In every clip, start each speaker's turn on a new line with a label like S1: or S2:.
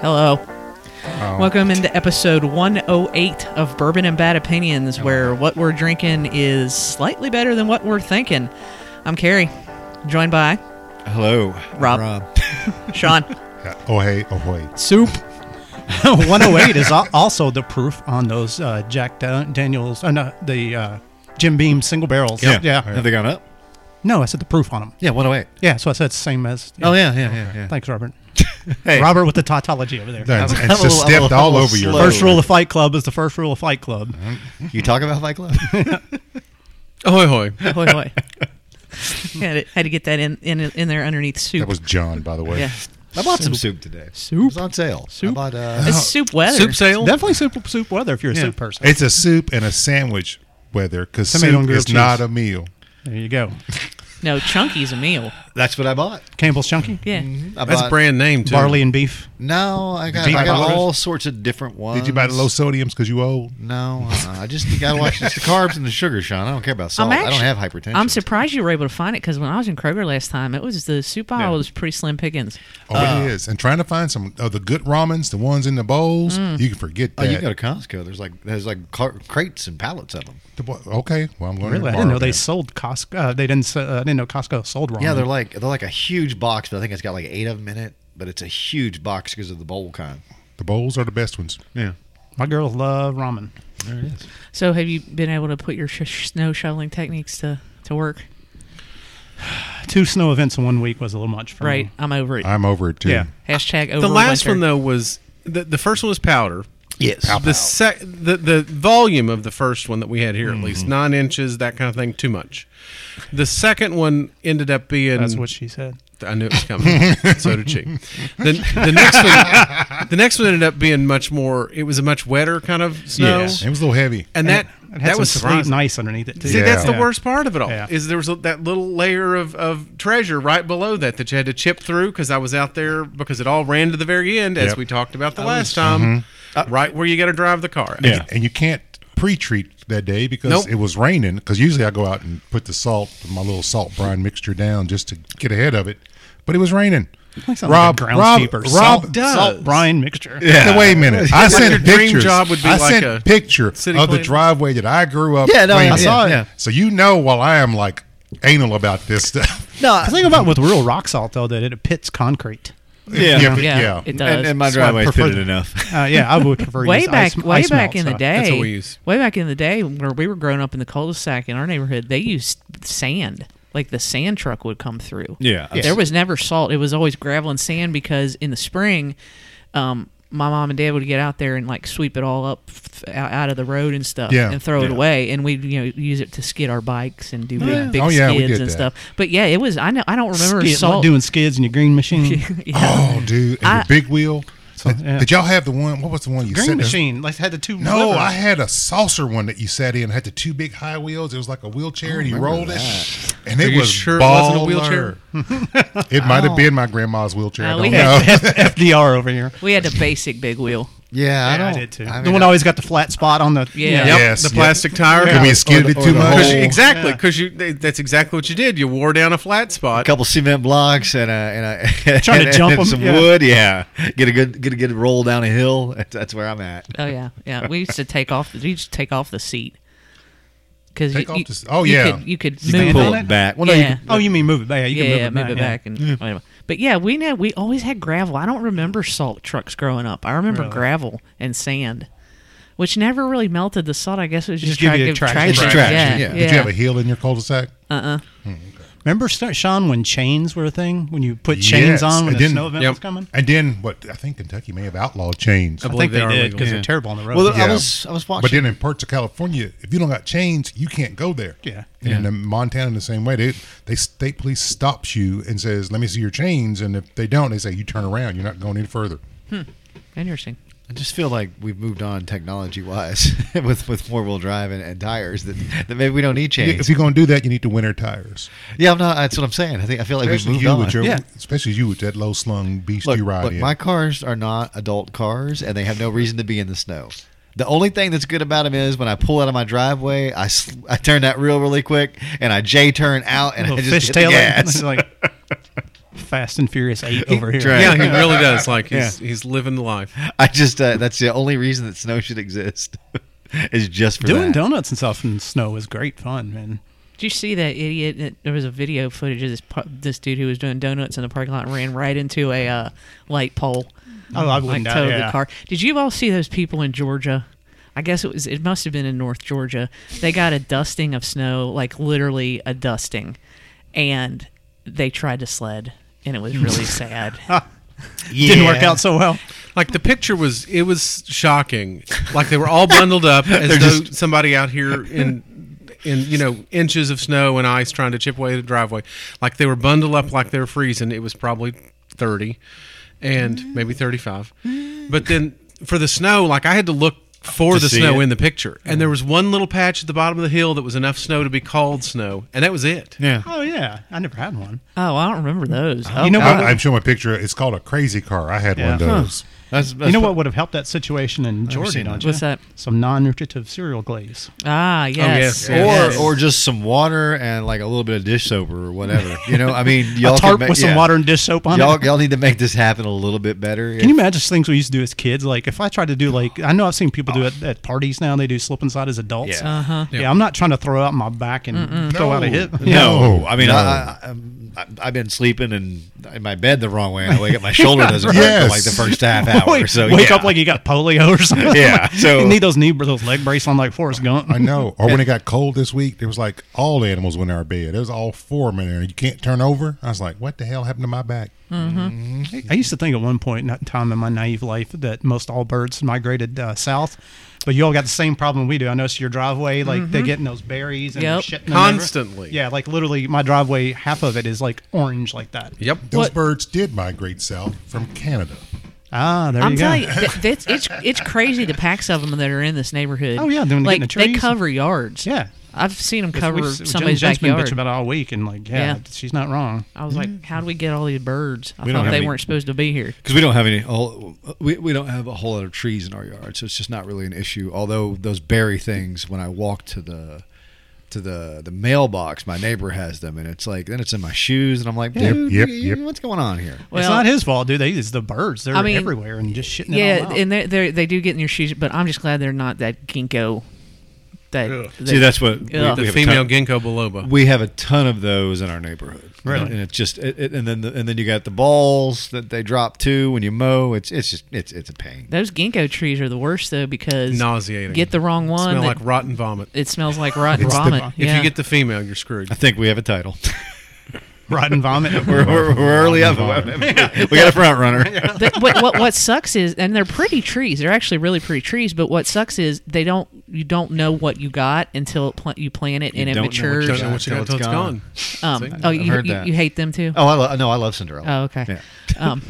S1: Hello.
S2: Oh.
S1: Welcome into episode 108 of Bourbon and Bad Opinions,
S2: Oh,
S1: where what we're drinking is slightly better than what we're thinking. I'm Carrie, joined by
S2: Hello.
S1: Rob, Sean,
S3: Yeah. Ohe, ahoy.
S2: Soup.
S4: 108 is al- also the proof on those uh, Jack Dan- Daniels, uh, no, the uh, Jim Beam single barrels.
S2: Yeah.
S4: yeah.
S2: Have they gone up?
S4: No, I said the proof on them.
S2: Yeah, 108.
S4: Yeah, so I said same as.
S2: Oh, yeah, yeah, yeah. yeah.
S4: Thanks, Robert.
S2: Hey.
S4: Robert with the tautology over there.
S3: That's,
S2: I'm a
S3: it's just
S2: little- I'm a
S3: stepped all
S2: little
S3: over your
S2: slow.
S4: First rule of Fight Club is the first rule of Fight Club.
S2: You talk about Fight Club?
S5: Ahoy, hoy.
S1: Hoy hoy. had, to, had to get that in, in in there underneath soup.
S3: That was John, by the way.
S1: yeah.
S2: I bought some soup today. Soup? It was on sale. I bought, uh,
S1: It's soup weather.
S5: Soup sale?
S4: Definitely soup, soup weather if you're a
S2: Yeah.
S4: soup person.
S3: It's a soup and a sandwich weather because
S4: Tomato
S3: soup
S4: and grilled
S3: is not
S4: cheese.
S3: a meal.
S4: there you go.
S1: No, chunky's a meal.
S2: that's what I bought.
S4: Campbell's Chunky,
S1: Yeah.
S2: I
S5: That's
S2: bought,
S5: brand name, too.
S4: barley and beef.
S2: No, I got,
S3: Did you
S2: I got
S3: buy those?
S2: all sorts of different ones.
S3: Did you buy the low sodiums because you old?
S2: No, uh, I just you gotta watch it's the carbs and the sugar, Sean. I don't care about salt.
S1: I'm
S2: I
S1: actually-
S2: don't have hypertension.
S1: I'm surprised you were able to find it because when I was in Kroger last time, it was the soup aisle was pretty slim pickings.
S3: Oh, it is. And trying to find some of the good ramens, the ones in the bowls, you can forget
S2: Oh,
S3: that.
S2: you can go to Costco. There's like there's like car- crates and pallets of them.
S3: The boy- okay, well I'm going
S4: Really,
S3: to
S4: I didn't know they sold Costco. Uh, they didn't. s- Uh, I didn't know Costco sold ramen.
S2: Yeah, they're like they're like a huge box, but I think it's got like eight of them in it. But it's a huge box because of the bowl kind.
S3: the bowls are the best ones.
S2: Yeah,
S4: my girls love ramen.
S2: there it is.
S1: So, have you been able to put your sh- sh- snow shoveling techniques to, to work?
S4: Two snow events in one week was a little much for
S1: Right,
S4: me.
S1: I'm over it.
S3: I'm over it too.
S4: Yeah.
S1: Hashtag over
S5: The last
S1: winter.
S5: one, though, was the, the first one was powder.
S2: Yes,
S5: The, sec- the the volume of the first one that we had here,
S4: Mm-hmm.
S5: at least nine inches, that kind of thing, too much. The second one ended up being
S4: That's what she said.
S5: I knew it was coming. so did she. The, the next one, the next one ended up being much more. It was a much wetter kind of snow,
S3: It was a little heavy.
S5: and that
S4: It had
S5: that
S4: some
S5: was
S4: sleep
S5: surprising.
S4: nice underneath it too.
S5: See, that's the
S4: Yeah.
S5: worst part of it all.
S4: Yeah.
S5: Is there was a, that little layer of, of treasure right below that that you had to chip through because I was out there because it all ran to the very end as
S3: Yep.
S5: we talked about the last time, right where you got to drive the car.
S3: And, and you can't pre-treat that day because
S5: Nope.
S3: it was raining. Because usually I go out and put the salt, my little salt brine mixture down just to get ahead of it. But it was raining.
S4: Sounds like a groundskeeper.
S3: Rob,
S4: salt,
S3: Rob,
S5: does.
S4: salt brine mixture.
S3: Now, wait a minute. I
S5: Like
S3: sent
S5: your dream
S3: pictures.
S5: job would be
S3: I
S5: like
S3: sent
S5: a
S3: picture
S5: city
S3: of the
S5: planner.
S3: driveway that I grew up.
S2: Yeah, no, I
S3: cleaning.
S2: saw it, yeah.
S3: So you know, while I am like anal about this stuff.
S2: No,
S4: The thing about with real rock salt though that it pits concrete.
S2: yeah,
S1: Yeah, it does.
S2: And, and my
S4: So I
S2: driveway
S4: prefer
S2: fit it
S4: the-
S2: enough.
S4: Uh, yeah, I would prefer
S1: way
S4: use
S1: back,
S4: ice,
S1: way
S4: ice
S1: back in
S4: melt,
S1: the
S4: so-
S1: day,
S5: what we use.
S1: way back in the day where we were growing up in the cul-de-sac in our neighborhood, they used sand. Like the sand truck would come through.
S2: Yeah.
S1: there was never salt. It was always gravel and sand because in the spring, um, my mom and dad would get out there and like sweep it all up f- out out of the road and stuff,
S3: Yeah.
S1: and throw it
S2: Yeah.
S1: away. And we'd you know use it to skid our bikes and do big, big
S3: Oh, yeah, we
S1: skids
S3: did
S1: and
S3: that.
S1: stuff. But yeah, it was. I know. I don't remember
S4: Skid-
S1: salt.
S4: doing skids in your green machine.
S1: Yeah.
S3: Oh, dude, and
S1: I-
S3: the big wheel. Did-
S4: yeah.
S3: Did y'all have the one? What was the one you
S4: green
S3: sent us?
S4: machine. Like had the two.
S3: No,
S4: levers.
S3: I had a saucer one that you sat in. It had the two big high wheels. It was like a wheelchair, and you rolled it, and
S5: Are
S3: it
S5: you
S3: was
S5: sure it wasn't a
S3: baller.
S5: wheelchair?
S3: it might have been my grandma's wheelchair.
S1: Uh,
S3: I
S1: we
S3: don't
S1: had-
S3: know.
S4: FDR over here.
S1: we had a basic big wheel.
S2: Yeah, I
S4: Yeah,
S2: don't.
S4: I, did too.
S2: I
S4: the
S2: mean,
S4: one
S2: I-
S4: always got the flat spot on the.
S1: Oh. Yeah.
S5: Yep,
S3: Yes,
S5: the
S3: yep.
S5: plastic tire.
S3: Maybe you
S2: Or
S3: skidded
S2: the-
S3: it
S2: or
S3: too
S2: the
S3: much.
S2: whole-
S5: 'Cause you- exactly, because you they, that's exactly what you did. You wore down a flat
S2: a
S5: spot.
S2: couple cement blocks and a and a
S4: Trying to
S2: and-
S4: jump
S2: and
S4: 'em,
S2: some
S4: yeah.
S2: wood. Yeah, get a good get a good roll down a hill. That's, that's where I'm at.
S1: Oh yeah, yeah. We used to take off. We used to take off the seat because
S3: Take off the s- oh, yeah.
S1: you could
S2: You can
S1: move
S2: pull
S1: it.
S2: it back. Well,
S1: yeah.
S4: Oh, you mean move it back? Yeah, you
S1: yeah,
S4: can move
S1: yeah,
S4: it
S1: move
S4: back.
S1: it
S4: yeah.
S1: back and whatever. But yeah, we know we always had gravel. I don't remember salt trucks growing up. I remember gravel and sand, which never really melted the salt. I guess it was just,
S4: Just give
S1: trying
S4: you
S1: to
S4: traction.
S1: traction.
S2: It's traction,
S1: Yeah,
S2: yeah.
S1: yeah.
S2: Did
S3: Did you have a hill in your cul-de-sac?
S4: Remember, Sta- Sean, when chains were a thing? When you put
S3: Yes,
S4: chains on when
S3: I
S4: the
S3: didn't-
S4: snow event
S5: Yep.
S4: was coming?
S3: And then what? I think Kentucky may have outlawed chains.
S4: I think
S5: believe they
S4: they
S5: are
S4: did
S5: legal.
S4: because
S5: Yeah.
S4: they're terrible on the road.
S2: Well, I
S3: Yeah.
S2: was I was watching.
S3: But then in parts of California, if you don't got chains, you can't go there.
S4: Yeah.
S3: And in the- Montana, the same way, they they state police stops you and says, "Let me see your chains," and if they don't, they say, "You turn around. You're not going any further."
S1: Interesting.
S2: I just feel like we've moved on technology wise with with four wheel drive and, and tires that, that maybe we don't need
S3: If
S2: chains.
S3: you're going to do that, you need to winter tires.
S2: yeah, I'm not. That's what I'm saying. I think I feel like we've
S3: Especially
S2: moved
S3: you,
S2: on.
S3: with your,
S4: Yeah.
S3: especially you with that low slung beast
S2: look,
S3: you ride
S2: look,
S3: in.
S2: my cars are not adult cars, and they have no reason to be in the snow. The only thing that's good about them is when I pull out of my driveway, I, sl- I turn that reel really quick, and I J turn out, and I
S4: Little
S2: just hit the
S4: fishtail.
S2: gas.
S4: It's like Fast and Furious Eight over here.
S2: Right.
S5: Yeah, he really does. Like he's he's living the life.
S2: I just uh, that's the only reason that snow should exist is just for
S4: Doing
S2: that.
S4: donuts and stuff in snow is great fun, man.
S1: Did you see that idiot? that- There was a video footage of this pu- this dude who was doing donuts in the parking lot and ran right into a uh, light pole.
S4: Oh, I
S1: like
S4: wouldn't doubt-
S1: towed
S4: yeah.
S1: the car. Did you all see those people in Georgia? I guess it was. It must have been in North Georgia. They got a dusting of snow, like literally a dusting, and they tried to sled, and it was really sad.
S4: Didn't work out so well.
S5: Like the picture was, it was shocking. Like they were all bundled up as though somebody out here in in you know inches of snow and ice trying to chip away at the driveway. Like they were bundled up like they were freezing. It was probably thirty,
S1: Mm.
S5: and maybe thirty-five. But then for the snow, like I had to look for
S2: To
S5: the
S2: see
S5: snow
S2: it.
S5: in the picture, and there was one little patch at the bottom of the hill that was enough snow to be called snow, and that was it.
S2: Yeah.
S4: Oh yeah, I never had one.
S1: oh, I don't remember those. Oh,
S4: you know
S3: I,
S4: what?
S3: I'm showing my picture. It's called a crazy car. I had one
S4: Yeah.
S3: of those.
S2: That's, that's
S4: You know what would have helped that situation in Georgia?
S2: seen
S4: Don't
S2: that.
S4: you?
S1: What's that?
S4: Some non-nutritive cereal glaze. Oh,
S1: ah, yes.
S5: yes,
S2: Or or just some water and like a little bit of dish soap or whatever. You know, I mean, y'all
S4: a
S2: can
S4: tarp
S2: ma-
S4: with some
S2: yeah.
S4: water and dish soap on it.
S2: Y'all, y'all need to make this happen a little bit better.
S4: Can you imagine things we used to do as kids? Like if I tried to do like I know I've seen people do it at parties now. They do slip and slide as adults.
S2: Oh. Yeah.
S1: Uh-huh.
S4: Yeah, I'm not trying to throw out my back and throw out a hip.
S2: No,
S3: No,
S2: I mean,
S3: no.
S2: I, I, I'm- I, I've been sleeping in, in my bed the wrong way. and I wake up, my shoulder doesn't hurt for
S3: Yes.
S2: like the first half hour.
S4: Wake,
S2: so
S4: wake
S2: yeah.
S4: up like you got polio or something.
S2: Yeah, so-
S4: you need those knee those leg braces on like Forrest Gump.
S3: I know. Or when it got cold this week, there was like all the animals went in our bed. It was all four of them in there. You can't turn over. I was like, what the hell happened to my back?
S4: I used to think at one point in time in my naive life that most all birds migrated uh, south, but you all got the same problem we do. I noticed your driveway, like they're getting those berries and
S1: Mm-hmm. Yep.
S4: shitting them everywhere.
S5: Constantly.
S4: Yeah, like literally, my driveway half of it is like orange, like that.
S5: Yep.
S3: Those
S1: What-
S3: birds did migrate south from Canada.
S4: Ah, there
S1: I'm
S4: you go.
S1: telling you, th- that's, it's it's crazy the packs of them that are in this neighborhood.
S4: Oh, yeah, then they get
S1: like
S4: in the
S1: they
S4: trees.
S1: cover yards.
S4: Yeah.
S1: I've seen them cover
S4: We- we-
S1: somebody's
S4: Jen's been
S1: backyard.
S4: bitching about it all week, and like, yeah,
S1: Yeah.
S4: she's not wrong.
S1: I was like, how do we get all these birds? I
S2: Mm. We don't
S1: thought
S2: have
S1: they
S2: any-
S1: weren't supposed to be here.
S2: because we don't have any all, we, we don't have a whole lot of trees in our yard so it's just not really an issue although those berry things when i walk to the to the the mailbox my neighbor has them and it's like then it's in my shoes and i'm like
S4: Yep,
S2: dude
S3: yep,
S2: y-
S3: yep.
S2: what's going on here
S1: Well,
S4: it's not his fault, dude. They it's the birds. They're
S1: I mean,
S4: everywhere and just shitting it all
S1: Yeah,
S4: out.
S1: and they they they do get in your shoes, but I'm just glad they're not that ginkgo. That, that-
S2: what we,
S1: Ugh.
S5: The female ginkgo biloba.
S2: we have a ton of those in our neighborhood
S4: Really?
S2: and it's just it, it, and then the, and then you got the balls that they drop too when you mow it's it's just it's it's a pain
S1: those ginkgo trees are the worst though because
S5: Nauseating.
S1: Get the wrong one.
S5: Smell
S1: that-
S5: like rotten vomit.
S1: it smells like rotten
S3: It's the-
S1: vomit.
S3: if
S5: If
S1: yeah.
S5: you get the female, you're screwed.
S2: i think we have a title
S4: Rotten vomit.
S2: we're, we're, we're early up we got a front runner
S1: the, what, what what sucks is, and they're pretty trees. They're actually really pretty trees. But what sucks is they don't you don't know what you got until it pl- you plant it and it
S2: don't know what you
S1: matures.
S5: Don't know
S2: Yeah,
S5: what you
S2: till
S5: got till
S2: it's
S5: it's gone.
S1: Um,
S5: See?
S1: oh, you,
S2: heard
S1: you,
S2: that.
S1: you hate them too?
S2: Oh, I lo- no, I love Cinderella.
S1: Oh, okay.
S2: Yeah.
S1: Um,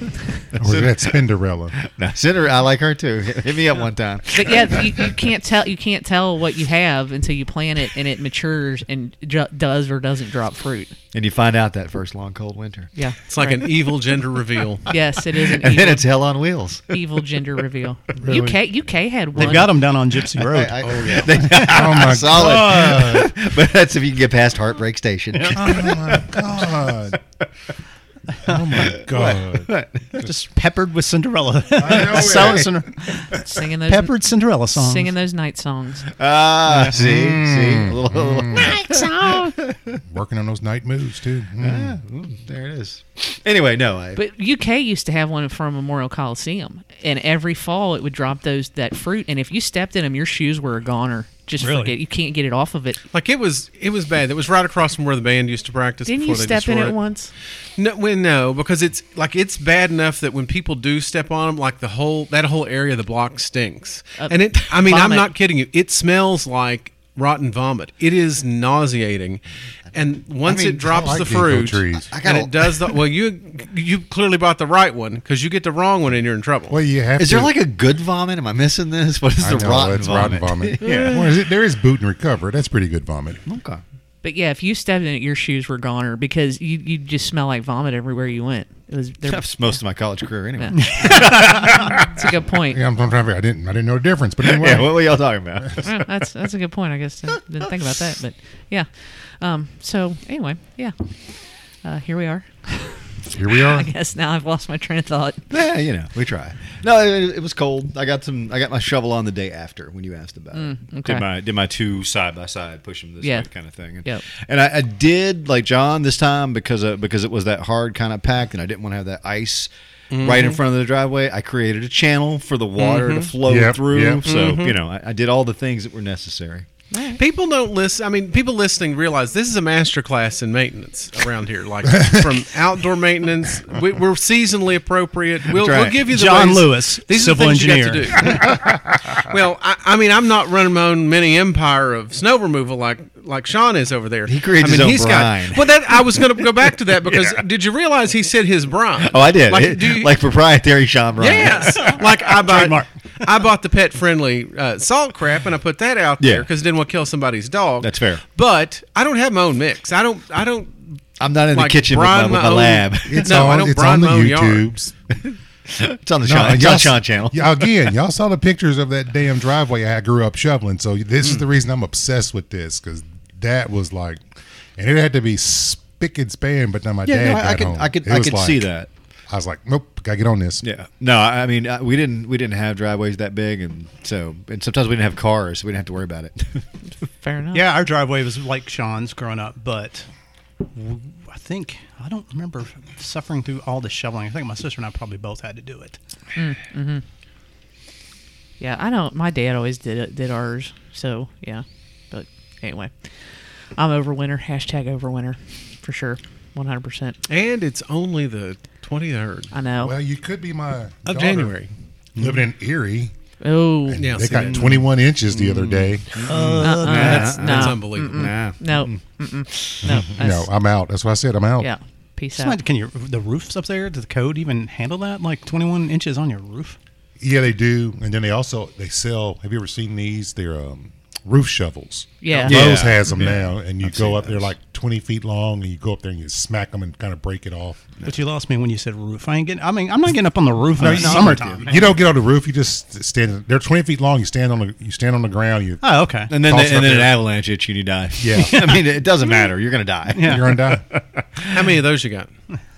S3: Or that Spinderella.
S2: No, Oh, Cinderella, I like her too. Hit me up one time.
S1: but yeah, you, you can't tell you can't tell what you have until you plant it and it matures and ju- does or doesn't drop fruit.
S2: And you find out that first long, cold winter.
S1: Yeah,
S5: It's like an evil gender reveal.
S1: yes, it is an
S2: And then
S1: evil,
S2: it's hell on wheels.
S1: evil gender reveal. UK UK had one.
S4: They've got them down on Gypsy Road.
S2: I-
S3: oh my
S2: Solid.
S3: god.
S2: but that's if you can get past Heartbreak Station.
S3: Oh my god. Oh my god.
S4: just peppered with Cinderella.
S3: know
S4: Solid
S3: it.
S4: Cinder-
S1: singing those
S4: peppered Cinderella songs.
S1: singing those night songs.
S2: Ah, see, see. A little- little-
S1: Night song.
S3: Working on those night moves too. Mm.
S2: Ooh, there it is. Anyway, no, I,
S1: But UK used to have one from Memorial Coliseum, and every fall it would drop those that fruit, and if you stepped in them, your shoes were a goner. Just
S4: Really?
S1: forget you can't get it off of it.
S5: Like it was, it was bad. It was right across from where the band used to practice.
S1: Didn't
S5: before
S1: you
S5: they
S1: step in
S5: destroyed
S1: it
S5: it
S1: once?
S5: No, well, no, because it's like it's bad enough that when people do step on them, like the whole that whole area of the block stinks.
S1: Uh,
S5: and it, I mean,
S1: vomit.
S5: I'm not kidding you. It smells like rotten vomit. It is nauseating. And once
S2: mean,
S5: it drops
S3: I like
S5: the
S3: ginkgo
S5: fruit,
S3: trees. I- I
S5: and
S2: gotta-
S5: it does the well, you you clearly bought the right one because you get the wrong one and you're in trouble.
S3: Well, you have
S2: is
S3: to.
S2: there like a good vomit? Am I missing this? What is
S3: I
S2: the
S3: know,
S2: rotten
S3: it's
S2: vomit?
S3: rotten vomit. yeah. Well, is it, there is boot and recover. That's pretty good vomit.
S2: Okay.
S1: But yeah, if you stepped in it, your shoes were goner because you you just smell like vomit everywhere you went. It was they're-
S2: That's most of my college career anyway.
S1: Yeah. that's a good point.
S3: Yeah, I'm, I'm trying to. I didn't. I didn't know the difference. But anyway,
S2: Yeah, what were y'all talking about?
S1: Well, that's that's a good point. I guess I didn't think about that, but yeah. Um, so anyway, yeah. Uh, here we are.
S3: Here we are.
S1: I guess now I've lost my train of thought.
S2: Yeah, you know, we try. No, it, it was cold. I got some. I got my shovel on the day after when you asked about it.
S1: okay.
S2: Mm, Did my did my two side by side push them this
S1: Yeah.
S2: way kind of thing. And,
S1: Yep.
S2: and I, I did like John this time because uh, because it was that hard kind of packed and I didn't want to have that ice right in front of the driveway. I created a channel for the water to flow
S3: Yep,
S2: through.
S3: yep.
S2: So you know, I, I did all the things that were necessary.
S5: People don't listen. I mean, people listening realize this is a master class in maintenance around here. Like from outdoor maintenance, we, we're seasonally appropriate. We'll,
S2: That's right.
S5: we'll give you the
S4: John
S5: ways-
S4: Lewis,
S5: These are the
S4: civil
S5: things
S4: engineer.
S5: You got to do. well, I, I mean, I'm not running my own mini empire of snow removal like like Sean is over there. He
S2: creates
S5: I mean,
S2: his own
S5: he's
S2: brine.
S5: Got, well, that I was going to go back to that because did you realize he said his brine?
S2: Oh, I did. Like,
S5: Like, do you-
S2: like proprietary Sean Bryan.
S5: Yes, like I bought, I bought the pet friendly uh, salt crap, and I put that out
S2: Yeah.
S5: there because it didn't want to kill somebody's dog.
S2: That's fair.
S5: But I don't have my own mix. I don't. I don't.
S2: I'm not in
S5: like
S2: the kitchen with my, with
S5: brine my
S2: my
S5: own-
S2: lab.
S3: It's
S5: No, I
S3: on,
S5: don't
S3: it's
S5: brine
S3: on the
S5: my own yard.
S3: YouTubes.
S2: It's on the
S3: No,
S2: Sean,
S3: and
S2: it's
S3: y'all
S2: on
S3: s-
S2: Sean channel.
S3: Yeah, again, y'all saw the pictures of that damn driveway I grew up shoveling. So this
S2: Mm.
S3: is the reason I'm obsessed with this because that was like, and it had to be spick and span. But now my
S2: Yeah,
S3: dad
S2: no, I-
S3: got
S2: I could-
S3: home.
S2: I could-
S3: It
S2: I
S3: was
S2: could see that.
S3: I was like, nope, gotta get on this.
S2: Yeah. No, I I mean uh, we didn't we didn't have driveways that big, and so and sometimes we didn't have cars, so we didn't have to worry about it.
S1: Fair enough.
S4: Yeah, our driveway was like Sean's growing up, but w- I think I don't remember suffering through all the shoveling. I think my sister and I probably both had to do it.
S1: Yeah, I know. My dad always did it, did ours. So yeah, but anyway, I'm overwinter. Hashtag overwinter for sure, 100. percent
S5: And it's only the twenty third
S1: I know.
S3: Well, you could be my
S5: of
S3: daughter
S5: January.
S3: living in Erie.
S1: oh
S5: Yeah,
S3: they
S5: see
S3: got
S5: that.
S3: 21 inches the
S2: Mm.
S3: other day.
S2: Uh,
S1: uh-uh,
S5: That's,
S1: no,
S5: that's unbelievable.
S2: nah.
S1: no, mm-mm, no,
S3: No,
S1: that's-
S3: I'm out. That's what I said. I'm out.
S1: yeah. Peace
S4: It's
S1: out.
S4: not- can your the roofs up there? Does the code even handle that? Like 21 inches on your roof?
S3: Yeah, they do. And then they also they sell. Have you ever seen these? They're um, roof shovels.
S1: Yeah.
S2: Yeah.
S3: Lowe's has them now, and you
S2: seen
S3: go up. They're
S2: those.
S3: like twenty feet long, and you go up there and you smack them and kind of break it off.
S4: But you lost me when you said roof. I ain't getting. I mean, I'm not getting up on the roof in the
S3: I'm with
S4: summertime.
S3: you. You don't get on the roof. You just stand. They're twenty feet long. You stand on the. You stand on the ground. You.
S4: Oh, okay.
S2: And then
S3: Toss
S2: they,
S3: it up
S2: and then an
S3: there.
S2: avalanche hits you and you die.
S3: Yeah.
S2: I mean it doesn't matter. You're gonna die.
S4: Yeah.
S3: You're undone. I
S5: How many of those you got?
S3: don't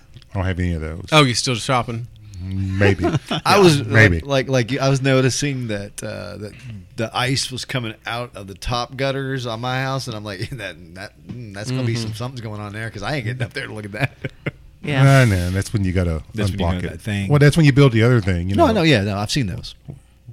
S3: have any of those.
S5: Oh, you still shopping?
S3: Maybe.
S2: I was
S3: maybe.
S2: like, like like I was noticing that uh, that the ice was coming out of the top gutters on my house, and I'm like that that mm, that's gonna be some something's going on there because I ain't getting up there to look at that.
S1: yeah.
S3: No, no, that's when you gotta
S2: That's when you
S3: unblock
S2: have
S3: it.
S2: that thing.
S3: Well, that's when you build the other thing. You know,
S2: No, no, yeah, no, I've seen those.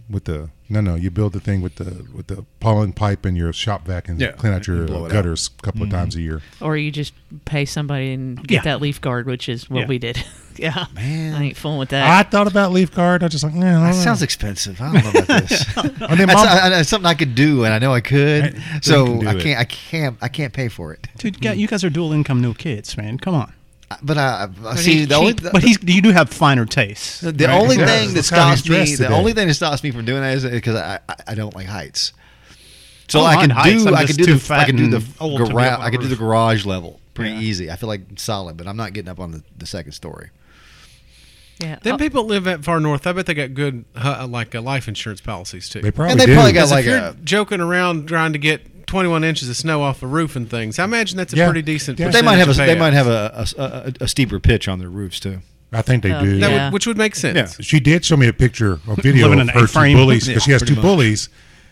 S3: with the no, no, you build the thing with the with the pollen pipe and your shop vac and
S2: Yeah,
S3: clean out
S2: you
S3: your
S2: blow it out. Mm-hmm.
S3: gutters a couple of times a year.
S1: Or you just pay somebody and get
S4: Yeah.
S1: that leaf guard, which is what
S4: Yeah.
S1: we did. yeah.
S2: Man.
S1: I ain't fooling with that.
S3: I thought about leaf guard. I was just like, yeah,
S2: That sounds expensive. I don't know about this.
S3: And then
S2: That's,
S3: mom-
S2: I- I- that's something I could do, and I know I could.
S3: can
S2: So
S3: do
S2: I
S3: it.
S2: can't. I can't. I can't pay for it.
S4: Dude, you guys- you guys are dual income, no kids, man. Come on.
S2: I- But I, I see
S1: he's
S2: the only.
S1: cheap,
S2: The,
S4: But he's you do have finer tastes.
S2: the
S3: Right,
S2: only
S3: he does.
S2: thing that
S3: Look how he's
S2: stops me,
S3: dressed
S2: the
S3: today.
S2: only thing that stops me from doing that is because I, I, I don't like heights. So
S4: I
S2: I
S4: don't
S2: can
S4: mind heights.
S2: do
S4: I'm
S2: I can
S4: just
S2: do
S4: too
S2: the I can do the
S4: fucking old to be
S2: garage
S4: up on
S2: I can
S4: a
S2: do the
S4: roof.
S2: garage level pretty
S4: Yeah.
S2: easy. I feel like solid, but I'm not getting up on the, the second story.
S1: yeah.
S5: Then
S1: Oh,
S5: people live that far north. I bet they got good uh, like uh, life insurance policies too.
S3: They probably
S2: and they
S3: do.
S2: probably got
S5: 'Cause
S2: like uh,
S5: if you're
S2: a
S5: joking around trying to get 21 inches of snow off the roof and things, I imagine that's a
S3: Yeah.
S5: pretty decent.
S3: Yeah.
S2: but they might have a,
S5: percentage of
S2: they
S5: payout.
S2: might have a, a, a, a steeper pitch on their roofs too.
S3: I think they
S1: Oh,
S3: do.
S5: That
S1: Yeah.
S5: would, which would make sense.
S2: Yeah.
S3: She did show me a picture, a video of
S4: Living in an
S3: her two
S4: A-frame.
S3: bullies because she
S2: Yeah,
S3: has
S2: pretty
S3: two
S2: much.
S3: bullies,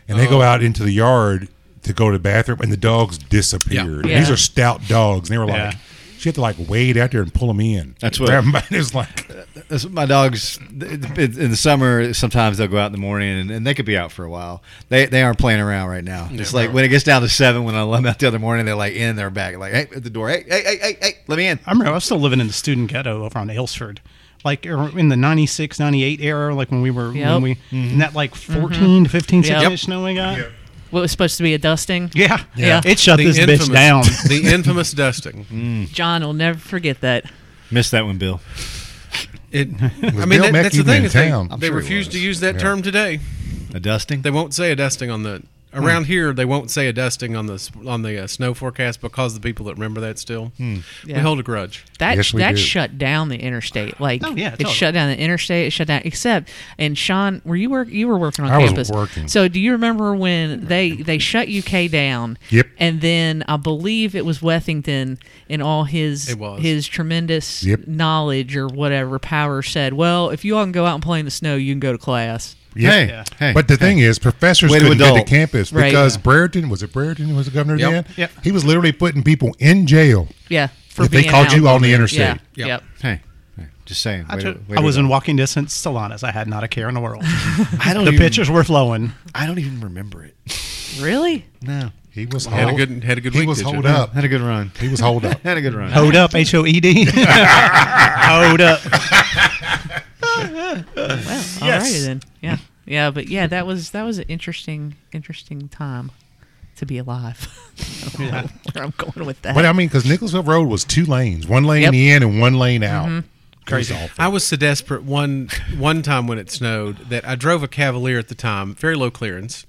S3: and they go out into the yard to go to the bathroom, and the dogs disappeared.
S1: Yeah.
S3: And These are stout dogs, and they were like,
S4: Yeah.
S3: she had to like wade out there and pull them in.
S2: That's what-
S3: it's like.
S2: That's what my dogs th- th- in the summer. Sometimes they'll go out in the morning, and, and they could be out for a while. They they aren't playing around right now. it's like when it gets down to seven, when I let them out the other morning, they're like in their back, like hey at the door, hey hey hey hey, hey let me in.
S4: I remember I was still living in the student ghetto over on Aylesford. Like er, in the 96, 98 era, like when we were,
S1: Yep. Mm-hmm.
S4: when we,
S2: Mm-hmm.
S4: and that like 14 to 15, 16
S1: Yep.
S4: inch snow we got.
S1: what was supposed to be a dusting?
S4: Yeah.
S1: Yeah.
S4: It shut this bitch down.
S5: the infamous dusting.
S1: John will never forget that.
S2: Missed that one, Bill.
S5: It, I
S3: Was
S5: mean,
S3: Bill
S5: that,
S3: Mackey
S5: that's the
S3: even
S5: thing.
S3: in
S5: is They,
S3: town?
S5: they
S2: sure he
S5: refuse to
S2: was.
S5: use that term today.
S2: A dusting.
S5: They won't say a dusting on the
S3: Hmm.
S5: Around here, they won't say a dusting on the s- on the uh, snow forecast because the people that remember that still
S3: Hmm.
S1: Yeah.
S5: we hold a grudge.
S1: That
S3: Yes, we
S1: that
S3: do.
S1: shut down the interstate. Like
S4: Oh, yeah,
S1: it
S4: totally.
S1: shut down the interstate. It shut down. Except and Sean, were you work? You were working on
S3: I was
S1: campus.
S3: working.
S1: So do you remember when they they shut UK down?
S3: Yep.
S1: And then I believe it was Wethington and all his
S5: It was.
S1: his tremendous
S3: Yep.
S1: knowledge or whatever power said. Well, if you all can go out and play in the snow, you can go to class.
S3: Yeah.
S2: Hey, hey,
S3: but the thing is, professors
S2: Way to
S3: couldn't get to
S2: adult.
S3: campus
S1: Right.
S3: because
S1: Yeah.
S3: Brereton was it Brereton who was the governor
S5: Yep.
S3: then?
S4: Yep.
S3: He was literally putting people in jail.
S1: Yeah. For
S3: If they
S1: being
S3: caught
S1: out
S3: you on the interstate.
S1: Yeah.
S5: Yep.
S1: yep.
S2: Hey, hey, just saying.
S4: I,
S2: Way to-
S4: took-
S2: way to
S4: I was
S2: go.
S4: in walking distance to Salinas. I had not a care in the world.
S2: I don't
S4: the
S2: even,
S4: pictures were flowing.
S2: I don't even remember it.
S1: Really?
S2: No,
S3: He was
S5: Had a
S3: hold-
S5: good had a good
S3: He
S5: week.
S3: was
S5: did you?
S3: holed up.
S2: had a good run.
S3: He was holed up.
S2: Had a good run.
S4: Hold up, H O E D. Hold up.
S1: Well, alrighty
S4: Yes.
S1: then. Yeah. Yeah, but yeah, that was that was an interesting interesting time to be alive. I don't know where I'm going with that.
S3: But I mean, because Nicholsville Road was two lanes, one lane
S1: Yep.
S3: in and one lane out.
S2: Mm-hmm.
S4: Crazy.
S5: I was so desperate one one time when it snowed that I drove a Cavalier at the time, very low clearance.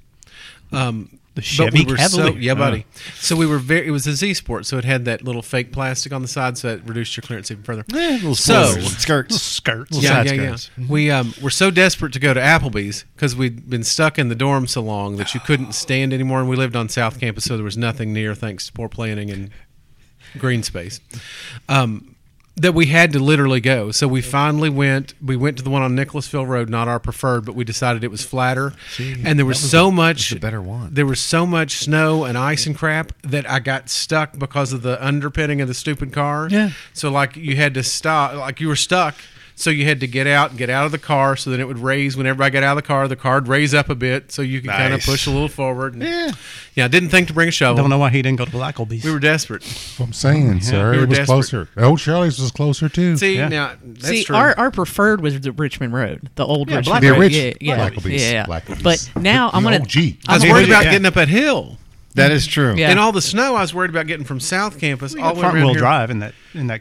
S5: Um,
S4: The
S5: but we
S4: Chevy
S5: were so
S4: Cavalier. Oh.
S5: yeah, buddy. So we were very. It was a Z Sport, so it had that little fake plastic on the side, so it reduced your clearance even further.
S2: Eh, little
S5: So-
S2: spoilers. skirts.
S4: Skirts.
S2: Little
S5: Yeah,
S2: side
S5: yeah, yeah.
S2: skirts.
S5: We um, were so desperate to go to Applebee's because we'd been stuck in the dorm so long that you couldn't stand anymore, and we lived on South Campus, so there was nothing near, thanks to poor planning and green space, um, that we had to literally go. So we finally went. We went to the one on Nicholasville Road, not our preferred, but we decided it was flatter, and there was, so much
S2: the better one.
S5: There was so much snow and ice and crap that I got stuck because of the underpinning of the stupid car.
S2: Yeah.
S5: So like you had to stop, like you were stuck. So you had to get out and get out of the car. So then it would raise when everybody got out of the car. The car would raise up a bit, so you could kind of
S2: Nice.
S5: push a little forward. And, yeah. Yeah. I didn't think to bring a shovel.
S4: Don't know why he didn't go to Blackleby's.
S5: We were desperate.
S3: I'm saying, sir.
S5: we
S3: it
S5: were
S3: was
S5: desperate.
S3: closer. Old Shirley's was closer too.
S5: See
S4: Yeah.
S5: now, that's
S1: See,
S5: true.
S1: our our preferred was the Richmond Road, the old
S4: Yeah,
S1: Richmond
S4: Black- The
S1: Road.
S3: orig-
S1: yeah, yeah,
S3: Blackleby's,
S1: yeah, yeah.
S3: Blackleby's.
S1: But now
S3: The-
S1: I'm
S3: the
S1: gonna.
S3: OG.
S5: I was
S1: I'm
S5: worried
S1: gonna-
S5: about
S4: Yeah.
S5: getting up that hill.
S2: That is true.
S1: Yeah.
S5: In all the snow, I was worried about getting from South Campus all the way
S4: front
S5: around
S4: wheel
S5: here.
S4: drive in that in that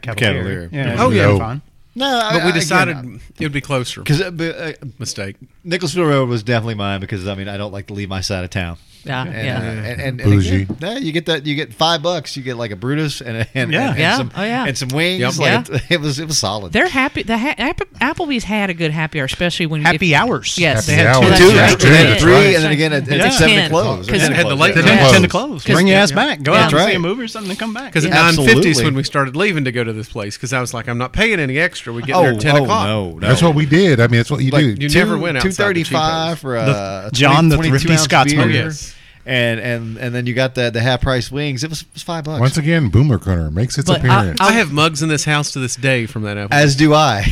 S2: Cavalier.
S4: Cavalier. Yeah.
S5: Oh, yeah.
S4: it'd be Fine.
S2: No,
S5: But we decided it would be closer.
S2: because uh,
S5: Mistake.
S2: Nicholasville Road was definitely mine because I mean I don't like to leave my side of town.
S1: Yeah,
S2: And,
S1: yeah.
S2: uh, and, and, and
S3: Bougie.
S2: again, yeah, you get that. You get five bucks. You get like a Brutus and a- and,
S4: Yeah.
S2: and,
S1: Yeah.
S2: some
S1: Oh, yeah.
S2: and some wings.
S5: Yep.
S2: Like, it, it was it was solid.
S1: They're happy. The ha- App- Applebee's had a good happy hour, especially when
S4: Happy
S1: if,
S4: hours.
S1: Yes.
S4: They
S3: Happy
S4: had
S3: hours.
S1: That's
S2: two,
S1: right.
S2: and
S1: That's
S2: then
S1: right.
S2: three,
S1: That's
S2: and then
S1: right.
S2: again at,
S1: Yeah.
S2: at seven to
S1: Ten.
S2: close.
S1: Because-
S2: Ten to
S5: Had the
S2: close,
S5: late
S2: yeah.
S4: They
S5: night.
S4: didn't
S5: Close.
S4: tend to close.
S1: Because-
S4: Bring your ass
S1: yeah.
S4: back. Go
S1: Yeah.
S4: out and
S2: That's
S4: see a
S2: right.
S4: movie or something. and Come back.
S5: Because at nine
S2: Absolutely.
S5: fifty is when we started leaving to go to this place. Because I was like, I'm not paying any extra. We get
S2: Oh,
S5: there at ten
S2: oh,
S5: o'clock.
S2: no, no.
S3: That's what we did. I mean, that's what you
S2: Like,
S3: do.
S5: you never went outside
S2: Two
S5: the
S2: thirty-five for a
S4: The-
S2: 20
S4: John the
S2: 22
S4: Thrifty
S2: ounce
S4: Scotsman.
S2: beer,
S5: Yes.
S2: And and and then you got the the half price wings. It was, it was five bucks.
S3: Once again, Boomer Gunner makes its
S1: But I-
S3: appearance.
S5: I have mugs in this house to this day from that apple.
S2: As do I.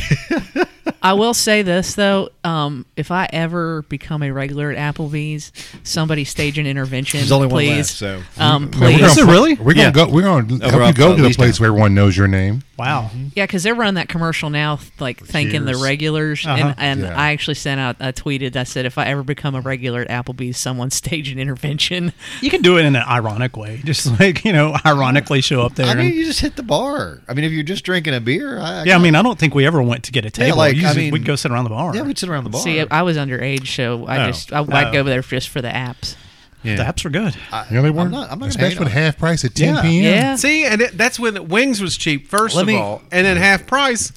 S1: I will say this though, um, if I ever become a regular at Applebee's, somebody stage an intervention.
S2: There's only one
S1: please.
S2: left, so-
S1: um,
S3: Now, we're
S1: please,
S3: gonna
S4: Is it
S3: fu-
S4: really?
S3: We're gonna
S2: Yeah.
S3: go. We're gonna
S2: Over
S3: help you
S2: up,
S3: go
S2: uh,
S3: to the
S2: Leestown.
S3: place where everyone knows your name.
S4: Wow.
S5: Mm-hmm.
S1: yeah, because they're running that commercial now, like thanking the
S3: Cheers.
S1: regulars,
S4: Uh-huh.
S1: and and
S3: Yeah.
S1: I actually sent out, I tweeted, I said, if I ever become a regular at Applebee's, someone stage an intervention.
S4: You can do it in an ironic way. Just like, you know, ironically show up there.
S2: I mean,
S4: and,
S2: you just hit the bar. I mean, if you're just drinking a beer, I, I
S4: yeah, I mean, I don't think we ever went to get a table.
S2: like, I
S4: Usually
S2: mean-
S4: we'd go sit around the bar.
S2: yeah, we'd sit around the bar.
S1: See, I was underage, so I
S2: Oh.
S1: just I, I'd
S4: Oh.
S1: go there just for the apps.
S2: yeah.
S4: The apps are good.
S3: You know they were.
S2: I'm not. I'm not gonna hate
S3: Especially
S2: on
S3: with
S2: it.
S3: half price at 10
S4: Yeah.
S3: p.m.
S1: Yeah.
S5: See, and it, that's when wings was cheap. First
S2: Let
S5: of
S2: me-
S5: all, and then half price.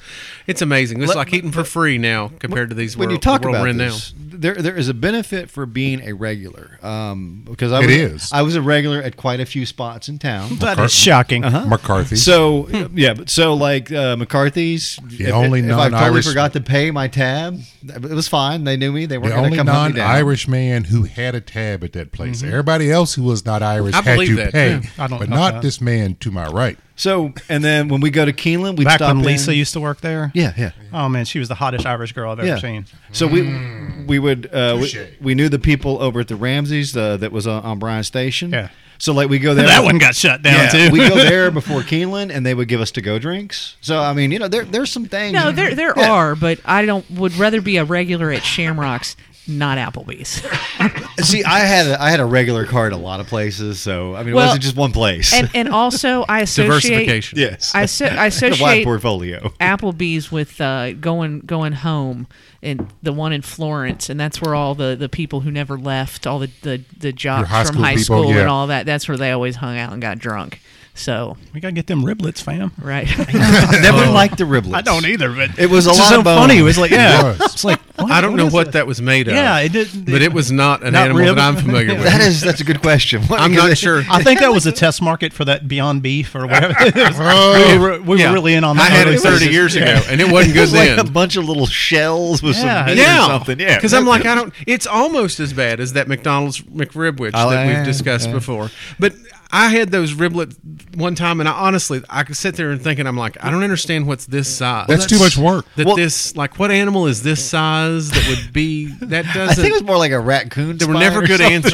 S5: It's amazing. It's
S2: Let-
S5: like eating for free now compared to these.
S2: when
S5: world,
S2: you talk
S5: the world
S2: about
S5: we're in
S2: this, there there is a benefit for being a regular. Um, because I
S3: It
S2: was,
S3: is.
S2: I was a regular at quite a few spots in town.
S4: That
S3: Cart-
S4: is shocking.
S3: McCarthy.
S2: So yeah, but so like uh, McCarthy's.
S3: The only
S2: if I totally
S3: non-Irish-
S2: forgot to pay my tab. It was fine. They knew me. They
S3: the
S2: weren't going
S3: only
S2: to come hunt me down.
S3: non-Irish man who had a tab at that place. Everybody else who was not Irish
S5: I
S3: had
S5: believe
S3: to
S5: that,
S3: pay,
S5: too.
S4: I don't
S3: but
S4: know
S3: not
S4: that.
S3: this man to my right.
S2: So and then when we go to Keeneland, we
S4: Back
S2: stop
S4: when
S2: in-
S4: Lisa used to work there.
S2: Yeah, yeah.
S4: Oh, man, she was the hottest Irish girl I've ever
S2: Yeah.
S4: seen.
S2: So we
S3: Mm.
S2: we would uh,
S3: Touche.
S2: we, we knew the people over at the Ramses uh, that was on, on Bryan Station.
S4: Yeah.
S2: So like we go there.
S4: that one got shut down,
S2: Yeah,
S4: too.
S2: we go there before Keeneland, and they would give us to go drinks. So I mean, you know, there there's some things.
S1: No, there there
S2: Yeah.
S1: are, but I don't would rather be a regular at Shamrocks not Applebee's.
S2: See, I had a, I had a regular card a lot of places, so I mean,
S1: Well,
S2: it wasn't just one place.
S1: and and also I associate
S5: Diversification.
S2: yes,
S1: I, so, I
S2: a wide
S1: associate
S2: portfolio.
S1: Applebee's with uh, going going home and the one in Florence, and that's where all the, the people who never left, all the the, the jocks
S3: high
S1: from
S3: school
S1: high
S3: people,
S1: school
S3: yeah.
S1: and all that. That's where they always hung out and got drunk. So
S4: We gotta get them riblets, fam.
S1: right,
S2: Never
S5: Oh.
S2: liked the riblets.
S4: I don't either, but
S2: It was a
S4: it's just
S2: lot
S4: so
S2: of bone.
S4: funny. It was like, yeah,
S3: It was.
S4: it's like what?
S5: I don't know
S4: is
S5: what
S4: it?
S5: that was made of.
S4: Yeah, it didn't-
S5: But it was not an
S4: Not
S5: animal
S4: rib.
S5: that I'm familiar with.
S2: That is that's a good question. What-
S5: I'm not sure.
S4: I think that was a test market for that Beyond Beef or whatever. It was- we were, we were
S5: Yeah.
S4: really in on that.
S5: I had
S4: early
S5: it 30
S4: phases.
S5: years ago, and it wasn't
S2: It
S5: good
S2: was like a
S5: then.
S2: bunch of little shells with some
S4: Yeah.
S2: meat
S5: yeah,
S2: or something. Yeah,
S5: Because I'm like, I don't. It's almost as bad as that McDonald's McRibwich
S2: Oh,
S5: that
S2: yeah,
S5: we've discussed
S2: yeah.
S5: before. But I had those riblets one time, and I honestly, I could sit there and thinking, I'm like, I don't understand what's this size.
S3: That's too much work.
S5: That
S2: Well-
S5: this, like, what animal is this size that would be that doesn't?
S2: I think it was more like a raccoon.
S5: They were
S2: spine
S5: never
S2: or
S5: good
S2: something,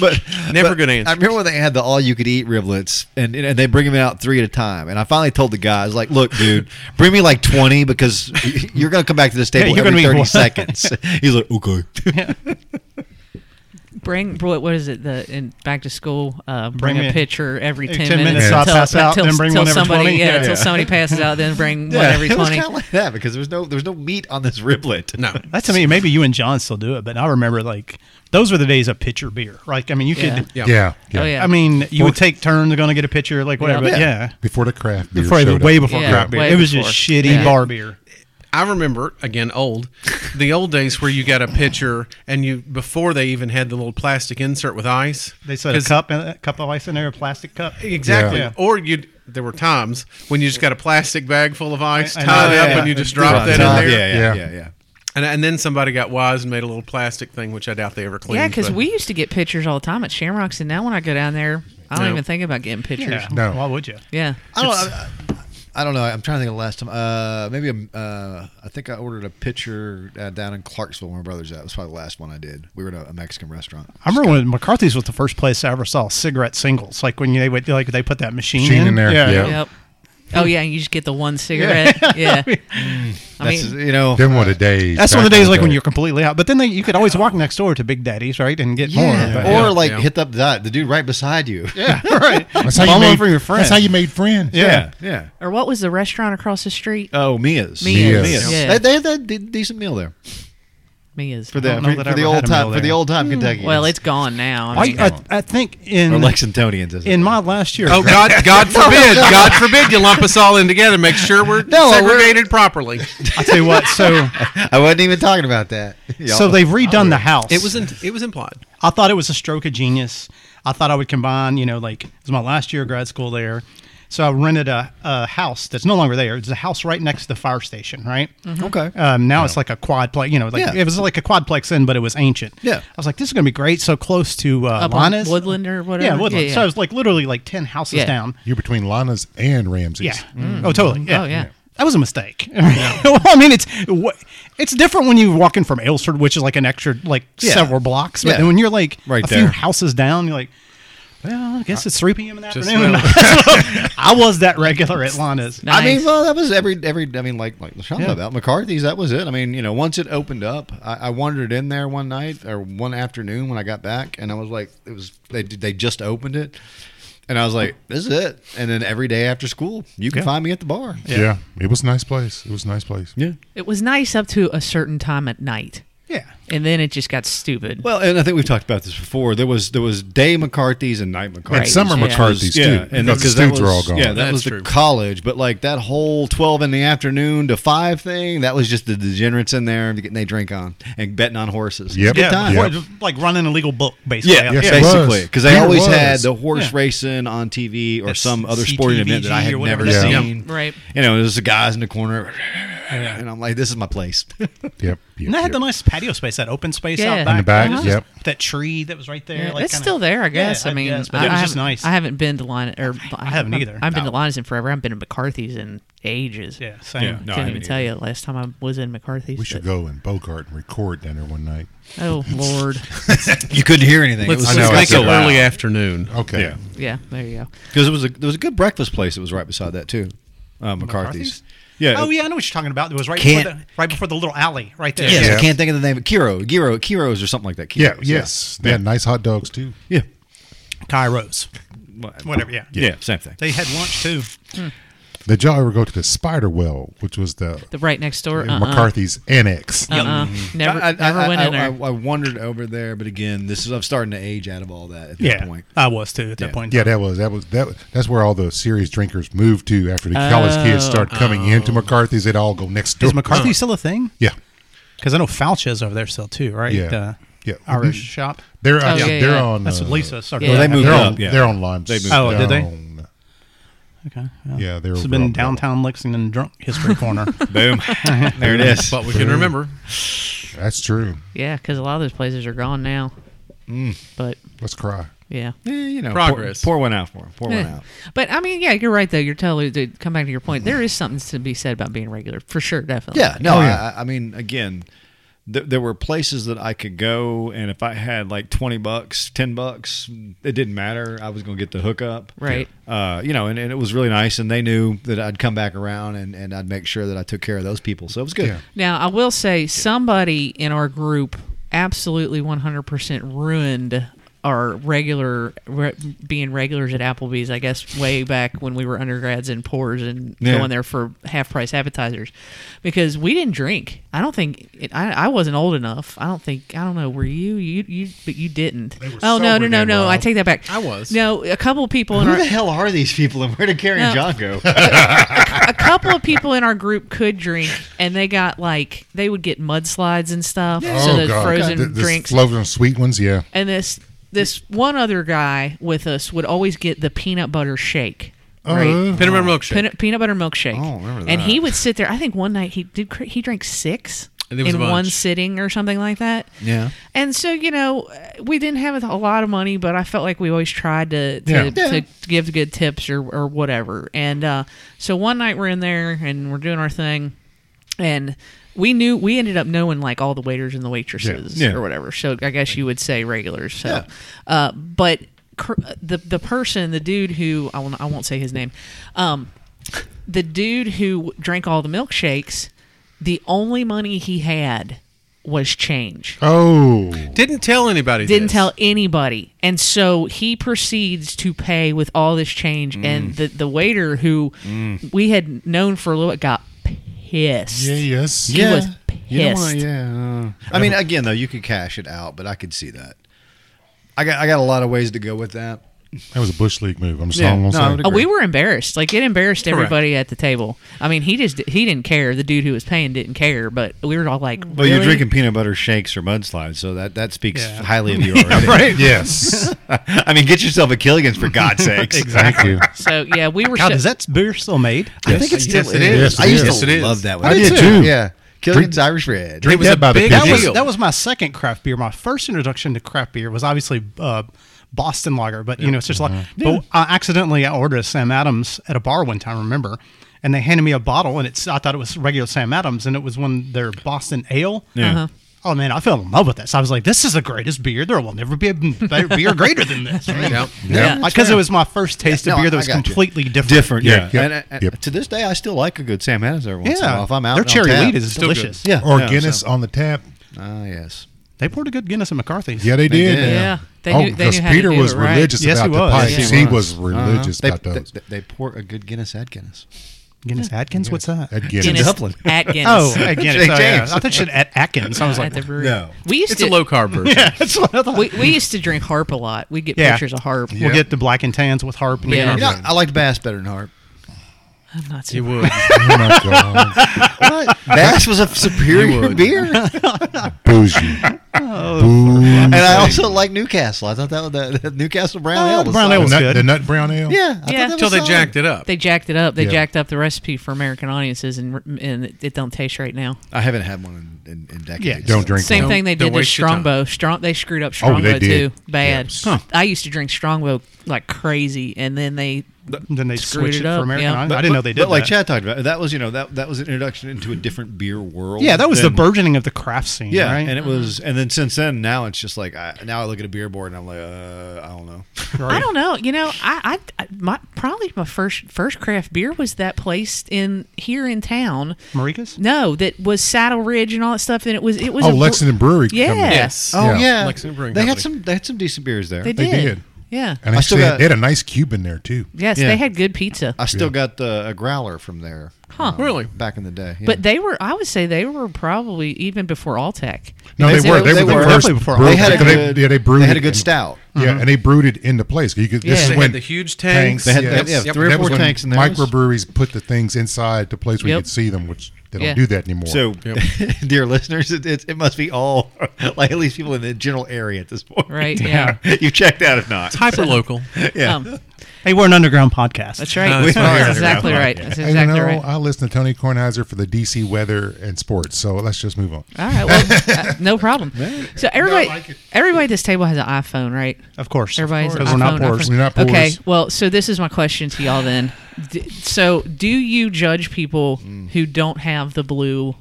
S2: but, but-
S5: Never
S2: but
S5: good answers.
S2: I remember when they had the all you could eat riblets, and and they bring them out three at a time. And I finally told the guys, like, look, dude, bring me like twenty because you're gonna come back to this table
S4: you're gonna
S2: every
S4: be
S2: thirty
S4: one."
S2: seconds. He's like, okay.
S1: bring what what is it? The in back to school, uh, bring,
S4: Bring
S1: a
S4: in-
S1: pitcher every
S4: every
S1: ten,
S4: 10
S1: minutes
S4: minutes, I'll pass out, then bring one every
S1: somebody
S4: 20.
S1: yeah,
S4: Yeah,
S1: until
S4: yeah.
S1: somebody passes out, then bring one every
S2: it was
S1: twenty.
S2: kind of like that because there was no there was no meat on this riblet.
S5: no.
S4: That to me, maybe you and John still do it, but I remember like those were the days of pitcher beer. Like, I mean, you could.
S5: Yeah.
S3: Yeah.
S1: Oh yeah,
S4: I mean, you would take turns going to get a pitcher, like whatever.
S2: Yeah.
S4: But yeah,
S3: Before the craft beer.
S4: Before,
S3: showed up.
S4: way before
S1: Yeah,
S4: craft beer,
S1: way
S4: it was
S1: before.
S4: just shitty
S1: Yeah.
S4: bar beer.
S5: I remember again old, the old days where you got a pitcher and you before they even had the little plastic insert with ice.
S4: They said a
S5: 'Cause-
S4: cup, a cup of ice in there, a plastic cup.
S5: Exactly.
S4: Yeah.
S5: Or you there were times when you just got a plastic bag full of ice,
S4: I- I
S5: tied
S4: know,
S5: up,
S4: yeah.
S5: and you just
S4: And
S5: dropped that in there.
S2: Yeah, yeah, yeah,
S3: Yeah.
S2: yeah.
S5: And, and then somebody got wise and made a little plastic thing, which I doubt they ever cleaned.
S1: yeah, because
S5: but-
S1: we used to get pitchers all the time at Shamrocks, and now when I go down there, I don't
S5: No.
S1: even think about getting pitchers.
S4: Yeah.
S1: Yeah.
S3: No.
S4: Why would you?
S2: I don't. I, I don't know. I'm trying to think of the last time. Uh, maybe a, uh, I think I ordered a pitcher uh, down in Clarksville where my brother's at. It was probably the last one I did. We were at a, a Mexican restaurant.
S4: I remember when McCarthy's was the first place I ever saw cigarette singles. Like when you, they would like they put that machine,
S3: Machine in there, yeah.
S1: Yep. Oh yeah, and you just get the one cigarette. Yeah. I
S2: That's,
S1: mean,
S2: you know,
S3: Them were the days.
S4: That's one of
S3: back
S4: the
S3: in
S4: days like when
S3: day.
S4: you're completely out. But then they, you could always walk next door to Big Daddy's, right, and get
S2: yeah.
S4: more. but-
S2: or
S5: Yeah.
S2: like
S5: Yeah.
S2: hit up the, the dude right beside you.
S4: yeah, right.
S3: That's how you
S4: Bum
S3: made
S4: one for your friend.
S3: That's how you made friends.
S4: Yeah.
S2: yeah.
S1: or what was the restaurant across the street?
S2: Oh, Mia's.
S1: Mia's.
S3: Mia's.
S1: Yeah.
S2: They, they had that de- decent meal there
S1: Mia's.
S2: for the
S4: don't know
S2: for,
S4: that I
S2: for the
S4: ever
S2: old
S4: had a
S2: time
S4: meal
S2: for the
S4: there.
S2: old time Kentucky.
S1: Well, it's gone now. I mean,
S4: I, I, I think
S2: or
S4: in
S2: Lexingtonians. isn't
S4: in
S2: it?
S4: my last year.
S5: Oh God! God forbid! God forbid you lump us all in together. Make sure we're
S2: No, we're-
S5: segregated properly.
S4: I tell you what. So
S2: I wasn't even talking about that. Y'all-
S4: so they've redone the house.
S5: It was in, it was implied.
S4: I thought it was a stroke of genius. I thought I would combine, you know, like it was my last year of grad school there. So I rented a, a house that's no longer there. It's a house right next to the fire station, right?
S1: Mm-hmm.
S2: okay.
S4: Um, now it's like a quadplex, you know, like
S2: Yeah.
S4: it was like a quadplex in, but it was ancient.
S2: Yeah.
S4: I was like, this is going to be great. So close to uh,
S1: Up on
S4: Lana's.
S1: Woodland or whatever?
S4: Yeah, Woodland.
S1: Yeah, yeah.
S4: So it was like literally like 10 houses
S1: Yeah.
S4: down.
S3: You're between Lana's and Ramsey's.
S4: Yeah.
S2: Mm.
S4: Oh, totally. Yeah.
S1: Oh, yeah.
S4: That was a mistake. well, I mean, it's wha- it's different when you're walking from Aylesford, which is like an extra like
S2: Yeah.
S4: several blocks, but
S2: Yeah.
S4: then when you're like
S2: Right
S4: a
S2: there. Uh,
S4: few houses down, you're like, well, I guess it's three p.m. in the
S5: Just
S4: afternoon. I was that regular at Lana's.
S1: Nice.
S2: I mean, well, that was every every. I mean, like like Sean
S4: Yeah.
S2: about McCarthy's. That was it. I mean, you know, once it opened up, I, I wandered in there one night or one afternoon when I got back, and I was like, it was they they just opened it, and I was like, this is it. And then every day after school, you can
S4: Yeah.
S2: find me at the bar.
S3: Yeah. It was a nice place. It was a nice place.
S2: Yeah.
S1: it was nice up to a certain time at night,
S4: Yeah.
S1: and then it just got stupid.
S2: Well, and I think we've talked about this before. There was there was day McCarthy's and night
S3: And
S1: Right.
S2: McCarthy's.
S3: summer
S1: Yeah.
S3: McCarthy's
S2: Yeah,
S3: too.
S2: and
S3: because the
S2: that
S3: students were all
S2: was-
S3: gone.
S2: Yeah, that
S5: That's
S2: was
S5: true.
S2: the college, but like that whole twelve in the afternoon to five thing, that was just the degenerates in there getting they drink on and betting on horses. It was a
S3: Yep.
S2: good
S4: Yeah,
S2: time.
S4: before- like running a legal book, basically.
S2: Yeah,
S4: out
S2: yeah,
S4: there.
S3: it was.
S2: basically, because they
S3: It
S2: always
S3: was.
S2: had the horse
S4: Yeah.
S2: racing on TV or
S4: That's
S2: some other sporting event that I
S4: CTVG
S2: had never
S4: or whatever that's
S3: Yeah.
S2: seen.
S1: Right.
S2: You know, there's the guys in the corner, and I'm like, "This is my place."
S3: Yep.
S4: And
S3: yep.
S4: that had the nice patio space, that open space
S1: Yeah.
S4: out
S1: In
S4: back.
S1: the
S3: back,
S4: It was
S3: yep.
S4: just That tree that was right there.
S1: Yeah,
S4: like,
S1: it's
S4: kinda-
S1: still there, I guess.
S4: Yeah,
S1: I mean,
S4: guess, but it was
S1: I
S4: just
S1: haven't-
S4: nice.
S1: I haven't been to Lon or I,
S4: haven't either.
S1: I've been to
S4: No.
S1: Lana's in forever. I haven't been to McCarthy's in ages.
S4: Yeah, same.
S2: Yeah, no, I
S1: Couldn't
S2: haven't
S1: even tell you the last time I was in McCarthy's.
S3: We should
S1: but-
S3: go in Bogart and record down there one night.
S1: Oh Lord.
S2: you couldn't hear anything.
S5: Let's,
S3: I know,
S5: let's
S3: it's
S5: make it
S3: so loud.
S5: early afternoon.
S3: Okay.
S2: Yeah.
S1: yeah, there you go.
S2: because it was a there was a good breakfast place that was right beside that too, uh, McCarthy's.
S4: McCarthy's?
S2: Yeah.
S4: Oh yeah, I know what you're talking about. It was right
S2: Can't-
S4: before the right before the little alley right there.
S2: Yes,
S3: Yeah.
S2: I can't think of the name. Kiro, Giro, Kiros or something like that.
S3: Yeah,
S2: Kiros,
S3: yes. They had nice hot dogs too.
S2: yeah,
S4: Kairos.
S2: yeah,
S4: Whatever, yeah.
S2: yeah, same thing.
S4: They had lunch too.
S3: Did y'all ever go to the Spider Well, which was the,
S1: The right next door. Uh-uh.
S3: McCarthy's annex?
S1: Uh-uh. Never, never went
S6: I,
S1: in there.
S6: I, I wandered over there, but again, this is I'm starting to age out of all that at that
S4: Yeah.
S6: point.
S4: I was too at that point.
S3: Yeah, that was that was that. That's where all the serious drinkers moved to after the college kids
S1: Oh.
S3: start coming into McCarthy's. They'd all go next door.
S4: Is McCarthy still a thing?
S3: Yeah,
S4: Because I know Falcha's over there still too, right?
S3: Yeah.
S4: Uh,
S3: Yeah.
S4: Irish
S3: Mhm.
S4: shop.
S3: they're uh,
S1: Oh, yeah,
S3: they're
S1: yeah.
S3: on.
S4: That's
S3: uh,
S4: what Lisa started.
S1: Yeah.
S2: Well, they
S1: Yeah.
S2: moved
S3: They're
S2: up.
S3: on.
S2: yeah.
S3: They're on Lime.
S2: They moved
S4: Oh, did they?
S3: Stone.
S4: Okay.
S3: Yeah, they were
S4: It's
S3: over
S4: been
S3: on-
S4: downtown Lexington drunk history corner.
S2: Boom. there it is.
S5: But we can remember.
S3: That's true.
S1: yeah, because a lot of those places are gone now.
S2: Mm.
S1: But
S3: Let's cry.
S1: yeah.
S2: Eh, you know, pour-
S5: Progress.
S2: Pour, one out for him. Pour one
S1: Eh.
S2: out.
S1: But I mean, yeah, you're right though. You're totally to come back to your point. There is something to be said about being regular, for sure, definitely.
S2: Yeah, no,
S3: Oh, yeah.
S2: I, I mean, again, th- there were places that I could go, and if I had like twenty bucks, ten bucks, it didn't matter. I was gonna get the hookup,
S1: Right.
S2: Uh, you know, and, and it was really nice, and they knew that I'd come back around, and, and I'd make sure that I took care of those people, so it was good.
S3: Yeah.
S1: Now I will say somebody in our group absolutely 100% ruined our regular re- being regulars at Applebee's. I guess way back when we were undergrads and poors and
S2: Yeah.
S1: going there for half price appetizers because we didn't drink. I don't think it, I, I wasn't old enough. I don't think I don't know. Were you you you? But you didn't.
S3: They were
S1: Oh no no
S3: sober
S1: no
S3: then,
S1: no! I
S3: Rob.
S1: take that back.
S5: I was.
S1: No, a couple of people in
S2: Who
S1: our
S2: the hell are these people, and where did Carrie and
S1: No.
S2: John go?
S1: a couple of people in our group could drink, and they got like they would get mudslides and stuff. so the frozen
S3: Oh, Th- this
S1: drinks.
S3: frozen sweet ones. Yeah,
S1: and this this one other guy with us would always get the peanut butter shake. Right.
S3: Uh,
S5: Peanut butter milkshake. Oh,
S1: Peanut, peanut butter milkshake.
S2: I don't remember
S1: And
S2: that.
S1: he would sit there. I think one night he did. cr- He drank six
S5: And it was
S1: in
S5: a bunch.
S1: one sitting or something like that.
S2: Yeah.
S1: And so you know, we didn't have a lot of money, but I felt like we always tried to to,
S3: Yeah.
S1: to give good tips or or whatever. And uh, so one night we're in there and we're doing our thing, and we knew we ended up knowing like all the waiters and the waitresses
S2: Yeah.
S1: or whatever. So I guess you would say regulars. So, uh, but cr- the the person, the dude who I won't, I won't say his name, um, the dude who drank all the milkshakes, the only money he had was change
S3: Oh,
S5: Didn't tell anybody.
S1: didn't
S5: this.
S1: tell anybody and so he proceeds to pay with all this change
S2: Mm.
S1: and the, the waiter who we had known for a little bit got pissed
S3: yeah, yes,
S1: he was
S2: You know what?
S1: pissed
S2: yeah. I mean, again, though, you could cash it out, but I could see that. I got I got a lot of ways to go with that.
S3: That was a bush league move. I'm just
S2: Yeah,
S3: all I'm
S2: no,
S3: gonna
S2: I would
S3: say.
S1: Oh, we were embarrassed. Like it embarrassed
S5: Correct.
S1: everybody at the table. I mean, he just he didn't care. The dude who was paying didn't care. But we were all like,
S2: Well, you're
S1: "Really?"
S2: drinking peanut butter shakes or mudslides, so that, that speaks
S4: Yeah.
S2: highly of you already.
S4: right.
S3: Yes,
S2: I mean, get yourself a Killigan's for God's sakes.
S3: thank you.
S1: So yeah, we were.
S4: God,
S1: so-
S4: is that beer still made?
S2: I think it's
S5: Yes,
S2: still
S5: it
S2: in.
S5: is.
S2: I used
S3: Yes,
S2: to
S5: it is.
S2: love that one.
S3: I did too.
S2: Yeah, Killigan's Irish Red.
S3: Drink
S5: was
S3: that
S5: a
S3: by the
S5: big
S4: That
S5: Yeah.
S4: was
S5: Deal.
S4: that was my second craft beer. My first introduction to craft beer was obviously uh, Boston Lager, but you know it's just like.
S2: Mm-hmm.
S4: But I accidentally I ordered a Sam Adams at a bar one time. I Remember, and they handed me a bottle, and it's I thought it was regular Sam Adams, and it was one of their Boston Ale.
S2: Yeah. Uh-huh.
S4: Oh man, I fell in love with this. I was like, "This is the greatest beer. There will never be a better beer greater than this."
S5: Yeah.
S1: Yeah.
S4: because it was my first taste
S2: Yeah,
S4: of
S2: no,
S4: beer that
S2: I
S4: was
S2: got you.
S4: completely different.
S2: Different, yeah.
S3: Yeah, yep,
S2: And, and uh,
S3: yep.
S2: To this day, I still like a good Sam Adams every once in a
S4: Yeah,
S2: while. If I'm out,
S4: their
S2: on
S4: cherry
S2: tap.
S4: wheat is
S5: Still good.
S4: delicious.
S2: yeah,
S3: Or
S2: yeah,
S3: Guinness on the tap.
S2: so- Ah, yes.
S4: They poured a good Guinness at McCarthy's.
S3: Yeah, they did.
S2: did.
S1: yeah, they
S3: Oh,
S1: knew, they
S3: because
S1: knew how to
S3: Peter
S1: do
S3: was
S1: it right.
S3: religious
S4: Yes, he
S3: about the
S4: was.
S3: pipes.
S1: Yes, he
S3: he
S2: was.
S3: was religious
S2: Uh-huh.
S3: about
S2: They-
S3: those.
S2: They, they pour a good Guinness at Guinness.
S4: Guinness Adkins, what's that?
S3: At Guinness.
S1: Guinness,
S2: Dublin.
S1: at Guinness.
S4: Oh, at Guinness.
S2: Jay
S4: oh, yeah.
S2: James.
S4: I thought you said at Atkins. I was
S1: at
S4: like,
S1: the brewery.
S2: No.
S1: we used
S5: It's
S1: to
S5: a low carb version.
S4: that's what I thought.
S1: We, we used to drink Harp a lot. We get
S4: Yeah.
S1: pictures of Harp.
S4: We'll get the black and tans with harp. and
S1: Yeah.
S4: Harp.
S2: You know, I liked Bass better than Hart.
S1: I'm not
S5: You
S1: super.
S5: would.
S3: Oh my god,
S2: Bass was a superior
S5: would.
S2: beer, and
S3: bougie. Bougie.
S2: I also liked Newcastle. I thought that was the, the Newcastle Brown Ale. was
S4: Brown
S2: solid.
S4: Ale was
S3: Nut-
S4: good.
S3: the nut brown ale.
S2: Yeah, I
S1: Yeah.
S2: thought that
S5: Until
S2: was
S5: they
S2: solid.
S5: jacked it up.
S1: They jacked it up. They
S3: Yeah.
S1: jacked up the recipe for American audiences, and and it, it don't taste right now.
S2: I haven't had one in, in, in decades.
S4: Yeah,
S3: Don't drink
S1: Same
S3: one.
S1: thing they
S5: don't
S1: did with
S5: waste your time.
S1: Strongbow. Strong they screwed up
S3: Oh,
S1: Strongbow
S3: they did.
S1: too bad.
S3: Yes.
S1: I used to drink Strongbow like crazy, and then they
S4: then they
S1: Screwed
S4: switched
S1: it
S4: it,
S1: up,
S4: for American.
S1: yeah.
S4: I,
S1: But-
S4: I didn't know they did
S2: But like
S4: that.
S2: Chad talked about, that was you know that that was an introduction into a different beer world.
S4: yeah, that was the
S2: than-
S4: burgeoning of the craft scene.
S2: Yeah,
S4: right?
S2: and it was, and then since then, now it's just like I, now I look at a beer board and I'm like, uh, I don't know.
S4: Right.
S1: I don't know. You know, I, I, I my probably my first first craft beer was that place in here in town.
S4: Marika's?
S1: No, that was Saddle Ridge and all that stuff. And it was it was
S3: Oh,
S1: a-
S3: Lexington Brewery.
S1: Yeah.
S3: company.
S5: Yes.
S3: Oh, yeah.
S5: Lexington Brewing
S2: they had
S5: Company.
S2: some they had some decent beers there.
S1: They
S3: They
S1: did.
S3: did.
S1: Yeah.
S3: And
S2: I
S3: actually,
S2: still
S3: they had-
S2: got-
S3: they had a nice cube in there too.
S1: Yes,
S2: Yeah.
S1: they had good pizza.
S2: I still got the a growler from there.
S1: Huh.
S2: uh,
S5: Really?
S2: Back in the day, yeah.
S1: But they were, I would say, they were probably even before Alltech.
S4: Oh,
S3: No, they,
S1: Because
S3: were. They,
S1: it was-
S3: were
S2: were.
S3: the first.
S4: Definitely before
S3: brew-
S2: they had a
S4: They-
S2: good,
S3: yeah, they brewed.
S2: had
S3: it
S2: a good
S3: in-
S2: stout.
S3: Yeah, and they brewed it in the place. You could,
S1: Yeah.
S3: This
S1: They
S3: is
S5: They
S3: when
S5: had the huge tanks.
S2: They had-
S3: yes.
S2: yeah,
S3: That
S2: three or
S3: was
S2: four
S3: when
S2: tanks in there.
S3: Microbreweries put the things inside to place where you
S1: Yep.
S3: could see them, which they don't
S1: Yeah.
S3: do that anymore.
S2: So, dear listeners, it, it, it must be all like at least people in the general area at this point.
S1: Right, yeah.
S2: you checked out if not.
S5: It's hyper local.
S2: Yeah.
S1: Um,
S4: Hey, we're an underground podcast.
S1: that's right.
S5: No, it's
S2: fine.
S1: that's exactly right. That's
S3: And, you
S1: exactly
S3: know,
S1: right.
S3: I listen to Tony Kornheiser for the DC weather and sports. So let's just move on.
S1: All right. Well, uh, no problem. So everybody,
S3: like it.
S1: everybody at this table has an iPhone, right?
S4: Of course.
S1: Everybody's
S4: Because
S1: iPhone,
S4: we're not poor.
S1: iPhone.
S3: We're not poor.
S1: Okay. Well, so this is my question to y'all then. D- so, do you judge people who don't have the blue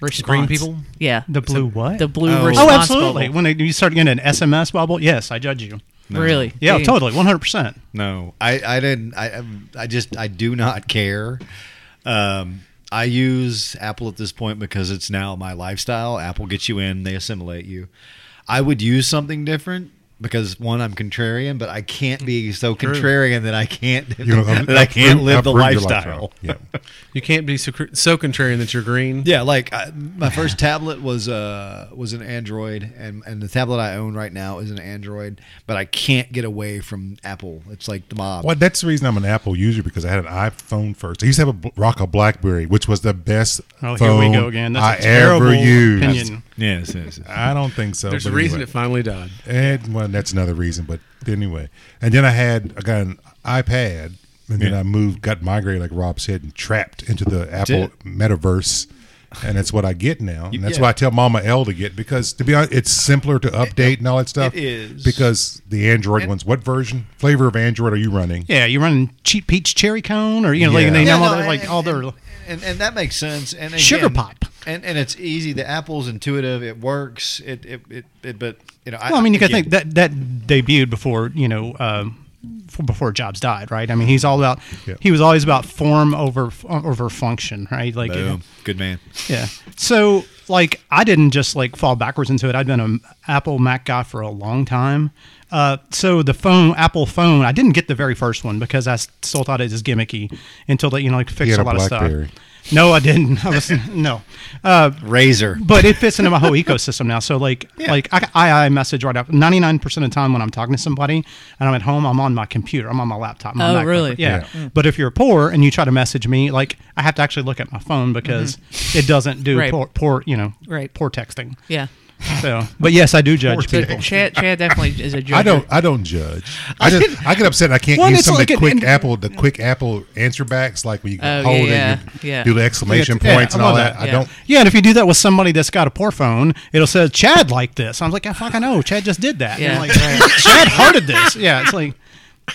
S1: response?
S5: people?
S1: Yeah.
S4: The blue what?
S1: The blue
S5: Oh. Oh,
S1: response.
S4: oh, absolutely.
S1: bubble.
S4: When they, you start getting an SMS bubble, yes, I judge you.
S1: Really?
S4: Yeah,
S1: Dude.
S4: totally. 100%.
S2: No, I, I didn't. I, I just, I do not care. Um, I use Apple at this point because it's now my lifestyle. Apple gets you in, they assimilate you. I would use something different because one, I'm contrarian, but I can't be so contrarian that I can't
S3: You know,
S2: that I can't
S3: uproot-
S2: live the
S3: uproot your
S2: lifestyle.
S3: Yeah.
S5: You can't be so, cr- so contrarian that you're green.
S2: Yeah, like I, my first tablet was uh was an Android, and and the tablet I own right now is an Android, but I can't get away from Apple. It's like the mob.
S3: Well, that's the reason I'm an Apple user because I had an iPhone first. I used to have a bl- rock a BlackBerry, which was the best
S4: Oh, here
S3: phone
S4: we go again.
S3: I
S4: That's a terrible
S3: ever used.
S4: opinion.
S2: Yes, yes, yes.
S3: I don't think so.
S5: There's
S3: but
S5: a reason
S3: anyway.
S5: it finally died.
S3: And well, that's another reason, but anyway. And then I had I got an iPad, and then I moved, got migrated, like Rob said, and trapped into the Apple
S2: it.
S3: metaverse, and that's what I get now. And that's
S2: yeah.
S3: why I tell Mama L to get because to be honest, it's simpler to update and all that stuff.
S2: It is.
S3: because the Android ones. What version, flavor of Android are you running?
S4: Yeah, you're running cheap peach cherry cone or, you know,
S3: Yeah.
S4: like, they
S2: Yeah,
S4: know all
S2: no,
S4: their, like, all their.
S2: and, and, and that makes sense. And again,
S4: Sugar pop.
S2: And and it's easy. The Apple's intuitive. It works. It it, it, it but you know.
S4: Well, I mean, you got to think that that debuted before you know um, f- before Jobs died, right? I mean, he's all about
S3: Yeah.
S4: he was always about form over f- over function, right? Like, you know,
S2: Boom. Good man.
S4: yeah. So, like, I didn't just like fall backwards into it. I'd been an Apple Mac guy for a long time. Uh, so the phone, Apple phone, I didn't get the very first one because I s- still thought it was gimmicky until they, you know, like fixed
S3: had
S4: a
S3: a
S4: lot of stuff.
S3: BlackBerry.
S4: No, I didn't. I was no. Uh,
S2: Razor.
S4: but it fits into my whole ecosystem now. So like, like I, I, I message right up. Ninety nine percent of the time when I'm talking to somebody and I'm at home, I'm on my computer. I'm on my laptop. I'm on
S1: Oh,
S4: that
S1: really?
S4: Yeah. But if you're poor and you try to message me, like I have to actually look at my phone because it doesn't do
S1: Mm-hmm. Right.
S4: poor, poor, you know,
S1: Right.
S4: poor texting.
S1: Yeah.
S4: So, but yes, I do judge
S1: So
S4: people.
S1: Chad, Chad definitely is a judge.
S3: I don't. I don't judge. I just. I get upset. I can't
S4: Well,
S3: use
S4: it's
S3: some of
S4: like
S3: the
S4: an
S3: quick
S4: ind-
S3: Apple. The quick Apple answer backs, like when you
S1: Oh,
S3: hold
S1: yeah,
S3: it, and
S1: yeah.
S3: do the exclamation
S4: Yeah,
S3: points and
S4: I
S3: all
S4: love
S3: that.
S1: that,
S3: I
S1: yeah.
S3: don't.
S4: Yeah, and if you do that with somebody that's got a poor phone, it'll say Chad like this. I was like, yeah, fuck, I know. Chad just did that.
S1: Yeah,
S4: And I'm like, Chad hearted this. Yeah, it's like.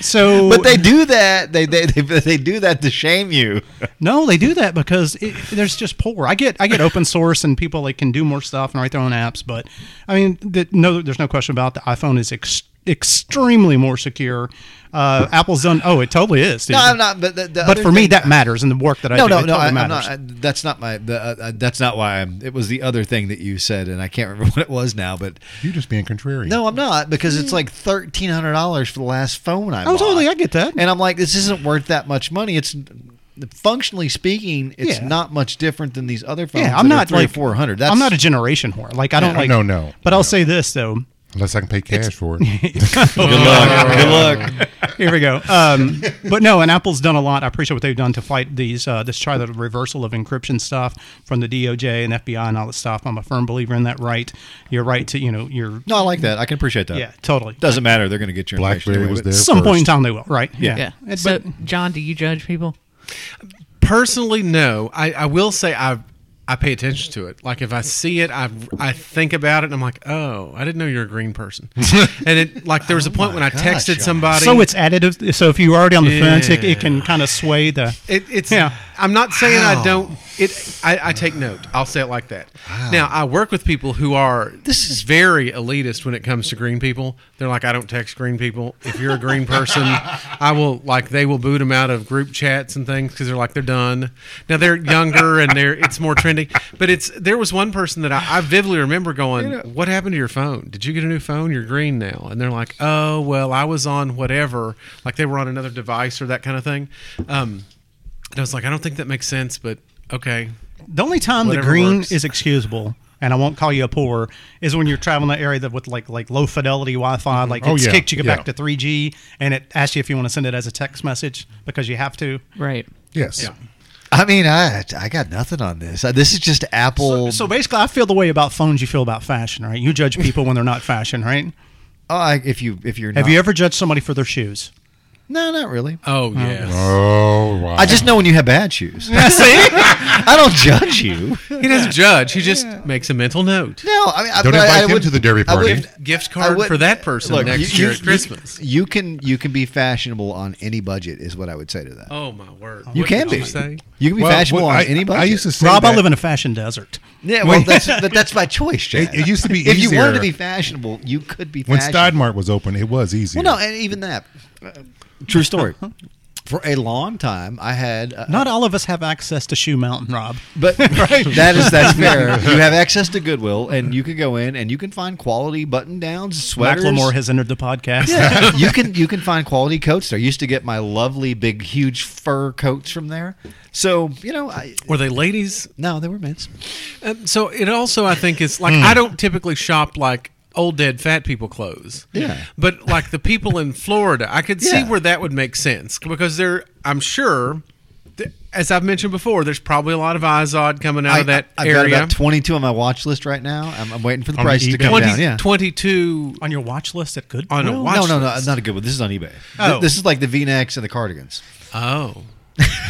S4: So,
S2: But they do that. They they they, they do that to shame you.
S4: No, they do that because it, there's just poor. I get I get open source and people like can do more stuff and write their own apps, but I mean, the, no, there's no question about the iPhone is ex- extremely more secure. Uh, Apple's done. Oh, it totally is. dude.
S2: No, I'm not. But the, the
S4: But
S2: other
S4: for me,
S2: thing-
S4: that matters, and the work that I
S2: no,
S4: do
S2: no,
S4: it
S2: no.
S4: totally
S2: I, I'm
S4: matters.
S2: not. I, that's not my. The, uh, uh, that's not why I'm. It was the other thing that you said, and I can't remember what it was now. But
S3: You're just being contrarian.
S2: no, I'm not because it's like thirteen hundred dollars for the last phone I.
S4: oh,
S2: bought.
S4: totally, I get that.
S2: And I'm like, this isn't worth that much money. It's functionally speaking, it's
S4: Yeah.
S2: not much different than these other phones.
S4: yeah, I'm not
S2: three
S4: like
S2: four hundred. That's
S4: I'm not a generation whore. Like I don't
S3: No,
S4: like.
S3: no, no.
S4: But I'll say this though.
S3: unless I can pay cash for it.
S2: good luck. Good luck.
S4: Here we go. Um, but no, and Apple's done a lot. I appreciate what they've done to fight these. Uh, this try the reversal of encryption stuff from the DOJ and FBI and all that stuff. I'm a firm believer in that right. Your right to you know your
S2: No, I like that. I can appreciate that.
S4: yeah totally.
S2: Doesn't matter. They're going to get your information
S3: BlackBerry
S2: anyway,
S3: was
S2: but-
S3: there.
S4: Some point in
S3: first.
S4: time they will, right?
S2: Yeah.
S1: Yeah.
S4: It-
S1: so,
S4: but-
S1: John, do you judge people?
S5: Personally, no. I, I will say I I pay attention to it. Like if I see it, I I think about it, and I'm like, oh, I didn't know you're a green person. and it like there was a point when I texted somebody.
S4: So it's additive. So if you're already on the fence, it, it can
S5: Yeah.
S4: kind of sway the.
S5: It, it's.
S4: Yeah.
S5: I'm not saying I don't. It. I, I take note. I'll say it like that. Now I work with people who are. This is very elitist when it comes to green people. They're like, I don't text green people. If you're a green person, I will like they will boot them out of group chats and things because they're like they're done. Now they're younger and they're it's more trendy. But it's there was one person that I, I vividly remember going, "What happened to your phone? Did you get a new phone? You're green now." And they're like, "Oh well, I was on whatever." Like they were on another device or that kind of thing. Um, and I was like, I don't think that makes sense, but okay.
S4: The only time the
S5: Whatever
S4: green
S5: works.
S4: is excusable, and I won't call you a poor, is when you're traveling that area that with like like low fidelity Wi-Fi, like
S3: Oh,
S4: it's
S3: yeah,
S4: kicked you
S3: yeah.
S4: back to 3G, and it asks you if you want to send it as a text message because you have to.
S1: Right.
S3: Yes.
S2: I mean, I I got nothing on this. Uh, This is just Apple.
S4: So, so basically, I feel the way about phones you feel about fashion, right? You judge people when they're not fashion, right?
S2: Oh, I- if you if you're
S4: Have
S2: not-
S4: you ever Uh, judged somebody for their shoes?
S2: No, not really.
S5: Oh yes.
S3: Oh wow.
S2: I just know when you have bad shoes. I don't judge you.
S5: he doesn't judge. He just makes a mental note.
S2: No, I mean, I,
S3: Don't
S2: but I-
S3: invite
S2: I
S3: him
S2: would-
S3: to the derby
S2: I
S3: party.
S2: wouldn't-
S5: Gift
S2: I
S5: card
S2: wouldn't-
S5: for that person
S2: Look,
S5: next
S2: you-
S5: year
S2: you-
S5: at Christmas.
S2: You, can you can be fashionable on any budget is what I would say to that.
S5: oh my word!
S2: you
S5: What
S2: can
S5: did
S2: be.
S5: you say?
S2: You can be
S3: Well,
S2: fashionable
S3: well,
S2: on
S3: I,
S2: any budget.
S3: I used to say
S4: Rob, I
S3: that.
S4: live in a fashion desert.
S2: Yeah, well, that's but that's by choice, Jack.
S3: It- it used to be
S2: If you wanted to be
S3: easier.
S2: fashionable, you could be.
S3: when
S2: fashionable.
S3: Steidmart was open, it was easier.
S2: Well, no, and even that. Uh, true story. For a long time, I had uh,
S4: Not all of us have access to Shoe Mountain, Rob.
S2: But that is that's fair. You have access to Goodwill, and you can go in and you can find quality button downs, sweaters.
S4: Macklemore has entered the podcast.
S2: Yeah, you can you can find quality coats there. I used to get my lovely big huge fur coats from there. So you know, I,
S5: Were they ladies?
S2: no, they were men's.
S5: Um, so it also, I think, is like
S2: Hmm.
S5: I don't typically shop like old dead fat people clothes.
S2: Yeah.
S5: But like the people in Florida, I could
S2: Yeah.
S5: see where that would make sense because they're, I'm sure, th- as I've mentioned before, there's probably a lot of Izod coming out
S2: I,
S5: of that
S2: I, have
S5: area.
S2: got about twenty two on my watch list right now. I'm, I'm waiting for the
S3: On
S2: prices to
S3: eBay.
S2: come
S5: 20
S2: down. Yeah.
S5: 22
S4: On your watch list at Goodwill.
S5: on a watch
S2: no, no, no,
S5: list.
S2: not a good one. This is on eBay.
S4: Oh.
S2: Th- This is like the V-necks and the cardigans.
S5: Oh.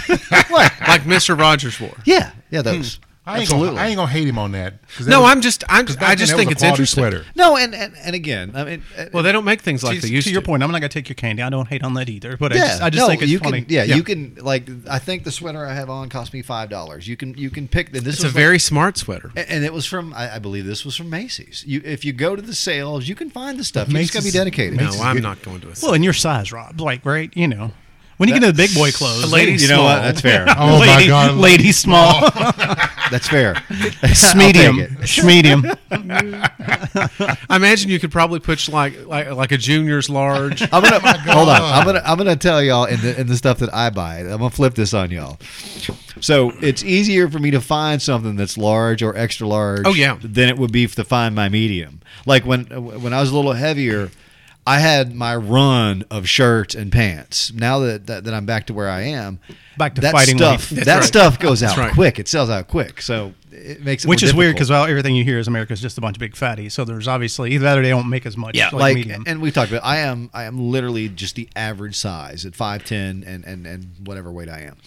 S2: What?
S5: Like Mr. Rogers wore.
S2: Yeah, yeah, those.
S3: I ain't,
S2: Absolutely.
S3: gonna, I ain't gonna hate him on that. 'cause that
S5: No,
S3: was-
S5: I'm just I'm
S3: 'cause back
S5: I
S3: then
S5: just
S3: that
S5: think
S3: was a
S5: it's
S3: quality
S5: interesting.
S3: Sweater.
S2: no, and, and and again, I mean, uh,
S5: Well, they don't make things like
S4: to,
S5: they used
S4: to
S5: to.
S4: your point, I'm not going to take your cane down. I don't hate on that either. But I
S2: Yeah,
S4: just, I just
S2: no,
S4: think it's
S2: you
S4: funny.
S2: Can, yeah, you can like. I think the sweater I have on cost me five dollars. You can you can pick. And this
S5: It's
S2: was
S5: a
S2: like-
S5: very smart sweater.
S2: a- and it was from I, I believe this was from Macy's. You if you go to the sales, you can find the stuff. You just gotta be
S3: Macy's-
S2: dedicated.
S5: No,
S3: Macy's
S5: I'm
S3: good.
S5: not going to a
S4: Well, in your size, Rob. Like, right? You know, when you get into the big boy clothes,
S5: A lady
S4: lady,
S5: You know what? That's
S2: fair.
S3: Oh my
S4: lady-
S3: god,
S4: lady small,
S2: That's fair.
S4: medium,
S2: I'll take it.
S4: medium.
S5: I imagine you could probably push like like like a junior's large.
S2: I'm
S4: Oh
S2: gonna hold on. I'm gonna I'm gonna tell y'all in the in the stuff that I buy. I'm gonna flip this on y'all. So it's easier for me to find something that's large or extra large.
S5: Oh, yeah.
S2: Than it would be to find my medium. Like when when I was a little heavier, I had my run of shirts and pants. Now that that, that I'm back to where I am,
S4: Back to
S2: that
S4: fighting
S2: stuff.
S4: weight. That's
S2: That
S5: right.
S2: stuff goes out
S5: That's right.
S2: quick. It sells out quick. So it makes it
S4: Which
S2: more
S4: is weird because
S2: difficult.
S4: well, everything you hear is America's just a bunch of big fatties. So there's obviously either that or they don't make as much. like,
S2: like,
S4: medium.
S2: and we talked about I am I am literally just the average size at five ten and and and whatever weight I am.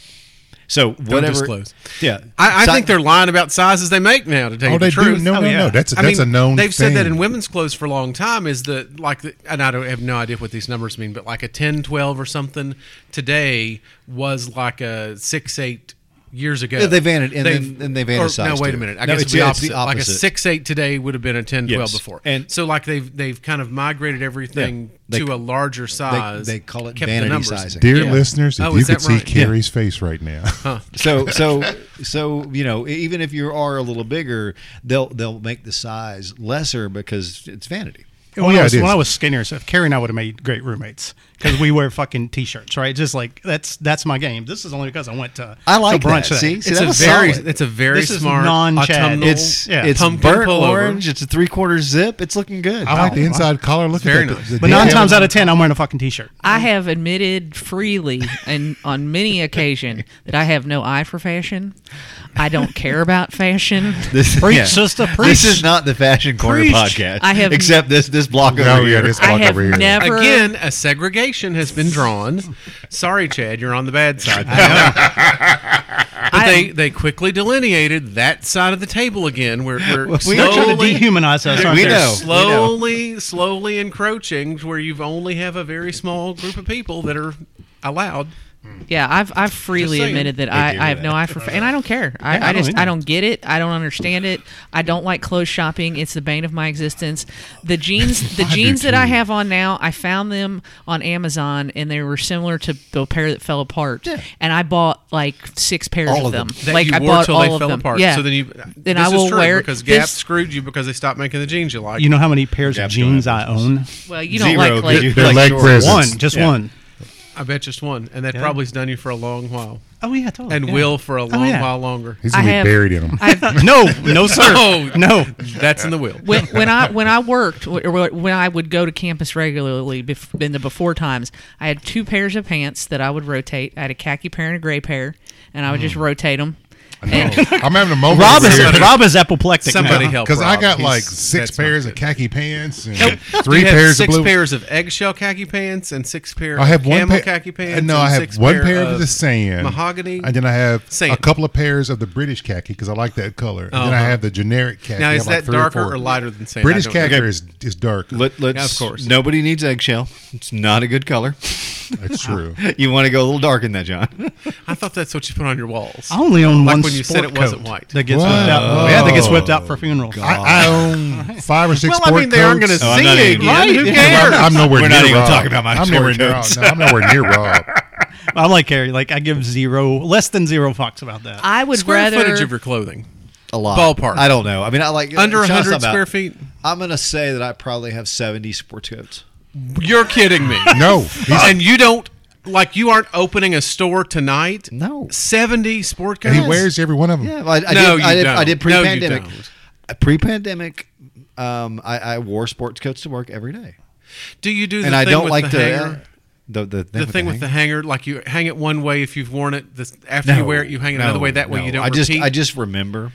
S2: So whatever.
S5: disclose.
S2: Yeah,
S5: I, I
S2: Si-
S5: think they're lying about sizes they make now. To tell
S3: Oh,
S5: you the
S3: they do?
S5: truth,
S3: No, no, no. That's a-
S5: I
S3: that's
S5: mean,
S3: a known
S5: They've said that
S3: thing.
S5: in women's clothes for a long time. Is the like, the, and I don't have no idea what these numbers mean, but like a 10, 12 or something today was like a six, eight years ago.
S2: Yeah, they've added- and
S5: They've-
S2: then- and they've added
S5: or, No,
S2: size
S5: wait
S2: to
S5: a
S2: it.
S5: minute. I
S2: No, it's-
S5: guess it's the
S2: yeah,
S5: opposite.
S2: it's the
S5: Like a
S2: opposite.
S5: six, eight today would have been a 10, 12
S2: Yes.
S5: before.
S2: And-
S5: so like they've they've kind of migrated everything
S2: They-
S5: to a larger size.
S2: they call it
S5: kept the
S2: vanity
S5: numbers.
S2: sizing.
S3: Dear
S5: Yeah.
S3: listeners, if
S5: Oh,
S3: you
S5: is
S3: could
S5: that
S3: see
S5: right? Yeah.
S3: Carrie's face right now,
S2: so so so you know e, even if you are a little bigger, they'll they'll make the size lesser because it's vanity.
S3: Oh,
S4: when,
S3: yeah,
S4: I was,
S3: it is.
S4: when I was skinnier and stuff, Carrie and I would have made great roommates because we wear fucking t-shirts, right? Just like that's that's my game. This is only because I went to
S2: I like
S4: to brunch
S2: that.
S4: today.
S2: See, see
S5: it's
S2: that
S5: a
S2: was
S5: very
S2: solid.
S5: it's a very
S4: This is
S5: smart
S4: non-Chad.
S5: autumnal.
S2: It's
S4: Yeah.
S2: it's
S5: Pumpkin
S2: burnt
S5: pullover.
S2: orange. It's a three quarter zip. It's looking good.
S3: I like the inside collar. Look
S5: Very
S3: at that.
S5: nice.
S3: The- the
S4: But nine
S3: detail.
S4: times out of ten, I'm wearing a fucking t-shirt.
S1: I have admitted freely and on many occasion that I have no eye for fashion. I don't care about fashion.
S2: This,
S4: Preach, sister, preach.
S2: This is not the fashion corner
S4: Preach.
S2: podcast.
S1: I have-
S2: except this this block over
S3: No, yeah,
S2: here.
S3: this
S1: I
S3: block
S1: have
S3: over here.
S1: never
S5: Again, a segregation has been drawn. Sorry, Chad, you're on the bad side. I, But
S1: I-
S5: they, they quickly delineated that side of the table again, where, where
S4: They're trying to
S5: slowly,
S4: dehumanize us. aren't
S2: We
S4: they?
S2: know.
S5: slowly, slowly encroaching to where you've only have a very small group of people that are allowed.
S1: Yeah, I've I've freely
S5: saying.
S1: admitted that I, I have no eye for fa- and I don't care. I,
S4: Yeah,
S1: I,
S4: I don't
S1: just
S4: either.
S1: I don't get it. I don't understand it. I don't like clothes shopping. It's the bane of my existence. The jeans the
S3: I do
S1: jeans that I
S3: too.
S1: have on now, I found them on Amazon and they were similar to the pair that fell apart. And I bought like six pairs
S6: All
S1: of
S6: of
S1: them.
S6: them.
S5: That
S1: like
S5: you
S1: I
S5: wore
S1: bought
S5: till
S1: all
S5: they
S1: of
S5: fell
S1: them.
S5: apart.
S1: Yeah.
S5: So then you
S1: then
S5: this
S1: I
S5: is
S1: will
S5: true
S1: wear
S5: because Gap
S1: this,
S5: screwed you because they stopped making the jeans you like.
S4: You know how many pairs of jeans I own?
S1: Well, you don't
S2: Zero,
S1: like
S2: 'cause
S1: like
S2: you-
S3: They're
S2: Like
S3: leg
S2: shorts.
S3: presents.
S4: One, just
S2: Yeah.
S4: one.
S5: I bet just one, and that probably's done you for a long while,
S4: Oh yeah, totally.
S5: and
S4: yeah.
S5: will for a long
S4: yeah.
S5: while longer.
S3: Oh, He's
S1: I
S3: gonna be
S1: have-
S3: buried in them.
S1: I have
S4: No, no, sir.
S5: Oh.
S4: no.
S5: That's in the will.
S1: when, when I when I worked or when I would go to campus regularly bef- in the before times, I had two pairs of pants that I would rotate. I had a khaki pair and a gray pair, and I would
S5: Mm.
S1: just rotate them.
S3: I'm having a moment.
S4: Rob is
S5: Somebody-
S4: Rob is apoplectic.
S5: Somebody
S4: now.
S5: help
S3: because I
S5: Rob.
S3: got
S5: He's-
S3: like six
S5: that's not
S3: pairs of
S5: good.
S3: khaki pants and
S5: You
S3: three
S5: have
S3: pairs
S5: six
S3: of blue.
S5: pairs of eggshell khaki pants and six pairs.
S3: I have one
S5: camel
S3: pair.
S5: khaki pants.
S3: No,
S5: and
S3: I have
S5: six
S3: one
S5: pair, of
S3: of the sand
S5: mahogany.
S3: and then I have a
S5: sand.
S3: couple of pairs of the British khaki because I like that color. And then I
S5: Uh-huh.
S3: have the generic khaki.
S5: Now
S3: I
S5: is
S3: have, like,
S5: that
S3: three
S5: darker
S3: four.
S5: or lighter than sand?
S3: British
S5: I don't know.
S3: khaki is is dark.
S2: Let, let's,
S5: Yeah, of course.
S2: Nobody needs eggshell. It's not a good color.
S3: That's true.
S2: You want to go a little dark in that, John.
S5: I thought that's what you put on your walls.
S4: I only own
S5: like
S4: one
S5: when you said
S4: sport
S5: it wasn't
S4: coat
S5: white.
S4: That gets
S3: Whoa.
S4: whipped out. Oh, Yeah, that gets whipped out for funerals.
S3: I, I own five or six.
S5: Well, I
S3: sport
S5: mean, they aren't going to
S3: coats.
S5: see
S2: Oh, I'm not
S5: it
S2: even-
S5: again. Who
S2: Yeah.
S5: cares?
S3: I'm nowhere
S2: We're
S3: near
S2: not even
S3: Rob.
S2: talking about my
S3: I'm
S2: sport
S3: nowhere near,
S2: coats.
S3: No, I'm nowhere near Rob.
S4: I'm like Carrie. Like I give zero, less than zero fucks about that.
S1: I would
S5: Square
S1: rather
S5: footage of your clothing.
S2: A lot.
S5: Ballpark.
S2: I don't know. I mean, I like
S5: Under
S2: Sean's talking
S5: 100 square
S2: Uh, about-
S5: feet?
S2: I'm going to say that I probably have 70 sport coats.
S5: You're kidding me.
S3: No, he's,
S5: and you don't like you aren't opening a store tonight.
S2: No.
S5: seventy sport coats.
S3: and he wears every one of them.
S2: Yeah, well, I, I
S5: No,
S2: did, I
S5: you
S2: did, I
S5: don't.
S2: did
S5: No, you
S2: pre-pandemic.
S5: don't.
S2: Uh, pre-pandemic, um, I, I wore sports coats to work every day,
S5: Do you do the
S2: and
S5: thing
S2: I don't
S5: with
S2: like
S5: the
S2: to
S5: hanger?
S2: the the thing,
S5: the
S2: with,
S5: thing
S2: the
S5: with the
S2: hanger.
S5: hanger, like you hang it one way if you've worn it. This, after you
S2: No,
S5: wear it, you hang it another
S2: no,
S5: way. That way
S2: no.
S5: you don't
S2: I just
S5: repeat.
S2: I Hmm. just remember.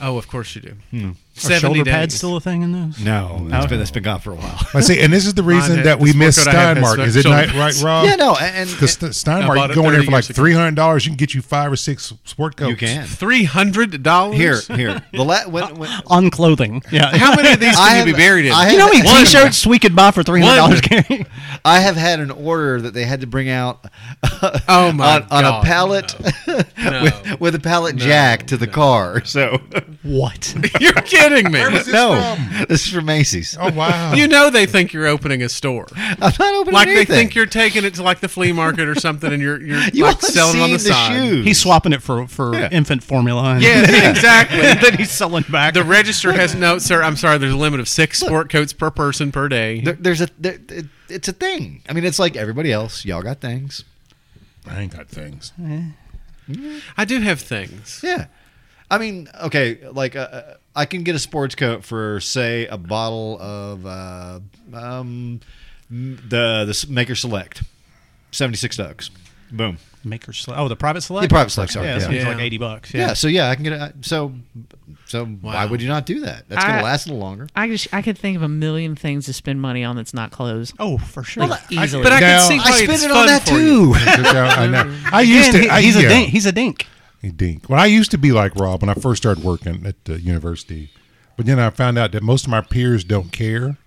S5: oh, of course you do.
S4: Are
S5: 70
S4: shoulder
S5: days.
S4: pads still a thing in those?
S2: No, that's been that's been gone for a while.
S3: I see, and this is the reason
S5: had-
S3: that we
S5: the
S3: missed
S5: sport coat I had had
S3: Steinmark. Is it
S5: shoulder
S3: not right,
S5: pads.
S3: Rob?
S2: yeah, no, and,
S3: Because
S2: and
S5: I
S3: Steinmark,
S5: bought
S3: you
S5: it
S3: go in there
S5: 30
S3: for like
S5: years ago.
S3: three hundred dollars, you can get you five or six sport coats.
S2: you can
S5: Three hundred dollars
S2: here here the la- when, when
S4: On clothing. Yeah.
S5: How many of these
S2: I
S5: can
S2: have-
S5: you be buried in?
S2: I
S4: you know how many
S5: One.
S4: t-shirts we could buy for three hundred dollars,
S5: One.
S4: Carrie?
S2: I have had an order that they had to bring out
S5: oh my
S2: on, on a
S5: God,
S2: pallet
S5: no.
S2: with, with a pallet jack to the car. So
S4: What?
S5: You're kidding me.
S2: no, this is from Macy's.
S3: Oh wow!
S5: You know they think you're opening a store.
S2: I'm not opening
S5: Like
S2: anything.
S5: they think you're taking it to like the flea market or something, and you're you're
S2: You
S5: like
S2: all have
S5: selling on
S2: seen
S5: the, side.
S2: shoes.
S4: He's swapping it for for infant formula. And
S5: Yeah, exactly.
S4: then he's selling back.
S5: The register has no, sir. I'm sorry. There's a limit of six sport coats per person per day.
S2: There, there's a there, it, it's a thing. I mean, it's like everybody else. Y'all got things.
S3: I ain't got things.
S5: I do have things.
S2: Yeah. I mean, okay, like uh, uh, I can get a sports coat for say a bottle of uh, um, the the s- Maker Select, seventy six dogs. Boom.
S4: Maker select. Oh, the private select.
S2: Yeah, private select, sorry,
S4: Yeah,
S2: yeah.
S4: it's
S5: Yeah.
S4: like eighty bucks.
S2: Yeah.
S4: Yeah.
S2: So yeah, I can get a so so. Why would you not do that? That's
S1: I-
S2: gonna last a little longer.
S1: I just I could think of a million things to spend money on that's not clothes.
S4: Oh, for sure.
S1: Easily,
S5: But I
S3: Now-
S5: can see why
S2: I
S5: it's
S2: spend it
S5: fun
S2: on that
S5: for
S2: too.
S5: you.
S3: uh, I, know. I used
S4: Again,
S3: to.
S4: he-
S3: I,
S4: he's a
S3: yeah.
S4: dink. He's a dink.
S3: He dink. Well, I used to be like Rob when I first started working at the university, but then I found out that most of my peers don't care.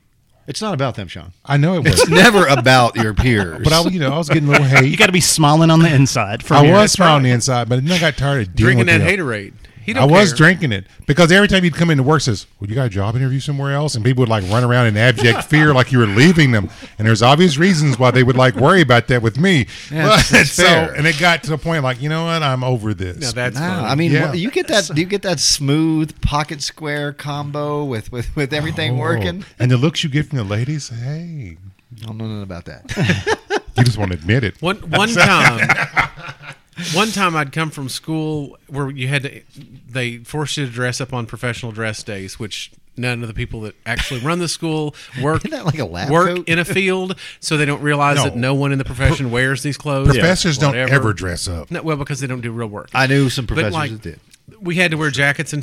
S2: It's not about them, Sean.
S3: I know it was,
S2: Never about your peers.
S3: but I, you know, I was getting a little
S4: You
S3: hate.
S4: got to be smiling on the inside. From
S3: I
S4: here.
S3: was smiling on the inside, but then I got tired of dealing
S5: Drinking
S3: with
S5: that
S3: them.
S5: haterade. He
S3: I
S5: don't
S3: was
S5: care.
S3: drinking it because every time you'd come into work, says, "Well, you got a job interview somewhere else," and people would like run around in abject fear, like you were leaving them. And there's obvious reasons why they would like worry about that with me.
S2: Yes,
S3: But-
S2: that's
S3: so,
S2: fair.
S3: and it got to the point like, you know what? I'm over this.
S5: Now that's
S2: No,
S5: funny.
S2: I mean,
S3: Yeah.
S2: what- you get that. Do you get that smooth pocket square combo with with with everything
S3: Oh.
S2: working?
S3: And the looks you get from the ladies, hey,
S2: I don't know nothing about that.
S3: you just won't admit it.
S5: One one time, one time I'd come from school where you had to, they forced you to dress up on professional dress days, which none of the people that actually run the school work
S2: Isn't that like a lab
S5: work
S2: coat?
S5: in a field, so they don't realize
S3: No.
S5: that no one in the profession wears these clothes.
S3: Professors don't
S5: Whatever.
S3: ever dress up.
S5: No, well, because they don't do real work.
S2: I knew some
S5: but
S2: professors
S5: like
S2: that did.
S5: we had to wear jackets and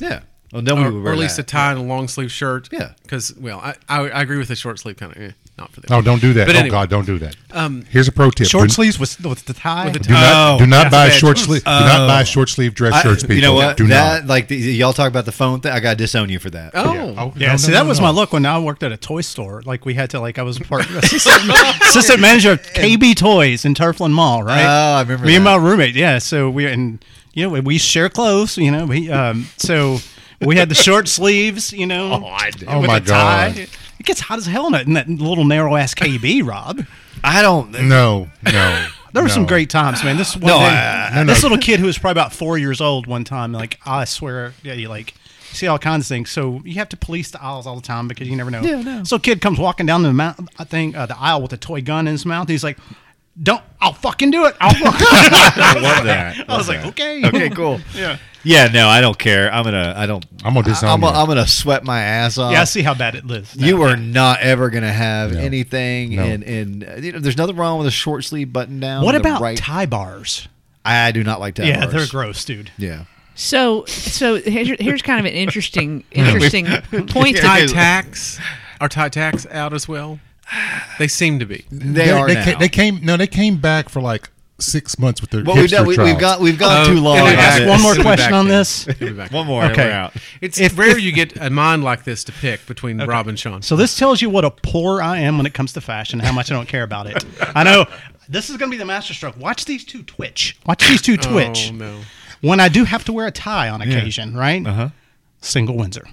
S2: Yeah. Well, nobody
S5: Or,
S2: would
S5: or
S2: wear
S5: at least
S2: that.
S5: a tie and a long sleeve shirt.
S2: Yeah.
S5: Because well, I, I I agree with the short sleeve kind of. eh, not for them.
S3: Oh, don't do that.
S5: But
S3: oh
S5: anyway.
S3: God, don't do that. Here's a pro tip:
S4: Short
S3: do,
S4: sleeves with, with the tie.
S5: With the
S3: do not
S5: Oh,
S3: do not
S5: that's
S3: buy
S5: bad.
S3: short sleeve. do not buy short sleeve dress
S2: I-
S3: shirts. People,
S2: you know what?
S3: Do
S2: that
S3: not.
S2: like the, y'all talk about the phone thing. I gotta disown you for that.
S5: Oh,
S4: Yeah, see, that was my look when I worked at a toy store. Like, we had to, like, I was part assistant, assistant manager of KB Toys in Turflin Mall, right?
S2: Oh, I remember
S4: Me and
S2: that.
S4: my roommate, yeah. So we, and, you know, we share clothes, you know, we, um, so we had the short sleeves, you know. Oh, I did.
S3: Oh, my God.
S4: It gets hot as hell in that, in that little narrow ass KB, Rob.
S2: I don't.
S3: No, no.
S4: There were some
S3: no.
S4: great times, man. This one
S2: No,
S4: day,
S2: I-
S3: I-
S4: this
S3: no, no.
S4: little kid who was probably about four years old one time, like I swear, yeah, you like you see all kinds of things. So you have to police the aisles all the time because you never know. Yeah, no. So a kid comes walking down the mount, I think uh, the aisle with a toy gun in his mouth. He's like, "Don't, I'll fucking do it." I'll
S2: I love that.
S4: I was
S2: Love
S4: like,
S2: that.
S4: "Okay,
S2: Okay, cool.
S4: yeah,
S2: Yeah, no, I don't care. I'm gonna. I don't.
S3: I'm gonna disown
S2: I'm,
S3: you.
S2: gonna- I'm gonna sweat my ass off.
S4: yeah." I see how bad it lives.
S2: You are not ever gonna have
S3: No.
S2: anything,
S3: No.
S2: and and uh, you know, there's nothing wrong with a short sleeve button down.
S4: What
S2: and a
S4: about
S2: right?
S4: tie bars?
S2: I do not like that.
S4: yeah,
S2: bars.
S4: they're gross, dude.
S2: Yeah,
S1: So, so here's, here's kind of an interesting, interesting point. to
S5: tie
S1: this.
S5: tax are tie tax out as well? They seem to be.
S2: they, are
S3: They,
S2: now.
S3: ca- they came. No, they came back for like six months with their
S2: well,
S3: hipster
S2: we've done, we,
S3: trials.
S2: we've got we've gone
S5: Oh,
S2: too long.
S5: can I
S2: on
S5: ask
S2: this.
S4: One more
S5: It'll be
S4: question
S5: back
S4: on
S5: then.
S4: this.
S5: It'll be back.
S2: One more. Okay.
S4: Okay.
S2: We're out.
S5: It's rare you get a mind like this to pick between Rob and Sean.
S4: So this tells you what a poor I am when it comes to fashion, how much I don't care about it. I know this is going to be the masterstroke. Watch these two twitch. Watch these two twitch.
S5: Oh, no.
S4: When I do have to wear a tie on occasion, right? Uh-huh. Single Windsor.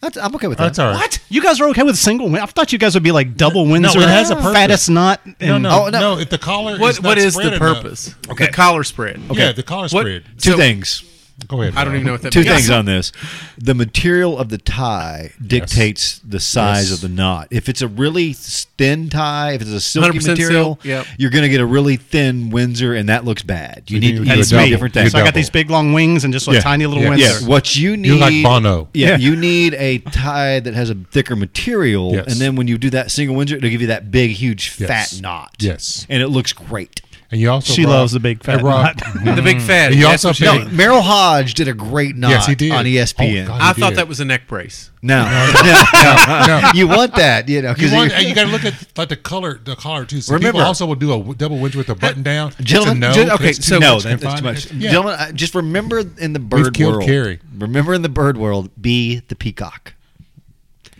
S2: That's, I'm okay with that.
S7: That's all right.
S4: What? You guys are okay with single Windsor? I thought you guys would be like double Windsor.
S7: it has a purpose.
S4: Fattest knot.
S7: No,
S4: and-
S7: no,
S2: Oh, no.
S7: no, If the collar
S5: What
S7: is not
S5: what is
S7: spread
S5: the
S7: enough-
S5: purpose? Okay. The collar spread.
S7: Yeah, the collar
S5: What-
S7: spread.
S2: Two
S5: so-
S2: things.
S3: Go ahead.
S5: I
S3: Rob.
S5: don't even know what that
S2: Two
S5: means.
S2: things on this. The material of the tie dictates the size
S3: Yes.
S2: of the knot. If it's a really thin tie, if it's a silky
S5: 100%
S2: material,
S5: silk, yep.
S2: you're going to get a really thin Windsor, and that looks bad. You
S3: You
S2: need
S3: do-
S2: you
S3: you
S2: need
S3: do
S2: to
S3: double.
S2: be different
S3: You
S2: things.
S4: So I
S3: double.
S4: got these big long wings and just a
S3: Yeah.
S4: tiny little
S3: Yeah.
S4: Windsor.
S2: Yeah, what you need.
S3: You like Bono.
S2: Yeah, you need a tie that has a thicker material,
S3: Yes.
S2: and then when you do that single Windsor, it'll give you that big, huge,
S3: Yes.
S2: fat knot.
S3: Yes.
S2: and it looks great.
S3: And you also
S4: She
S3: Rob-
S4: loves the big fat
S3: Hey, Rob,
S5: The big fad.
S3: You
S5: That's
S3: also
S5: what she
S3: picked-
S5: did.
S2: Merrill Hodge did a great knot
S3: Yes, he did.
S2: on E ESPN.
S3: Oh, God,
S5: I
S3: he
S5: thought
S3: did.
S5: that was a neck brace.
S2: no, no, no, you want that, you know,
S7: You,
S2: because
S3: uh,
S7: want, and you got to look at like the color, the collar too. So
S2: Remember-
S7: people also will do a w- double winter with a button down. It's a
S2: Gentlemen,
S7: no,
S2: gen-
S7: 'cause
S2: okay,
S7: it's too
S2: so
S7: much
S2: no, that- that's
S7: confined.
S2: too much.
S7: Yeah.
S2: Gentlemen, I- just remember in the bird
S7: killed
S2: world.
S7: Carrie.
S2: Remember in the bird world, be the peacock.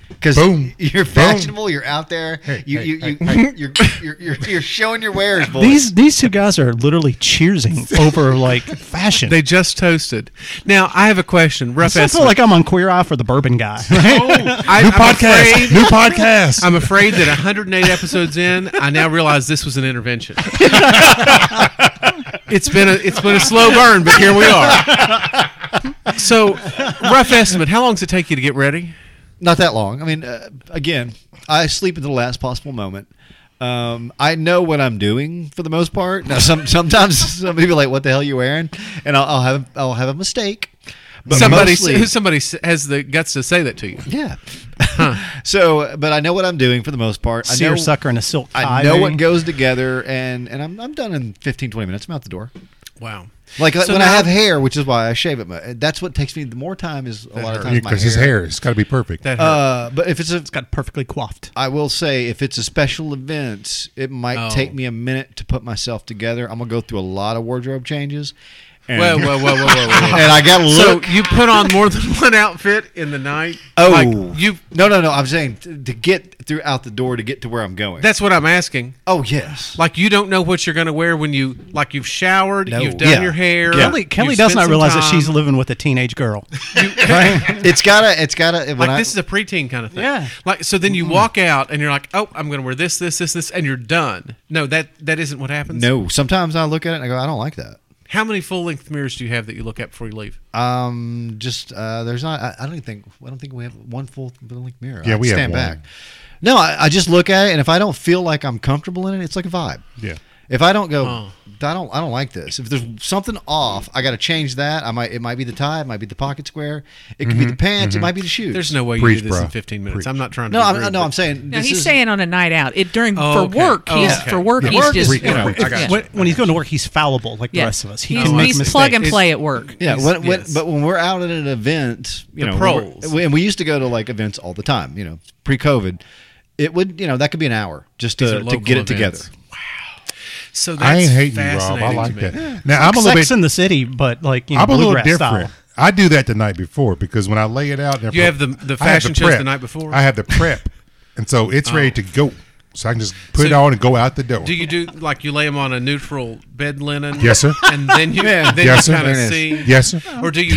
S2: Because
S3: Boom.
S2: you're fashionable, you're out there, you,
S3: hey,
S2: you,
S3: hey,
S2: you, You're, you're, you're, you're showing your wares, boys.
S4: These these two guys are literally cheersing over like fashion.
S5: They just toasted. Now I have a question. Rough
S4: I feel
S5: estimate.
S4: like I'm on Queer Eye for the Bourbon Guy. Right?
S5: I,
S3: new
S5: I'm
S3: podcast.
S5: afraid-
S3: New podcast.
S5: I'm afraid that 108 episodes in, I now realize this was an intervention. it's been a it's been a slow burn, but here we are. So, rough estimate: How long does it take you to get ready?
S2: Not that long. I mean, uh, again, I sleep at the last possible moment. Um, I know what I'm doing for the most part. Now, some sometimes some people are like, "What the hell are you wearing?" And I'll, I'll have I'll have a mistake. But
S5: somebody
S2: mostly-
S5: somebody s- has the guts to say that to you.
S2: Yeah. so, but I know what I'm doing for the most part. I know,
S4: Seersucker and a silk tie.
S2: I know
S4: maybe?
S2: what goes together, and and I'm, I'm done in 15, 20 minutes. I'm out the door.
S5: Wow.
S2: Like
S5: So
S2: when I
S5: now-
S2: have hair, which is why I shave it. mu- That's what takes me the more time is a lot of times my
S3: because his hair has got to be perfect.
S5: That hurt.
S2: Uh, but if it's a,
S4: got perfectly coiffed.
S2: I will say if it's a special event, it might
S5: Oh.
S2: take me a minute to put myself together. I'm gonna go through a lot of wardrobe changes. And,
S5: whoa, whoa, whoa, whoa, whoa, whoa, whoa.
S2: and I gotta
S5: So
S2: look.
S5: you put on more than one outfit in the night.
S2: oh,
S5: Like, you.
S2: no, no, no. I'm saying t- to get through out the door to get to where I'm going.
S5: That's what I'm asking.
S2: oh yes.
S5: Like you don't know what you're going to wear when you like you've showered,
S2: No.
S5: you've done
S2: Yeah.
S5: your hair.
S2: Yeah.
S4: Kelly,
S5: you've
S4: Kelly
S5: spent
S4: does not
S5: some
S4: realize that
S5: time.
S4: she's living with a teenage girl.
S2: It's gotta. It's gotta. When
S5: Like
S2: I,
S5: this is a preteen kind of thing.
S4: Yeah.
S5: Like so, then you walk out and you're like, oh, I'm going to wear this, this, this, this, and you're done. No, that that isn't what happens.
S2: no. Sometimes I look at it and I go, I don't like that.
S5: How many full length mirrors do you have that you look at before you leave?
S2: Um, just uh, there's not. I, I don't even think. I don't think we have one full length mirror.
S3: Yeah,
S2: I'd
S3: we have
S2: stand
S3: one.
S2: back. No, I, I just look at it, and if I don't feel like I'm comfortable in it, it's like a vibe.
S3: Yeah.
S2: If I don't go,
S5: Oh.
S2: I don't. I don't like this. If there's something off, I got to change that. I might. It might be the tie. It might be the pocket square. It
S3: Mm-hmm.
S2: could be the pants. It might be the shoes.
S5: There's no way
S3: Preach,
S5: you do this
S3: bro.
S5: in 15 minutes. I'm not trying to.
S2: no.
S5: be
S2: I'm,
S5: rude,
S2: no,
S5: but-
S2: I'm saying
S1: No,
S2: this
S1: he's
S2: is-
S1: saying on a night out. It during
S5: Oh,
S1: for
S5: okay.
S1: work.
S5: Oh,
S1: he's
S5: okay.
S1: for work.
S5: Yeah,
S1: He's
S5: work is-
S1: just
S5: you know, I got
S1: yeah.
S5: you.
S4: when, when he's going to work, he's fallible like
S1: Yeah.
S4: the rest of us. He
S1: he's
S4: can make
S1: he's
S4: mistakes.
S1: plug and play at work.
S2: Yeah,
S5: It's-
S2: when, when,
S5: yes.
S2: but when we're out at an event, you
S5: The
S2: know,
S5: pros.
S2: we're- we- and we used to go to like events all the time, you know, pre-COVID. It would, you know, that could be an hour just to, to get it together.
S5: So that's
S3: I ain't hating you, Rob.
S5: fascinating
S3: I like
S5: to me.
S3: that. Now I'm a little
S4: Sex
S3: bit.
S4: in the City, but like you know,
S3: I'm a little
S4: bluegrass
S3: different.
S4: style.
S3: I do that the night before because when I lay it out, and I
S5: You
S3: pre-
S5: have the- the
S3: I
S5: fashion shows the
S3: prep.
S5: night before?
S3: I have the prep, and so it's ready to go. So I can just put it
S5: So-
S3: on and go out the door.
S5: Do you do like you lay them on a neutral bed linen?
S3: Yes, sir.
S5: And then you then
S3: Yes, sir.
S5: you kind of
S3: There it
S5: see.
S3: yes, sir.
S5: Or do you?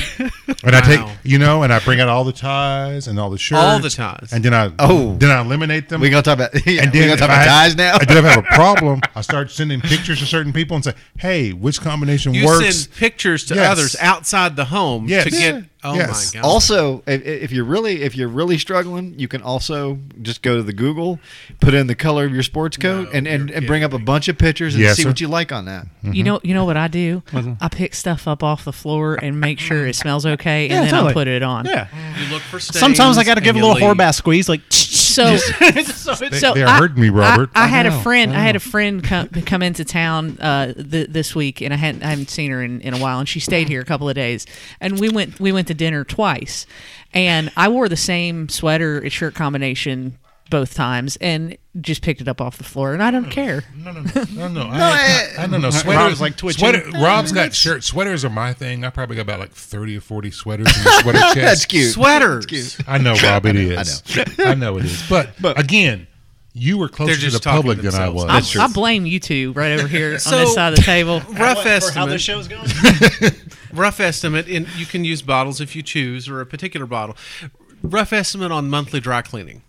S3: And I
S5: Wow.
S3: take you know, and I bring out all the ties and all the shirts,
S5: All the ties.
S3: and then I
S2: Oh.
S3: then I eliminate them.
S2: We gonna talk about yeah,
S3: and
S2: we
S3: then
S2: gonna
S3: if
S2: talk
S3: I
S2: about
S3: had-
S2: ties now.
S3: I did have a problem. I start sending pictures to certain people and say, "Hey, which combination
S5: You
S3: works?"
S5: send pictures to
S3: Yes.
S5: others outside the home
S3: Yes.
S5: to get.
S3: Yeah.
S5: Oh
S3: Yes.
S5: my god!
S2: Also, if, if you're really if you're really struggling, you can also just go to the Google, put in the color of your sports coat, and, and, and bring up a bunch of pictures and
S3: Yes,
S2: see
S3: sir.
S2: what you like on that.
S1: You
S3: Mm-hmm.
S1: know, you know what I do? I pick stuff up off the floor and make sure it smells okay, and
S4: Yeah,
S1: then
S4: totally.
S1: I put it on.
S4: Yeah.
S5: you look for stains
S4: Sometimes I got to
S5: and
S4: give a
S5: you
S4: little
S5: leave.
S4: horbath squeeze, like.
S1: So, so
S3: they
S1: I-
S3: heard me, Robert.
S1: I, I
S3: I
S1: had
S3: know,
S1: a friend. I, had a friend come, come into town uh, th- this week, and I hadn't I haven't seen her in, in a while. And she stayed here a couple of days, and we went we went to dinner twice, and I wore the same sweater and shirt combination both times, and just picked it up off the floor, and I don't care.
S7: No, no, no, no, no. I, I, I don't know. Sweaters
S4: Rob's, like, twitching.
S7: Sweater, Rob's got shirts. Sweaters are my thing. I probably got about like thirty or forty sweaters in the sweater chest.
S2: That's cute.
S5: Sweaters.
S7: I know, Rob. It is. I know. it is. But, again, you were closer to
S5: just
S7: the
S5: talking
S7: public than I
S5: themselves.
S7: was.
S1: I, I blame you two right over here on
S5: So-
S1: this side of the table.
S5: Rough estimate.
S4: show's going.
S5: rough estimate. And you can use bottles if you choose, or a particular bottle. Rough estimate on monthly dry cleaning.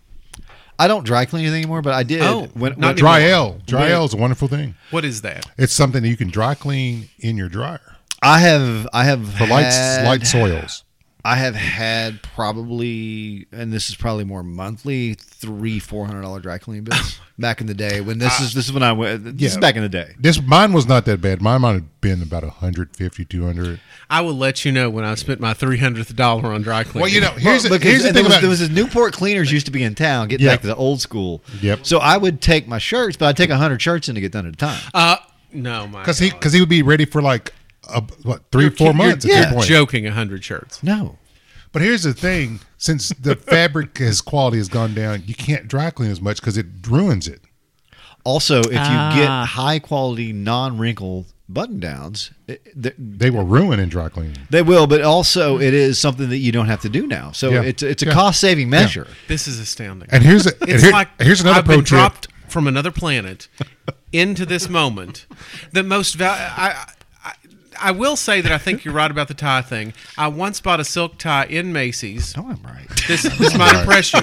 S2: I don't dry clean anything anymore, but I did
S5: Oh,
S2: when, when-
S5: not anymore.
S3: dry L. Dry L is a wonderful thing.
S5: What is that?
S3: It's something that you can dry clean in your dryer
S2: I have I have
S3: for light
S2: had-
S3: light soils.
S2: I have had probably, and this is probably more monthly, three four hundred dollar dry cleaning bills back in the day when this is this is when I went. This is
S3: Uh, Yeah.
S2: back in the day.
S3: This mine was not that bad. Mine might have been about 150, 200.
S5: I will let you know when I spent my three hundredth dollar on dry cleaning.
S3: Well, you know, here's, the-
S2: Look,
S3: here's the
S2: and there
S3: thing
S2: was,
S3: about
S2: there was this Newport Cleaners used to be in town. Getting
S3: Yep.
S2: back to the old school.
S3: Yep.
S2: So I would take my shirts, but I'd take hundred shirts in to get done at a time.
S5: Uh, no, my
S3: because he
S5: God.
S3: because he would be ready for like a, what 3
S5: You're
S3: four
S5: ki- you're-
S3: months at
S5: you're
S3: that point.
S5: Joking, hundred shirts.
S2: no.
S3: But here's the thing: since the fabric has quality has gone down, you can't dry clean as much because it ruins it.
S2: Also, if you get
S1: Ah.
S2: high quality non wrinkle button downs, eh,
S3: They will ruin in dry cleaning.
S2: they will. But also, it is something that you don't have to do now. So
S3: Yeah.
S2: it's it's a
S3: Yeah.
S2: cost saving measure.
S5: This is astounding.
S3: And here's a, and
S5: It's
S3: here-
S5: like
S3: here's another
S5: I've
S3: pro
S5: been
S3: tip.
S5: dropped from another planet into this moment. The most val- I, I I will say that I think you're right about the tie thing. I once bought a silk tie in Macy's.
S2: No, I'm right.
S5: This, this might impress you.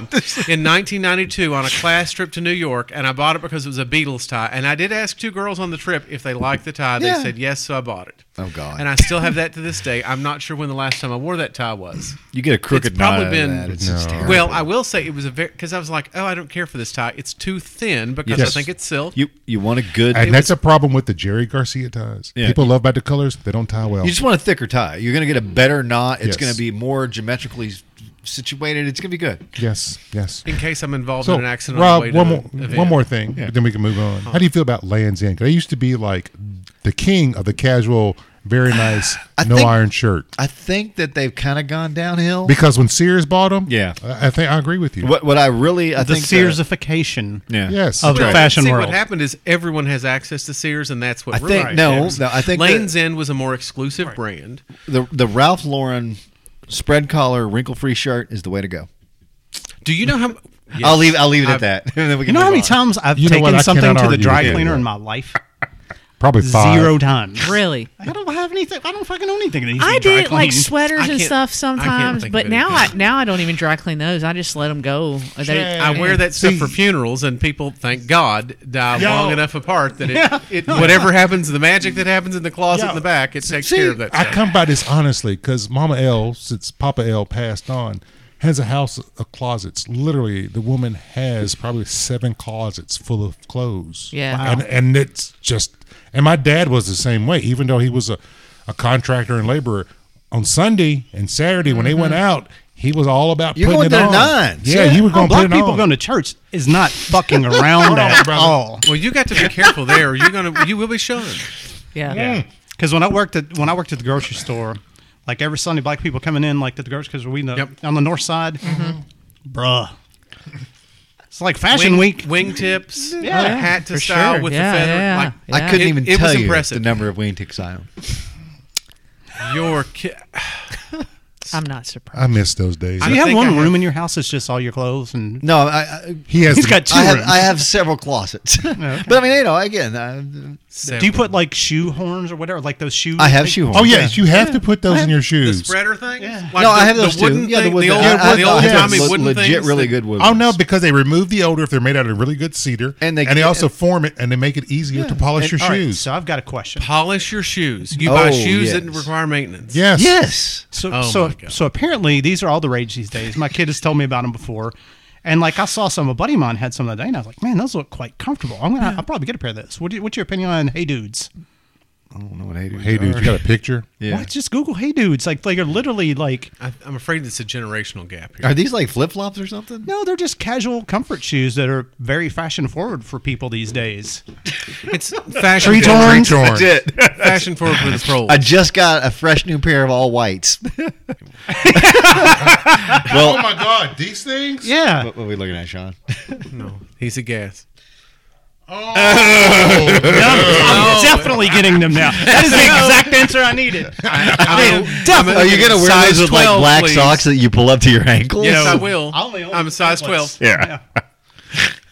S5: In 1992, on a class trip to New York, and I bought it because it was a Beatles tie. And I did ask two girls on the trip if they liked the tie. They
S2: Yeah.
S5: said yes, so I bought it.
S2: Oh, God.
S5: And I still have that to this day. I'm not sure when the last time I wore that tie was.
S2: You get a crooked
S5: It's probably
S2: knot out of
S5: been-
S2: that. It's just terrible.
S5: Well, I will say it was a very because I was like, oh, I don't care for this tie. It's too thin because I
S3: Yes.
S5: think it's silk.
S2: you you want a good.
S3: And that's a problem with the Jerry Garcia ties.
S2: Yeah.
S3: People love about the colors; they don't tie well.
S2: you just want a thicker tie. You're going to get a better knot. It's
S3: Yes.
S2: going to be more geometrically situated. It's going to be good.
S3: yes, yes.
S5: in case I'm involved
S3: So,
S5: in an accident. on the way
S3: Rob,
S5: to
S3: one
S5: the
S3: more
S5: event.
S3: one more thing, then we can move on. How do you feel about Land's End? 'Cause They used to be like the king of the casual, very nice,
S2: I
S3: no
S2: think-
S3: iron shirt.
S2: I think that they've kind of gone downhill.
S3: Because when Sears bought them,
S2: Yeah.
S3: I, I think I agree with you.
S2: What what I really I
S4: The
S3: uh,
S2: think
S4: Searsification
S2: the- yeah.
S3: Yes,
S4: of the
S5: Right.
S4: fashion
S5: See,
S4: world.
S5: What happened is everyone has access to Sears, and that's what
S2: I
S5: we're
S2: think-
S5: right.
S2: no,
S5: It was-
S2: no, I think
S5: Lane's
S2: that-
S5: End was a more exclusive brand.
S2: the the Ralph Lauren spread collar wrinkle free shirt is the way to go.
S5: Do you know how? Yes.
S2: I'll leave I'll leave it
S5: I've-
S2: at that. And then we
S4: You
S2: can
S4: know
S2: move
S4: how many
S2: on.
S4: times I've
S3: You know
S4: taken
S3: what? I
S4: something
S3: cannot
S4: to the
S3: argue
S4: dry
S3: with you.
S4: cleaner in my life?
S3: probably five.
S4: Zero times.
S1: Really.
S4: I don't have anything. I don't fucking own anything. That needs
S1: I
S4: to be
S1: did
S4: dry
S1: like
S4: cleaned.
S5: I
S1: sweaters
S5: can't-
S1: and stuff
S5: I can't
S1: sometimes,
S5: think
S1: but
S5: of
S1: now I
S5: anything.
S1: now I don't even dry clean those. I just let them go. They-
S5: I wear that stuff for funerals, and people, thank God, die long enough apart that it, it whatever happens, the magic that happens in the closet in the back, it takes care of that.
S7: I
S5: Stuff.
S7: come by this honestly because Mama L, since Papa L passed on, has a house of closets. Literally, the woman has probably seven closets full of clothes.
S1: Yeah. Wow.
S7: and and it's just. And my dad was the same way, even though he was a, a contractor and laborer. On Sunday and Saturday when they
S4: Mm-hmm.
S7: went out, he was all about
S2: You're
S7: putting
S2: going to
S7: it on.
S2: the nines.
S7: Yeah, you were
S4: Oh,
S7: going to put it
S4: black people
S7: on.
S4: going to church is not fucking around at all.
S5: Well, you got to be careful there. Or you're gonna, you will be shunned.
S1: Yeah.
S4: Because Mm. when I worked at when I worked at the grocery store, like every Sunday, black people coming in like to the grocery because we in the,
S5: Yep.
S4: on the north side, bruh. It's like Fashion Week.
S5: wingtips,
S4: Yeah.
S5: a hat to
S1: Oh, For
S5: style
S1: sure.
S5: with
S1: Yeah,
S5: the feather.
S1: yeah,
S5: Like
S1: yeah.
S2: I couldn't
S5: It-
S2: even
S5: it
S2: tell
S5: was
S2: you
S5: impressive.
S2: the number of wingtips I own.
S5: your ki-
S1: I'm not surprised.
S3: I miss those days.
S4: Do you have
S5: think
S4: one
S5: I have-
S4: room in your house that's just all your clothes and
S2: No, I, I,
S3: He has.
S4: He's
S3: the-
S4: got two
S2: I have
S4: rooms.
S2: I have several closets, but I mean, you know, again, I,
S4: Do you put like shoe horns or whatever, like those shoes?
S2: I have shoe horns.
S3: Oh yes, you have to put those in your
S5: the
S3: shoes.
S5: spreader thing? Yeah.
S2: no, I have those
S5: the wooden
S2: too. Yeah, the
S5: thing-
S2: wood.
S5: old,
S2: I- I-
S5: the
S2: I
S5: old
S2: have
S5: timey
S2: le-
S5: wooden
S2: legit,
S5: things
S2: really
S5: that-
S2: good wood.
S3: Oh
S2: ones.
S3: no, because they remove the odor if they're made out of really good cedar,
S2: And they-
S3: also form it, and they make it easier to polish your
S4: All right,
S3: shoes.
S4: so I've got a
S5: Oh,
S4: question.
S5: Polish your shoes. You buy
S2: Oh,
S5: shoes that
S2: yes.
S5: require maintenance.
S3: yes,
S2: Yes.
S4: So,
S5: Oh
S4: so,
S5: my God.
S4: so apparently these are all the rage these days. My kid has told me about them before, and like I saw some. A buddy of mine had some the other day, and I was like, "Man, those look quite comfortable. I'm gonna, I'll probably get a pair of those." What do you, what's your opinion on Hey Dudes?
S2: I don't know what I do.
S3: Hey, dude, you got a picture?
S2: Yeah.
S4: What? Just Google Hey Dudes. Like they're literally like,
S5: I, I'm afraid it's a generational gap here.
S2: Are these like flip flops or something?
S4: no, they're just casual comfort shoes that are very fashion forward for people these days.
S5: It's fashion
S4: Tree
S5: forward,
S4: torn.
S2: That's it.
S5: fashion forward for the pros.
S2: I just got a fresh new pair of all whites. well,
S3: Oh, my God, these things?
S4: Yeah.
S2: what are we looking at, Sean?
S5: No, he's a gas.
S1: Oh.
S4: I'm definitely getting them now. That is the exact answer I needed.
S5: I,
S2: Are you gonna wear
S5: size
S2: those with
S5: 12,
S2: like black
S5: please.
S2: socks that you pull up to your ankles?
S5: Yes, I will.
S4: I only own
S5: I'm a size
S4: singlets.
S5: 12.
S2: Yeah.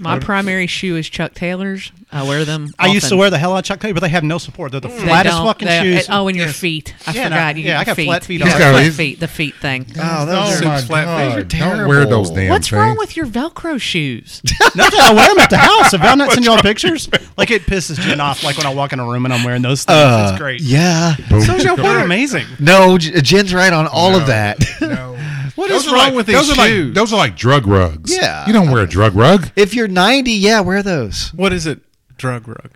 S1: My primary shoe is Chuck Taylor's. I wear them.
S4: I used to
S1: often. Mm.
S4: wear the hell out of Chuck Taylor, but they have no support. They're the
S1: They
S4: flattest
S1: don't-
S4: fucking
S1: they-
S4: shoes.
S1: Oh, and your feet. I
S4: Yeah, and I-
S1: forgot. you
S4: yeah, I
S1: got
S4: got flat feet
S1: Yeah,
S4: already.
S1: flat
S3: He's-
S1: feet. The feet thing.
S2: Oh,
S3: Oh
S2: those
S3: my
S5: Six flat
S3: God!
S5: fingers.
S3: Don't wear those damn
S1: What's wrong
S3: things.
S1: with your Velcro shoes?
S4: Nothing. I wear them at the house. Have I not seen y'all pictures? Like it pisses Jen off. Like when I walk in a room and I'm wearing those things.
S2: Uh,
S4: it's great.
S2: Yeah.
S4: So y'all wear amazing.
S2: No, J- Jen's right on all of that.
S3: No.
S5: What
S3: Those
S5: is
S3: are
S5: wrong
S3: like-
S5: with
S3: those
S5: these
S3: are
S5: shoes?
S3: Like, those are like drug rugs.
S2: Yeah.
S3: You don't wear a drug rug.
S2: if you're 90, yeah, wear those.
S5: what is it? Drug rug.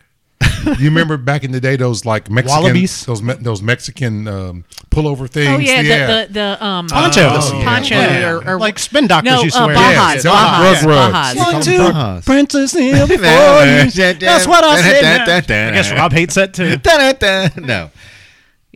S3: You remember back in the day those like Mexican
S4: Wallabies?
S3: those me- those Mexican um, pullover things.
S1: Oh yeah, the, the the um
S4: Ponchos.
S1: uh,
S4: Oh, Yeah.
S1: poncho
S5: Yeah.
S1: or, or
S4: Like spin doctors
S1: no,
S4: used to
S1: uh,
S4: wear.
S1: Bajas,
S3: Yes, yeah,
S1: Bajas,
S3: rug rugs.
S1: Bajas.
S3: One,
S4: One, two,
S2: Bajas.
S4: Princess Hill before you. That's what I said. now. I guess Rob hates that too.
S2: Da-da-da. No.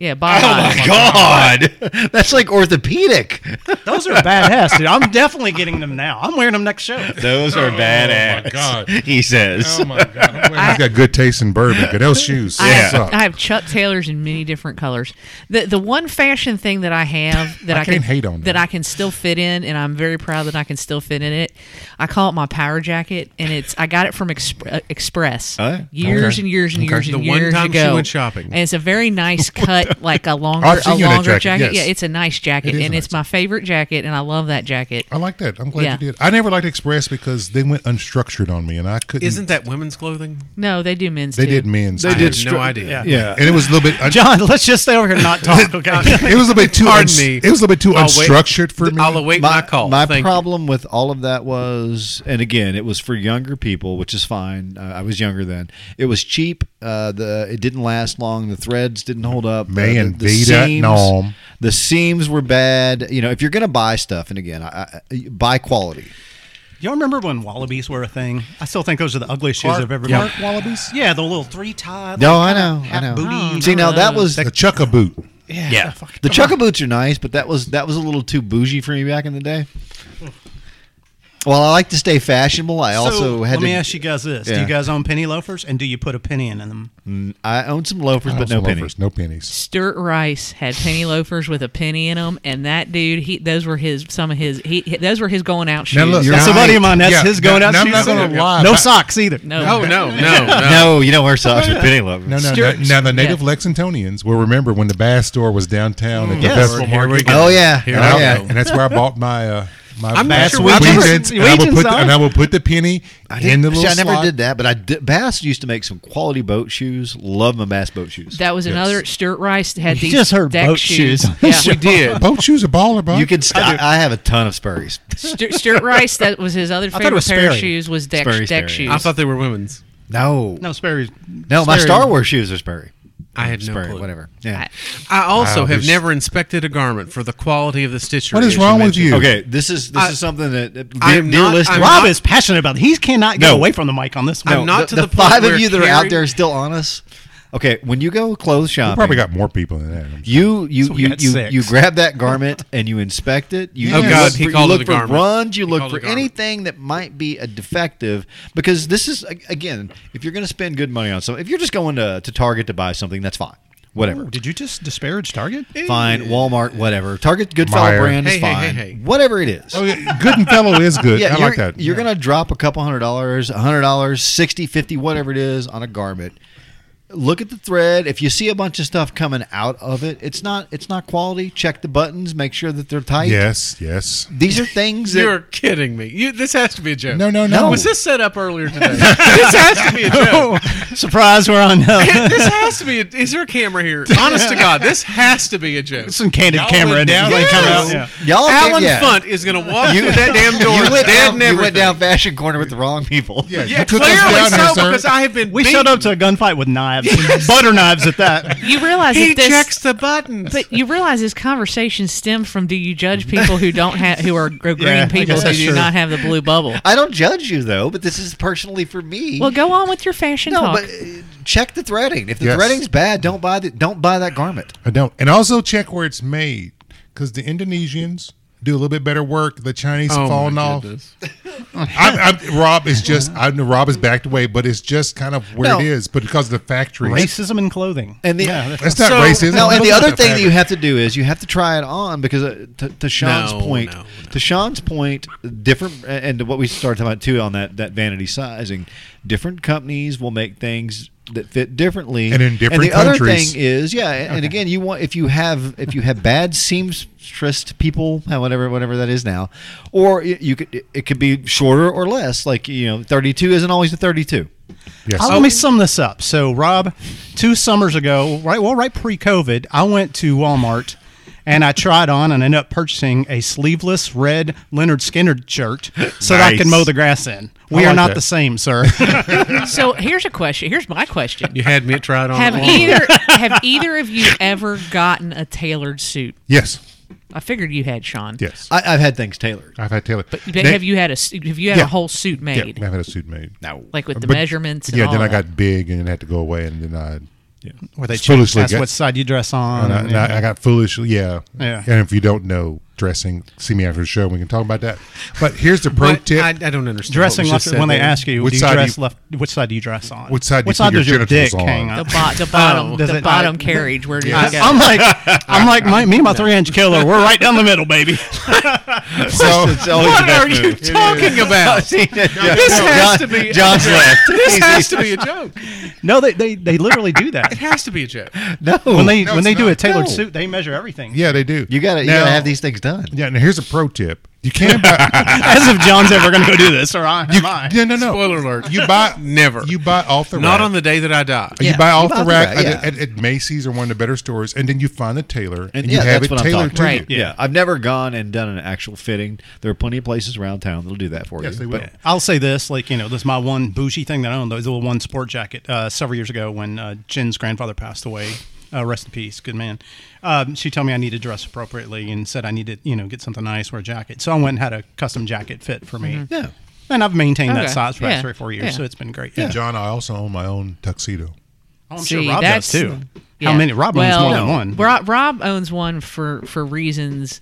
S1: Yeah, Bajas.
S2: Oh, God. That's like orthopedic.
S4: Those are badass, dude. I'm definitely getting them now. I'm wearing them next show.
S2: Those
S5: Oh,
S2: are
S3: badass, my God.
S2: He says.
S3: Oh my god! I'm wearing- I've got good taste in bourbon, but those shoes
S1: I have,
S3: suck.
S1: I have Chuck Taylors in many different colors. The the one fashion thing that I have that I,
S3: I
S1: can
S3: can't hate on
S1: that
S3: that.
S1: I can still fit in, and I'm very proud that I can still fit in it. I call it my power jacket, and it's I got it from Exp- uh, Express
S2: Oh, yeah.
S1: years
S2: Okay.
S1: and years and
S2: Okay.
S1: years
S5: The
S1: and
S5: one
S1: years
S5: time she
S1: ago.
S5: went shopping.
S1: and it's a very nice cut, like a longer
S3: I've
S1: a
S3: seen you in that
S1: longer
S3: jacket, yes.
S1: Yeah, it's a nice jacket,
S3: It is
S1: and
S3: a
S1: it's
S3: nice Oh.
S1: my favorite jacket, and I love that jacket.
S3: I like that. I'm glad
S1: Yeah.
S3: you did. I never liked Express because they went unstructured on me, and I couldn't.
S5: Isn't that women's clothing?
S1: No, they do men's.
S3: they
S1: too.
S3: did men's.
S5: I
S3: too.
S5: have no idea.
S3: Yeah, and it was a little bit. Un-
S4: John, let's just stay over here and not talk, okay?
S3: it was a bit too.
S5: Pardon
S3: uns-
S5: me.
S3: It was a bit too
S5: I'll wait.
S3: unstructured for me.
S5: I'll await my, call.
S2: My
S5: Thank you.
S2: problem with all of that was, and again, it was for younger people, which is fine. Uh, I was younger then. It was cheap. Uh, the it didn't last long. The threads didn't hold up.
S3: Man,
S2: Uh, the, the
S3: be that norm.
S2: The seams were bad. You know, if you're gonna buy stuff, and again, I, I, buy quality.
S4: Y'all remember when wallabies were a thing? I still think those are the ugliest shoes I've ever
S3: Clark
S4: bought.
S3: Wallabies.
S4: Yeah, the little three tie.
S2: No,
S4: like,
S2: I
S4: kinda
S2: know, I
S4: half
S2: know. Mm.
S4: Booty,
S1: Oh,
S4: you
S2: See,
S4: know?
S2: now that was
S3: The Chucka boot.
S4: yeah. fuck.
S2: the chukka boots are nice, but that was that was a little too bougie for me back in the day. Well, I like to stay fashionable. I also
S4: so,
S2: had
S4: let me
S2: to.
S4: ask you guys this: Do
S2: Yeah.
S4: you guys own penny loafers, and do you put a penny in them?
S2: I own some loafers, but no
S3: Also
S2: pennies.
S3: loafers, No pennies.
S1: Stuart Rice had penny loafers with a penny in them, and that dude, he those were his some of his he he- those were his going out shoes.
S3: Now look,
S4: That's a buddy of mine. That's
S3: Yeah,
S4: his going
S3: now-
S4: out
S3: now I'm
S4: shoes.
S3: not gonna lie.
S4: No
S3: I-
S4: socks either.
S1: no,
S5: Oh, no, no, no.
S2: No, you don't wear socks with penny loafers.
S3: No, no, no.
S1: Stuart-
S3: Now the native
S1: Yeah.
S3: Lexingtonians will remember when the Bass store was downtown at the
S4: yes.
S3: Vestal
S4: Lord,
S5: Here
S3: Market.
S5: we go.
S2: Oh yeah.
S5: Here
S3: And,
S5: we
S3: I,
S5: go.
S2: yeah.
S3: and that's where I bought my uh, my
S5: I'm not
S3: Bass
S5: sure why-
S3: Weekends, and I would put the,
S4: Weekends,
S3: and I would put the penny
S2: I
S3: in
S2: didn't,
S3: the little.
S2: see, I never
S3: slot.
S2: did that, but I did, Bass used to make some quality boat shoes. Love my Bass boat shoes.
S1: That was another Stuart Rice had these
S4: just heard
S1: deck
S4: boat
S1: shoes.
S4: shoes.
S1: yeah.
S5: We did.
S3: Boat shoes are baller, bro.
S2: you can. St- I, I have a ton of Spurries.
S1: Stu- Stuart Rice, that was his other
S4: thought it
S1: favorite
S4: was
S1: pair of
S4: Sperry.
S1: shoes was deck deck
S2: Sperry, Sperry.
S1: shoes.
S5: I thought they were women's.
S2: No,
S4: No Sperry's.
S2: no, my Star Wars shoes are Spurry.
S5: I had no
S2: Spurry,
S5: clue.
S2: whatever. Yeah.
S5: I also
S3: Wow,
S5: have
S3: there's-
S5: never inspected a garment for the quality of the stitcher.
S3: What is
S5: as you
S3: wrong with
S5: mentioned.
S3: you?
S2: Okay, this is this
S5: I-
S2: is something that that-
S5: I
S2: dear,
S5: am
S2: dear
S5: not-
S2: listener.
S5: I'm
S4: Rob
S5: not-
S4: is passionate about. It. He cannot get
S2: No.
S4: away from the mic on this one.
S5: I'm not
S2: the,
S5: to the,
S2: the five
S5: point
S2: of
S5: where
S2: you that are out
S5: carrying-
S2: there still on us. Okay, when you go clothes shopping,
S3: Probably got more people than that. I'm sure.
S2: You you
S4: So we
S2: you
S4: had
S2: you,
S4: six.
S2: you grab that garment and you inspect it. You,
S5: Oh,
S2: you
S5: God,
S2: look
S5: he
S2: for,
S5: called
S2: you
S5: it
S2: look
S5: a
S2: for
S5: garment.
S2: grunge. You
S5: He
S2: look
S5: called
S2: for
S5: it a garment.
S2: anything that might be a defective because this is a- again, if you're going to spend good money on something, if you're just going to, to Target to buy something, that's fine. Whatever,
S4: Did you just disparage Target?
S2: fine. Walmart, whatever. Target, good
S3: Meijer.
S2: fellow brand
S5: Hey,
S2: is
S5: hey, hey,
S2: fine.
S5: hey.
S2: Whatever it is.
S3: Oh, yeah, good and fellow is good.
S2: Yeah,
S3: I
S2: you're,
S3: like that.
S2: you're gonna drop a couple hundred dollars, a hundred dollars, sixty, fifty, whatever it is, on a garment. Look at the thread. If you see a bunch of stuff coming out of it, it's not it's not quality. Check the buttons, make sure that they're tight.
S3: Yes, yes.
S2: These are things that
S5: You're kidding me. You, this has to be a joke.
S3: No, no, no.
S5: Was this set up earlier today? this has to be a joke.
S4: Surprise, we're on uh,
S5: this has to be. A, is there a camera here? Honest to God, this has to be a joke.
S4: some candid camera. in it.
S3: down
S4: They
S3: the
S4: come
S3: road.
S4: out, yeah.
S2: y'all
S5: Alan
S2: think- yeah.
S5: Funt is going to walk
S2: You-
S5: through that damn door.
S2: You went,
S5: dead
S2: down,
S5: and
S2: you
S5: everything.
S2: went down fashion corner with the wrong people.
S3: Yeah,
S5: Yeah,
S3: you took us down
S5: clearly so
S3: here, sir.
S5: because I have been.
S4: We
S5: beaten.
S4: showed up to a gunfight with knives, butter knives at that.
S1: You realize
S5: He
S1: that this,
S5: checks the buttons.
S1: but you realize this conversation stemmed from do you judge people who don't have who are green
S4: Yeah, I
S1: people
S4: guess
S1: who
S4: that's
S1: do
S4: true.
S1: not have the blue bubble?
S2: I don't judge you though, but this is personally for me.
S1: Well, go on with your fashion
S2: no,
S1: talk.
S2: but uh, check the threading. If the
S3: Yes.
S2: threading's bad, don't buy the, don't buy that garment.
S3: I don't. And also check where it's made because the Indonesians do a little bit better work. The Chinese have
S5: Oh,
S3: falling
S5: my
S3: off.
S5: goodness.
S3: I'm, I'm, Rob is just, I know Rob is backed away, but it's just kind of where
S2: No.
S3: it is. But because of the factory,
S4: Racism in clothing.
S2: And the-
S3: that's not
S5: So-
S3: racism.
S2: No, and
S3: Look
S2: the
S3: at
S2: other thing that
S3: fabric.
S2: you have to do is you have to try it on because uh, to, to Sean's
S5: No,
S2: point,
S5: no, no.
S2: to Sean's point, different and what we started talking about too on that that vanity sizing, different companies will make things that fit differently
S3: And in different
S2: the
S3: countries.
S2: other thing is yeah and, and again you want if you have if you have bad seamstress people uh, whatever whatever that is now or you, you could it could be shorter or less like you know 32 isn't always a 32
S3: Yes.
S4: I'll- Let me sum this up. So, Rob, two summers ago, right, well, right pre-COVID, I went to Walmart and I tried on and ended up purchasing a sleeveless red Leonard Skinner shirt so that I
S3: Nice.
S4: could mow the grass in. We
S3: I
S4: are
S3: like
S4: not
S3: that.
S4: the same, sir.
S1: so here's a question. Here's my question.
S5: You had me at try it on.
S1: Have
S5: at Walmart.
S1: either have either of you ever gotten a tailored suit?
S3: yes,
S1: I figured you had, Sean.
S3: yes.
S2: I, I've had things tailored
S3: I've had Taylor.
S1: But have you had a su- have you had
S3: Yeah.
S1: a whole suit
S3: Yeah,
S1: made?
S3: I've had a suit made.
S2: no
S1: Like with the
S3: But-
S1: measurements and
S3: Yeah,
S1: all
S3: then I
S1: that?
S3: got big and it had to go away, and then I.
S4: Where they choose
S3: Foolishly
S4: that's
S3: got-
S4: what side you dress on.
S3: And I,
S4: and-
S3: and Uh, I, I got foolish, yeah.
S4: Yeah.
S3: And if you don't know dressing, see me after the show. We can talk about that. But here's the pro
S5: But
S3: tip:
S5: I, I don't understand.
S4: dressing
S5: what was
S4: left
S5: just said
S4: when they
S5: there.
S4: ask you,
S3: Which
S4: do you
S3: side do
S4: dress
S3: you-
S4: left? Which side do you dress on?
S3: Which side do you
S4: Which
S3: put
S4: side
S3: your
S4: does your
S3: genitals
S4: dick
S3: on?
S4: hang on?
S1: the, bo- the bottom
S4: does
S1: the
S4: it-
S1: bottom
S4: Oh. I-
S1: carriage. Where do you
S4: I,
S1: go?
S4: I'm like, I'm like, my, me and my three inch killer. We're right down the middle, baby.
S3: so
S5: What are you talking about? This has to be.
S2: John's left.
S5: This has to be a joke.
S4: No, they, they, they literally do that.
S5: It has to be a joke.
S2: no
S4: when they when
S3: it's
S4: they do
S3: not.
S4: a tailored
S3: No.
S4: suit, they measure everything.
S3: yeah, they do.
S2: You gotta you
S3: Now-
S2: gotta have these things done.
S3: Yeah, now here's a pro tip: you can't buy.
S4: As if John's ever going to go do this, or I, am I?
S3: no, no, no.
S5: Spoiler alert.
S3: You buy
S5: Never.
S3: You buy off the
S5: Not
S3: rack.
S5: on the day that I die.
S3: You
S2: Yeah,
S3: buy
S2: you
S3: off
S2: buy
S3: the
S2: off the
S3: rack,
S2: rack,
S3: at,
S2: yeah.
S3: at, at Macy's or one of the better stores, and then you find the tailor and, you
S2: yeah,
S3: have
S2: that's
S3: it
S2: what I'm talking
S3: tailored to
S1: Right.
S3: you.
S2: Yeah. I've never gone and done an actual fitting. There are plenty of places around town that'll do that for
S3: Yes,
S2: you.
S3: they will.
S2: but
S4: I'll say this, like you know, this is my one bougie thing that I own. Though, is the little one sport jacket uh, several years ago when uh, Jen's grandfather passed away. Uh, rest in peace, good man. Um, she told me I need to dress appropriately and said I need to, you know, get something nice, wear a jacket. So I went and had a custom jacket fit for me.
S2: Yeah.
S4: And I've maintained that
S1: Mm-hmm. Okay.
S4: size for
S1: Yeah.
S4: about three or four years,
S1: Yeah.
S4: so it's been great.
S3: And John, I also own my own tuxedo.
S4: Oh, I'm
S1: See,
S4: sure Rob does
S1: that's-
S4: too.
S1: yeah.
S4: How many? Rob
S1: Well,
S4: owns more than one.
S1: Rob, Rob owns one for for reasons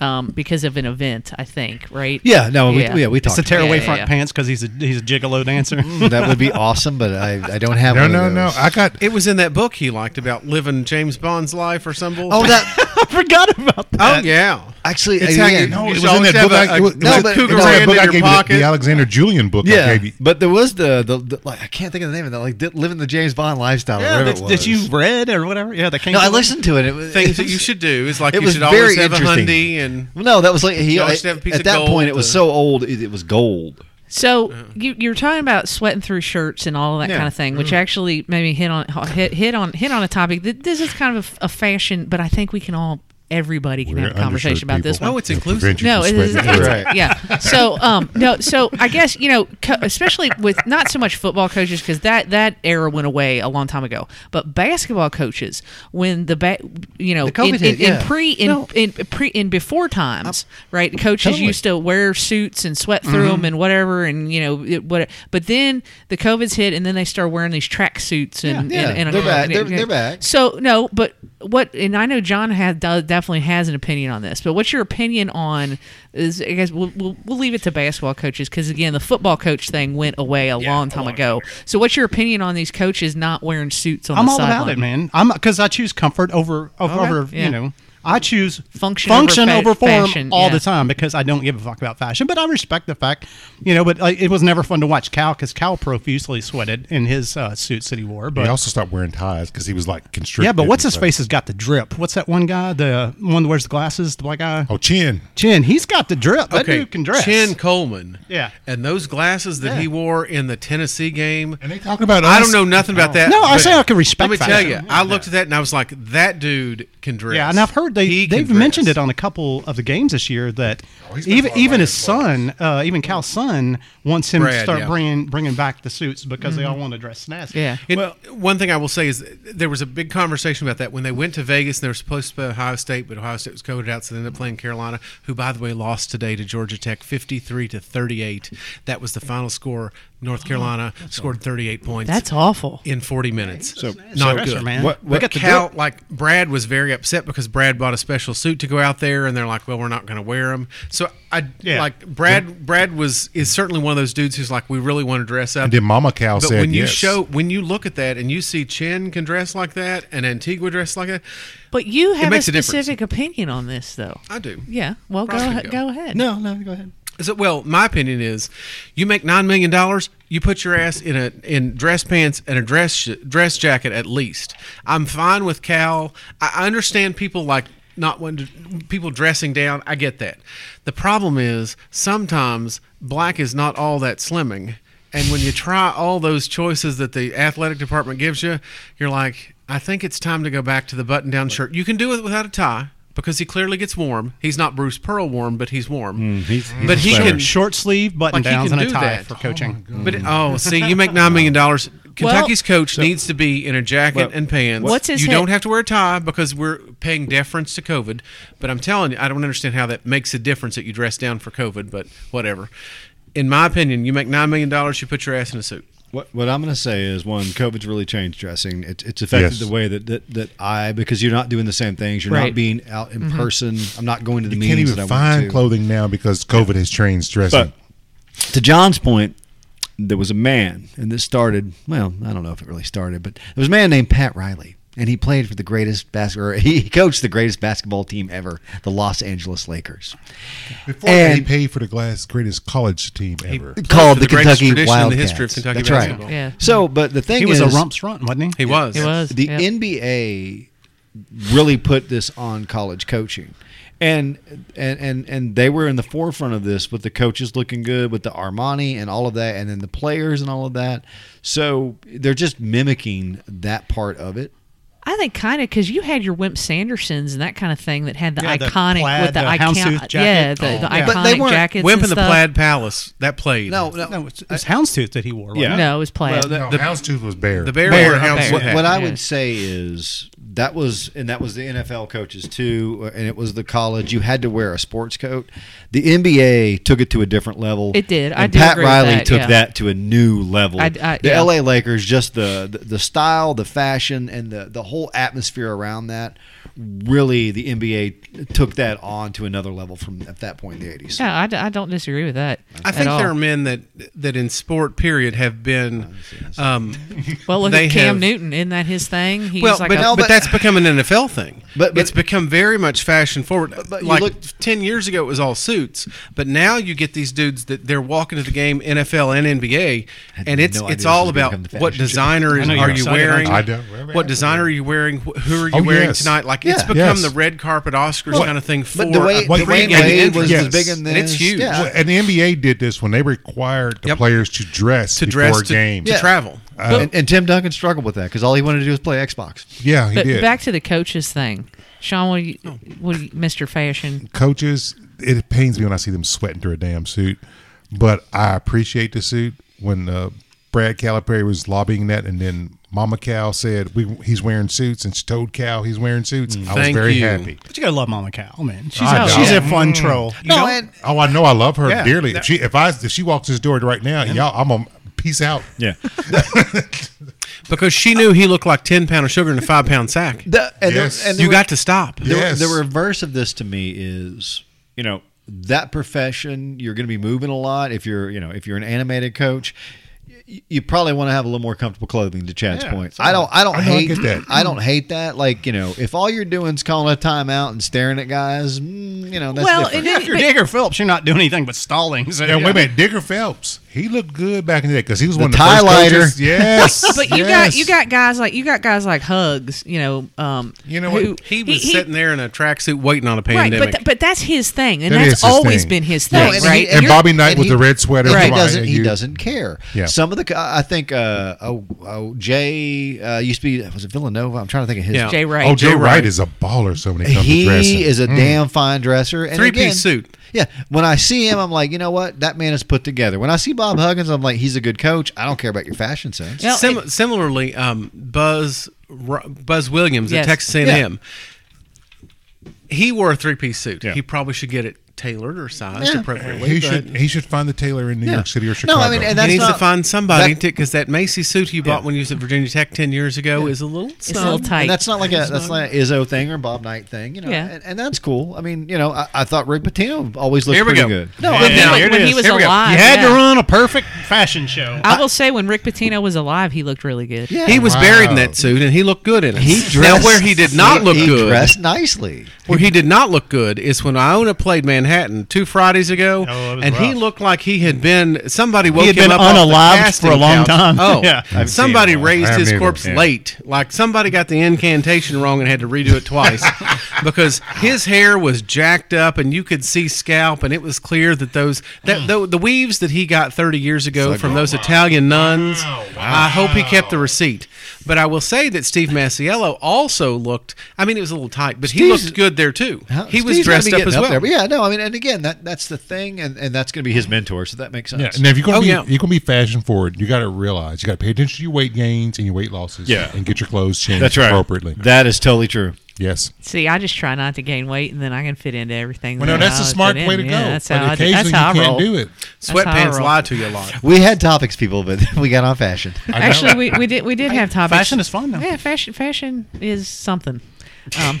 S1: um, because of an event, I think. Right?
S2: yeah, no, we, yeah, we
S4: It's
S2: talked.
S4: a tear
S2: about
S4: away
S1: Yeah, yeah,
S4: front
S1: yeah.
S4: pants because he's a he's a gigolo dancer.
S2: it. That would be awesome, but I, I don't have.
S3: No,
S2: one
S3: no,
S2: of
S3: no.
S2: those.
S3: I got.
S5: It was in that book he liked about living James Bond's life or some bull.
S2: oh, that
S4: I forgot about that.
S5: oh yeah.
S2: actually,
S5: It's
S2: again,
S3: No,
S5: how you- You
S3: it was
S5: should
S3: in that
S5: always
S3: book.
S5: have
S3: I,
S5: a-
S3: it was, it
S5: no,
S3: was
S2: but-
S3: in
S2: cougar
S3: that
S5: hand
S3: book
S5: in
S3: I
S5: your
S3: gave you, the,
S5: pocket.
S3: the Alexander Julian book I
S2: yeah,
S3: gave you.
S2: but there was the, the, the- like I can't think of the name of that. Like di- living the James Bond lifestyle. or
S4: Yeah,
S2: whatever
S4: that,
S2: it was.
S4: that you read or whatever. Yeah, that came.
S2: No,
S4: to
S2: I
S4: me.
S2: listened to it. It was
S5: Things that you should do is like
S2: It
S5: you
S2: was
S5: should always
S2: very
S5: have a
S2: interesting.
S5: hundy and
S2: No, that was like he.
S5: You
S2: I,
S5: always have a piece
S2: at
S5: of
S2: that
S5: gold
S2: point, it was
S5: to-
S2: so old. It, it was gold.
S1: So you, you're talking about sweating through shirts and all that
S2: Yeah.
S1: kind of thing, which actually made me hit on hit, hit on hit on a topic. that This is kind of a, a fashion, but I think we can all everybody can
S7: We're
S1: have a conversation
S7: underserved
S1: about this
S7: people.
S1: one.
S5: Oh, it's
S7: It'll prevent
S5: inclusive.
S7: you
S1: No,
S7: from
S1: it is,
S7: spreading the
S1: it's-
S7: word.
S1: yeah. So, um, no, so I guess you know, co- especially with not so much football coaches because that that era went away a long time ago. But basketball coaches, when the ba- you know,
S4: The COVID
S1: in, in,
S4: hit,
S1: in
S4: yeah.
S1: pre in,
S4: No.
S1: in pre in before times, right? Coaches
S6: totally.
S1: used to wear suits and sweat through them and whatever, and you know it, what. But then the COVID's hit, and then they started wearing these track suits and,
S6: Yeah,
S1: and, and
S2: they're back.
S1: and-
S2: They're- they're back.
S1: so no, but what? And I know John has does, definitely has an opinion on this. But what's your opinion on? Is I guess we'll we'll, we'll leave it to basketball coaches because again, the football coach thing went away a long time ago. So what's your opinion on these coaches not wearing suits on
S4: I'm
S1: the
S4: all about
S1: sideline?
S4: it, man. I'm because I choose comfort over over,
S1: Okay.
S4: over
S1: Yeah.
S4: you know. I choose
S1: Function
S4: function
S1: over fa-
S4: over, form
S1: fashion,
S4: all
S1: yeah.
S4: the time because I don't give a fuck about fashion, but I respect the fact, you know. But like, it was never fun to watch Cal because Cal profusely sweated in his uh, suits that he wore. But
S7: He also stopped wearing ties because he was like constricted.
S4: yeah, but what's his
S7: So-
S4: face has got the drip. What's that one guy? The one that wears the glasses, the black guy.
S7: Oh, chin.
S4: Chin, he's got the drip. That
S5: okay,
S4: dude can dress.
S5: Chin Coleman.
S4: Yeah.
S5: and those glasses that
S4: Yeah.
S5: he wore in the Tennessee game.
S7: And they talking about
S5: I
S7: us.
S5: don't know nothing about that.
S4: No, I
S5: but
S4: say I can respect
S5: Let me tell
S4: fashion.
S5: you, I looked at that and I was like, that dude can dress.
S4: Yeah, and I've heard they
S5: He can
S4: they've mentioned
S5: dress.
S4: it on a couple of the games this year that
S7: he's been
S4: even
S7: far
S4: even
S7: behind
S4: his
S7: as
S4: son, uh, even Cal's son, wants him to
S5: Brad,
S4: start
S5: yeah.
S4: bringing bringing back the suits because they all want to dress nasty.
S1: Mm-hmm. Yeah.
S5: It- one thing I will say is there was a big conversation about that when they went to Vegas and they were supposed to play Ohio State, but Ohio State was coded out, so they ended up playing Carolina, who by the way lost today to Georgia Tech, fifty-three to thirty-eight. That was the final score. North
S4: Oh,
S5: Carolina scored thirty-eight points.
S1: That's awful.
S5: in 40 minutes. So
S4: So
S5: not
S4: that's her,
S5: good,
S4: man.
S5: What,
S4: What-
S5: what
S4: what-
S5: Cal, like Brad was very upset because Brad bought a special suit to go out there, and they're like, "Well, we're not going to wear them." So I
S4: Yeah.
S5: like Brad. Brad was is certainly one of those dudes who's like, "We really want to dress up."
S7: And then Mama Cow
S5: but
S7: said
S5: when you
S7: yes.
S5: show when you look at that and you see Chin can dress like that and Antigua dress like that,
S1: But you have a
S5: makes a difference.
S1: specific opinion on this, though.
S5: I do.
S1: Yeah. Well, go
S5: Probably
S1: ahe-
S5: go.
S1: go ahead.
S2: No, no, go ahead.
S5: So, well, my opinion is, you make nine million dollars, you put your ass in a in dress pants and a dress sh- dress jacket at least. I'm fine with Cal. I I understand people like not wanting to, people dressing down. I get that. The problem is sometimes black is not all that slimming, and when you try all those choices that the athletic department gives you, you're like, I think it's time to go back to the button down shirt. You can do it without a tie. Because he clearly gets warm. He's not Bruce Pearl warm, but he's warm. but he
S4: He
S5: can
S4: can short sleeve button
S5: Like, he
S4: downs
S5: can
S4: and a
S5: do
S4: tie
S5: that.
S4: for coaching.
S5: But it- oh, see, you make nine million dollars. Kentucky's coach needs to be in a jacket and pants.
S1: what's his
S5: you
S1: head-
S5: don't have to wear a tie because we're paying deference to COVID. But I'm telling you, I don't understand how that makes a difference that you dress down for COVID. But whatever. In my opinion, you make nine million dollars, you put your ass in a suit.
S2: What what I'm going to say is one, COVID's really changed dressing. It, it's
S7: Yes.
S2: affected the way that, that that I because you're not doing the same things. You're
S1: Right.
S2: not being out in person. I'm not going to the
S7: You can't
S2: meetings
S7: even
S2: that I want
S7: find
S2: to.
S7: clothing now because COVID has changed dressing.
S2: But to John's point, there was a man, and this started. Well, I don't know if it really started, but there was a man named Pat Riley, and he played for the greatest basketball. He coached the greatest basketball team ever, the Los Angeles Lakers,
S7: Before that, he
S2: and-
S7: paid for the glass greatest college team ever.
S2: called
S5: for
S2: the,
S5: the greatest
S2: Kentucky
S5: tradition in
S2: Wildcats.
S5: the history of Kentucky
S2: That's
S5: basketball.
S2: right.
S1: Yeah.
S2: So, but the thing
S4: He was
S2: is,
S4: a rump's runt, wasn't he?
S5: He was.
S1: It was.
S2: the
S1: yeah.
S2: NBA really put this on college coaching. And, and and and they were in the forefront of this with the coaches looking good with the Armani and all of that and then the players and all of that. So they're just mimicking that part of it.
S1: I think kind of because you had your Wimp Sandersons and that kind of thing that had the
S4: Yeah, the
S1: iconic
S4: plaid,
S1: with the,
S4: the
S1: icon,
S4: houndstooth
S1: yeah,
S4: jacket.
S1: the, the
S4: Oh, yeah.
S2: But they
S1: iconic
S2: weren't
S1: jacket,
S5: Wimp in
S1: and
S5: the
S1: stuff.
S5: Plaid Palace that played.
S4: No, it's, it's houndstooth that he wore. Wasn't
S2: Yeah.
S4: it?
S1: Oh, No, it was plaid.
S2: Well,
S7: No,
S5: uh, the-
S7: Houndstooth was bare.
S5: the bear,
S1: Bear,
S5: wore a hound's
S1: bear.
S5: hat.
S2: What, what I
S1: Yeah.
S2: would say is that was, and that was the NFL coaches too, and it was the college. You had to wear a sports coat. The NBA took it to a different level.
S1: It did. I
S2: And
S1: do
S2: Pat
S1: agree with
S2: Riley
S1: that,
S2: took
S1: yeah.
S2: that to a new level.
S1: I- I-
S2: the
S1: yeah.
S2: LA Lakers, just the, the the style, the fashion, and the the whole atmosphere around that. Really, the NBA took that on to another level from at that point in the eighties.
S1: Yeah, I, d- I don't disagree with that.
S5: I
S1: at
S5: think
S1: all.
S5: there are men that that in sport period have been um,
S1: Well, look
S5: they
S1: at Cam
S5: have-
S1: Newton. Isn't that his thing? He's
S5: well,
S1: like
S5: but,
S1: a,
S5: no, but that's become an NFL thing.
S2: But- but-
S5: it's become very much fashion forward.
S2: but you
S5: like
S2: look-
S5: ten years ago, it was all suits. But now you get these dudes that they're walking to the game, NFL and NBA, and
S2: no
S5: it's
S2: idea
S5: it's
S2: this
S5: all
S2: was gonna
S5: about
S2: become the
S5: what
S2: fashion.
S5: designer is,
S4: know you're
S5: are you
S4: excited, aren't
S5: wearing?
S7: you? I don't- well,
S5: What
S7: yeah.
S5: design are you wearing? Wh- Who are you
S7: Oh,
S5: wearing
S7: yes.
S5: tonight? Like it's
S2: Yeah.
S5: become
S7: Yes.
S5: the red carpet Oscars kind of thing for
S2: But the way
S5: a
S2: Dwayne
S5: pre-game
S2: Wade was
S5: entrance.
S7: Yes.
S2: as big in this,
S5: And it's huge.
S2: Yeah.
S7: Well, and the NBA did this when they required the
S5: Yep.
S7: players to dress
S5: to
S7: before
S5: dress to,
S7: games.
S5: to
S2: Yeah.
S5: travel.
S2: Uh, and, and Tim Duncan struggled with that because all he wanted to do was play Xbox.
S7: yeah, he
S1: but
S7: did.
S1: back to the coaches thing. Sean, what, do
S3: Oh.
S1: you, what do you, Mr. Fashion?
S3: coaches, it pains me when I see them sweating through a damn suit, but I appreciate the suit. When uh, Brad Calipari was lobbying that, and then Mama Cow said we, he's wearing suits, and she told Cow he's wearing suits, I was
S5: Thank
S3: very
S5: you.
S3: happy.
S4: But you gotta love Mama Cow, man. She's,
S3: I
S4: a,
S3: know.
S4: she's a fun troll. Mm. You know?
S3: Oh, I know I love her
S4: Yeah.
S3: dearly. If she if I if she walks this door right now, y'all, I'm a peace out.
S8: Yeah.
S5: because she knew he looked like ten pound of sugar in a five pound sack.
S2: The, and the-
S3: Yes.
S2: and the
S5: You
S2: re-
S5: got to stop.
S2: the,
S3: Yes.
S2: the reverse of this to me is, you know, that profession you're going to be moving a lot. If you're, you know, if you're an animated coach, y- you probably want to have a little more comfortable clothing. To Chad's
S4: Yeah,
S2: point, I don't, I don't
S3: I know, I
S2: hate
S3: get that.
S2: that. I don't hate that. Like you know, if all you're doing is calling a timeout and staring at guys, mm, you know, that's
S1: well,
S2: different.
S1: and then-
S4: If you're
S1: but-
S4: Digger Phillips, you're not doing anything but stalling. So,
S3: And
S4: yeah.
S3: wait a minute, Digger Phelps, he looked good back in the day because he was
S2: The
S3: one of the
S2: tie
S3: first
S2: lighter.
S3: coaches. Yes,
S1: But you
S3: yes.
S1: got you got guys like you got guys like Hugs, you know. Um,
S3: You know
S1: who-
S3: what?
S5: He was sitting there in a tracksuit waiting on a
S1: right,
S5: pandemic.
S1: but th- but that's his thing, and
S3: That is
S1: that's
S3: his
S1: always
S3: thing.
S1: been his
S2: No,
S1: thing,
S2: and he-
S1: right?
S3: And
S2: you're-
S3: Bobby Knight
S2: and
S3: with
S2: he-
S3: the red sweater.
S2: and
S1: Right.
S2: He doesn't. He
S3: You-
S2: doesn't care.
S3: Yeah.
S2: Some of the. I think. Uh, oh, oh, Jay uh, used to be. Was it Villanova? I'm trying to think of his.
S5: Yeah.
S1: Jay Wright.
S3: Oh, Joe
S5: Jay
S3: Wright.
S5: Wright.
S3: is a baller. So when it comes to dressing,
S2: He is a damn fine dresser. And
S5: Three-piece
S2: again,
S5: suit.
S2: Yeah. When I see him, I'm like, you know what? That man is put together. When I see Bob Huggins, I'm like, he's a good coach. I don't care about your fashion sense.
S1: Yeah. Well,
S5: Sim- similarly, um, Buzz Ru- Buzz Williams
S1: Yes.
S5: at Texas A&M, he wore a three piece suit.
S8: Yeah.
S5: He probably should get it tailored or sized
S2: Yeah.
S5: appropriately.
S3: He
S5: but
S3: should he should find the tailor in New
S2: Yeah.
S3: York City or
S2: No,
S3: Chicago.
S2: I mean, and
S5: he
S2: that's
S5: needs
S2: not,
S5: to find somebody
S2: that-
S5: because that Macy suit you bought when you was at Virginia Tech ten years ago is a little.
S1: It's a little
S5: snug.
S1: tight.
S2: And that's not like a that's not an Izzo thing or a Bob Knight thing, you know.
S1: Yeah.
S2: And, and that's cool. I mean, you know, I, I thought Rick Pitino always looked
S5: Here we
S2: pretty
S5: go.
S2: good.
S1: no, when,
S4: Yeah,
S1: he, was,
S4: here it
S1: when
S4: is.
S1: he was
S4: Here we go.
S1: alive,
S4: You had
S1: yeah.
S4: to run a perfect fashion show.
S1: I will say when Rick Pitino was alive, he looked really good.
S2: Yeah.
S5: He was buried in
S3: Wow.
S5: that suit and he looked good in it.
S2: He
S5: now
S2: dressed
S5: where he did not
S2: he-
S5: look
S2: he
S5: good.
S2: Dressed nicely.
S5: Where he did not look good is when Iona played Manhattan two Fridays ago,
S4: Oh, it was
S5: and he
S4: rough.
S5: looked like he had been somebody woke
S4: had
S5: him
S4: been
S5: up off the
S4: unalived
S5: casting
S4: for a long
S5: couch.
S4: time.
S5: Oh,
S4: Yeah. I
S8: haven't
S5: somebody
S8: seen him.
S5: raised
S3: I haven't
S5: his
S3: either.
S5: corpse
S8: Yeah.
S5: late, like somebody got the incantation wrong and had to redo it twice because his hair was jacked up and you could see scalp, and it was clear that those that
S2: Hmm.
S5: the, the weaves that he got thirty years ago
S2: oh,
S5: from those Italian nuns. I hope he kept the receipt. But I will say that Steve Massiello also looked. I mean, it was a little tight, but he
S2: Steve's-
S5: looked good there too.
S2: How-
S5: He was
S2: Steve's gotta
S5: dressed
S2: be
S5: up
S2: getting
S5: as well.
S2: there. But yeah, no, I mean, and again, that that's the thing, and, and that's going to be his mentor, so that makes sense.
S3: yeah. Now if you're gonna
S5: Oh,
S3: be
S5: yeah.
S3: you're gonna be fashion forward, you got to realize you got to pay attention to your weight gains and your weight losses.
S8: Yeah.
S3: and get your clothes changed
S8: That's right.
S3: appropriately.
S2: That is totally true.
S3: yes.
S1: See, I just try not to gain weight, and then I can fit into everything.
S3: Well, no,
S1: that
S3: that's
S1: I
S3: the smart
S1: fit
S3: way
S1: in.
S3: to go.
S1: Yeah, that's
S3: but
S1: how I,
S3: occasionally
S1: that's how
S3: you
S1: I
S3: can't
S1: roll.
S3: do it.
S1: That's how I
S5: Sweatpants
S1: roll.
S5: lie to you a lot.
S2: We had topics, people, but we got off fashion.
S3: know.
S1: Actually, we, we did we did have topics.
S4: Fashion is fun, though.
S1: Yeah, fashion fashion is something. Um,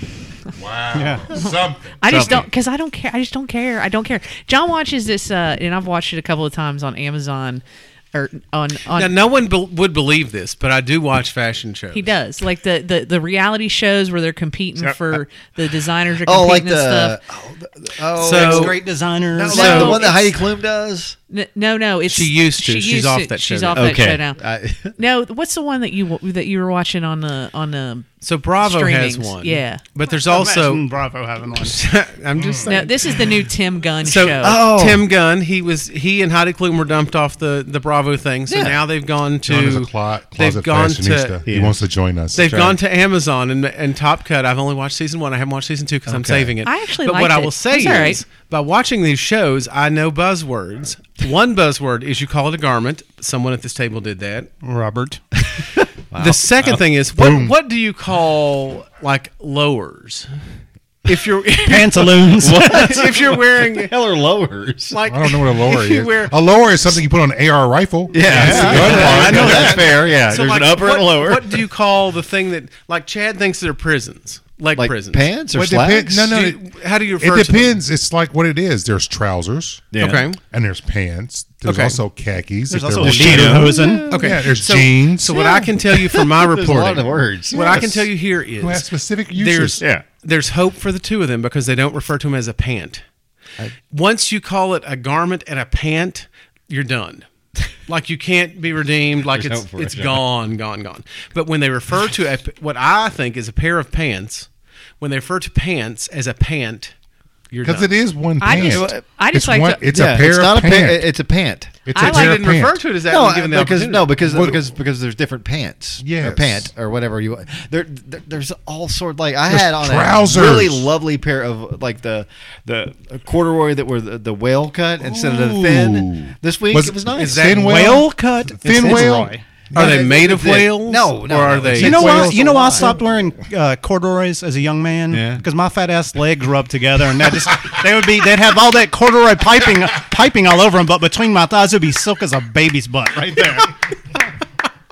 S3: Wow. Something.
S1: I just don't because I don't care. I just don't care. I don't care. John watches this, uh, and I've watched it a couple of times on Amazon or on on.
S5: Now, no one bel would believe this, but I do watch fashion shows.
S1: he does like the, the, the reality shows where they're competing for the designers are competing
S2: Oh, like
S1: and
S2: the
S1: stuff.
S2: oh, the- oh,
S5: So-
S2: it's
S5: No.
S2: great.
S4: designers.
S2: It's
S1: No,
S2: like the one that
S1: it's-
S2: Heidi Klum does.
S1: N- No, no, it's
S5: She used to. She's off that show
S1: She's
S5: now.
S1: off that show now.
S2: I-
S1: No, what's the one that you wa- that you were watching on the on the?
S5: So Bravo has
S1: Streamings,
S5: one.
S1: yeah.
S5: But there's
S4: also
S5: also
S4: Bravo having one.
S5: I'm
S2: Hmm.
S5: just
S1: No,
S5: saying.
S1: this is the new Tim Gunn
S5: so
S1: show.
S2: Oh.
S5: Tim Gunn, he was he and Heidi Klum were dumped off the the Bravo thing. So
S2: Yeah.
S5: now they've gone
S3: John is
S5: to
S3: a clo-
S5: they've
S3: closet
S5: gone
S3: fashionista.
S5: to
S3: He wants to join us.
S5: They've
S3: That's
S5: gone
S3: right.
S5: to Amazon and, and Top Cut. I've only watched season one. I haven't watched season two because I'm saving it.
S1: I actually
S5: but what
S1: liked
S5: I
S1: it.
S5: will say
S1: It's
S5: is,
S1: all right.
S5: by watching these shows, I know buzzwords. One buzzword is you call it a garment. Someone at this table did that.
S4: Robert.
S5: The second thing is what what do you call like lowers? If you're
S4: Pantaloons.
S5: if you're wearing
S2: Hell or lowers.
S5: like
S3: I don't know what a lower
S5: if you
S3: is.
S5: wear-
S3: a lower is something you put on an AR rifle. Yeah,
S2: I know that's fair. Yeah,
S5: so,
S2: there's
S5: like,
S2: an upper
S5: what,
S2: and a lower.
S5: What do you call the thing that like Chad thinks they're prisons, leg
S2: like
S5: prisons?
S2: pants or
S3: Well, it depends-
S2: slacks?
S3: no, no,
S5: Do you- how do you refer
S3: it
S5: to them?
S3: depends. It's like what it is. There's trousers.
S8: Yeah.
S5: Okay.
S3: And there's pants. There's
S5: Okay.
S3: also khakis.
S4: There's
S3: if they're
S4: also
S3: women.
S4: Lederhosen.
S5: Okay.
S3: Yeah, there's
S5: so,
S3: jeans.
S5: So what I can tell you from my
S2: There's a
S5: reporting,
S2: lot of words.
S5: what I can
S3: Yes.
S5: tell you here is
S3: Who has specific uses.
S5: there's
S8: Yeah.
S5: there's hope for the two of them because they don't refer to them as a pant. Once you call it a garment and a pant, you're done. Like you can't be redeemed. Like
S2: There's
S5: it's
S2: hope for
S5: it's
S2: it, yeah.
S5: gone, gone, gone. But when they refer to a, what I think is a pair of pants, when they refer to pants as a pant, You're
S3: Because
S5: done.
S3: it is one
S1: I
S3: pant.
S1: just- I just
S3: it's
S1: like
S3: one,
S1: to-
S3: It's
S2: Yeah,
S3: a pair
S2: it's
S3: of
S2: not a
S3: pant.
S2: pa- it's a pant.
S3: it's
S1: I
S3: a
S1: like-
S5: I
S3: pair of
S5: didn't refer
S3: pant.
S5: to it as that
S2: No,
S5: when given the
S2: because
S5: opportunity.
S2: no, because
S3: What-
S2: because because there's different pants.
S3: Yes.
S2: or pant or whatever you. There, there there's all sort. Like I
S3: There's
S2: had on
S3: trousers.
S2: a really lovely pair of like the the corduroy that were the, the whale cut instead of the
S3: Ooh.
S2: thin. This week
S3: Was-
S2: it was nice.
S3: is that Thin whale?
S4: whale cut
S3: Thin
S4: It's
S3: whale?
S4: Roy.
S5: Are they made of
S2: Yeah.
S5: whales?
S2: No, no,
S5: Or are
S2: no.
S5: they?
S4: You know why?
S2: Whales
S4: You know why I
S2: alive.
S4: stopped wearing uh, corduroys as a young man?
S2: Yeah.
S4: Because my fat ass legs rubbed together, and that just they would be they'd have all that corduroy piping piping all over them, but between my thighs it would be silk as a baby's butt right there.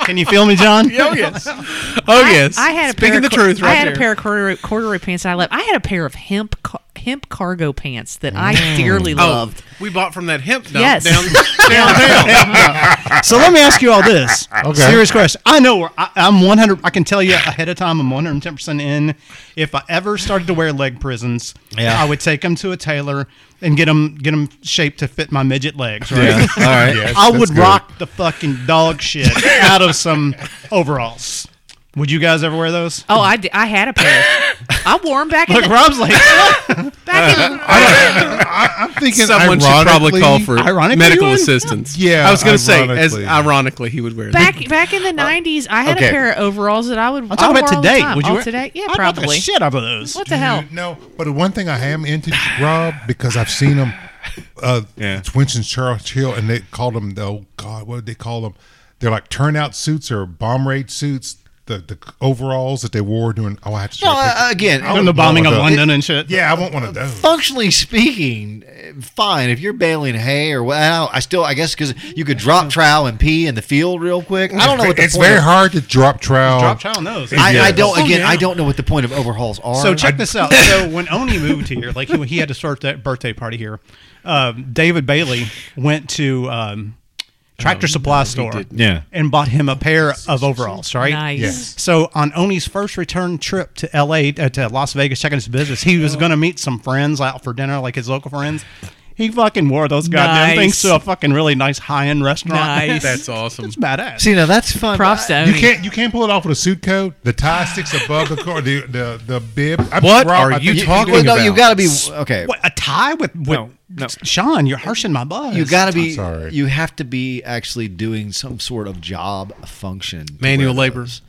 S4: Can you feel me, John?
S5: Oh yes. Oh yes.
S1: I had a
S5: speaking
S1: pair
S5: the
S1: of, cor-
S5: truth. Right
S1: I had
S5: there.
S1: a pair of corduroy, corduroy pants that I left. I had a pair of hemp ca- hemp cargo pants that I dearly
S5: Oh,
S1: loved.
S5: we bought from that hemp dump
S1: Yes.
S5: down downtown.
S4: So let me ask you all this.
S3: Okay.
S4: Serious question. I know where I, I'm 100. I can tell you ahead of time. I'm 110 percent in. If I ever started to wear leg prisons,
S2: Yeah.
S4: I would take them to a tailor and get them get them shaped to fit my midget legs. Right.
S2: Yeah. All right.
S3: Yes,
S4: I
S3: that's
S4: would
S3: good.
S4: rock the fucking dog shit out of some overalls. Would you guys ever wear those?
S1: Oh, I, di- I had a pair. I wore them back in
S4: Look,
S1: the,
S4: Rob's like,
S1: back in the,
S3: I, I'm thinking
S5: Someone should probably call for
S4: Ironically,
S5: medical
S4: you would?
S5: assistance.
S3: Yeah,
S5: I was going to say, as
S3: ironically.
S5: ironically, he would wear that.
S1: back back in the nineties. I had a
S2: Okay.
S1: pair of overalls that I would.
S4: I'm talking about today. Would you
S1: oh,
S4: wear
S1: today? Yeah,
S4: I'd rock the
S1: probably.
S4: shit out of those.
S1: What the hell?
S3: No, but one thing I am into, Rob, because I've seen them. Uh, It's Winston Churchill, and they called them. Oh God, what did they call them? They're like turnout suits or bomb raid suits. The the overalls that they wore during. Oh, I have to.
S2: No,
S3: show a picture.
S2: uh, again,
S4: During the
S3: would
S4: bombing
S3: love
S4: of
S3: those.
S4: London and shit.
S3: yeah, I want one of those.
S2: functionally speaking, eh, fine. If you're baling hay or what, I, don't- I still, I guess, because you could drop trowel and pee in the field real quick. I don't know what the
S3: it's
S2: point
S3: very
S2: of-
S3: hard to drop trowel.
S4: Drop child knows.
S2: I, I don't.
S4: Oh,
S2: Again,
S4: yeah.
S2: I don't know what the point of overhauls are.
S4: So check this out. So when Oni moved here, like he, he had to start that birthday party here. Um, David Bailey went to um, Tractor Supply Store
S2: Yeah.
S4: and bought him a pair of overalls. Right.
S1: Nice.
S3: Yes.
S4: So on Oni's first return trip to L.A. Uh, to Las Vegas, checking his business, he was going to meet some friends out for dinner, like his local friends. He fucking wore those goddamn
S1: Nice.
S4: things to a fucking really nice high end restaurant.
S1: Nice.
S5: That's awesome.
S4: It's badass.
S2: See, now that's fun.
S1: Props to
S3: You
S1: Oni.
S3: can't you can't pull it off with a suit coat. The tie sticks above the car. The the, the bib. I'm
S5: What
S3: Rob,
S5: are
S3: I
S5: you
S3: think
S5: talking
S3: do
S2: Well,
S3: it.
S2: no, you got to be okay.
S4: what, a tie with, with Sean? You're harshing my buzz.
S2: You got to be.
S3: sorry.
S2: You have to be actually doing some sort of job function. to
S5: Manual
S2: wear
S5: labor.
S2: those.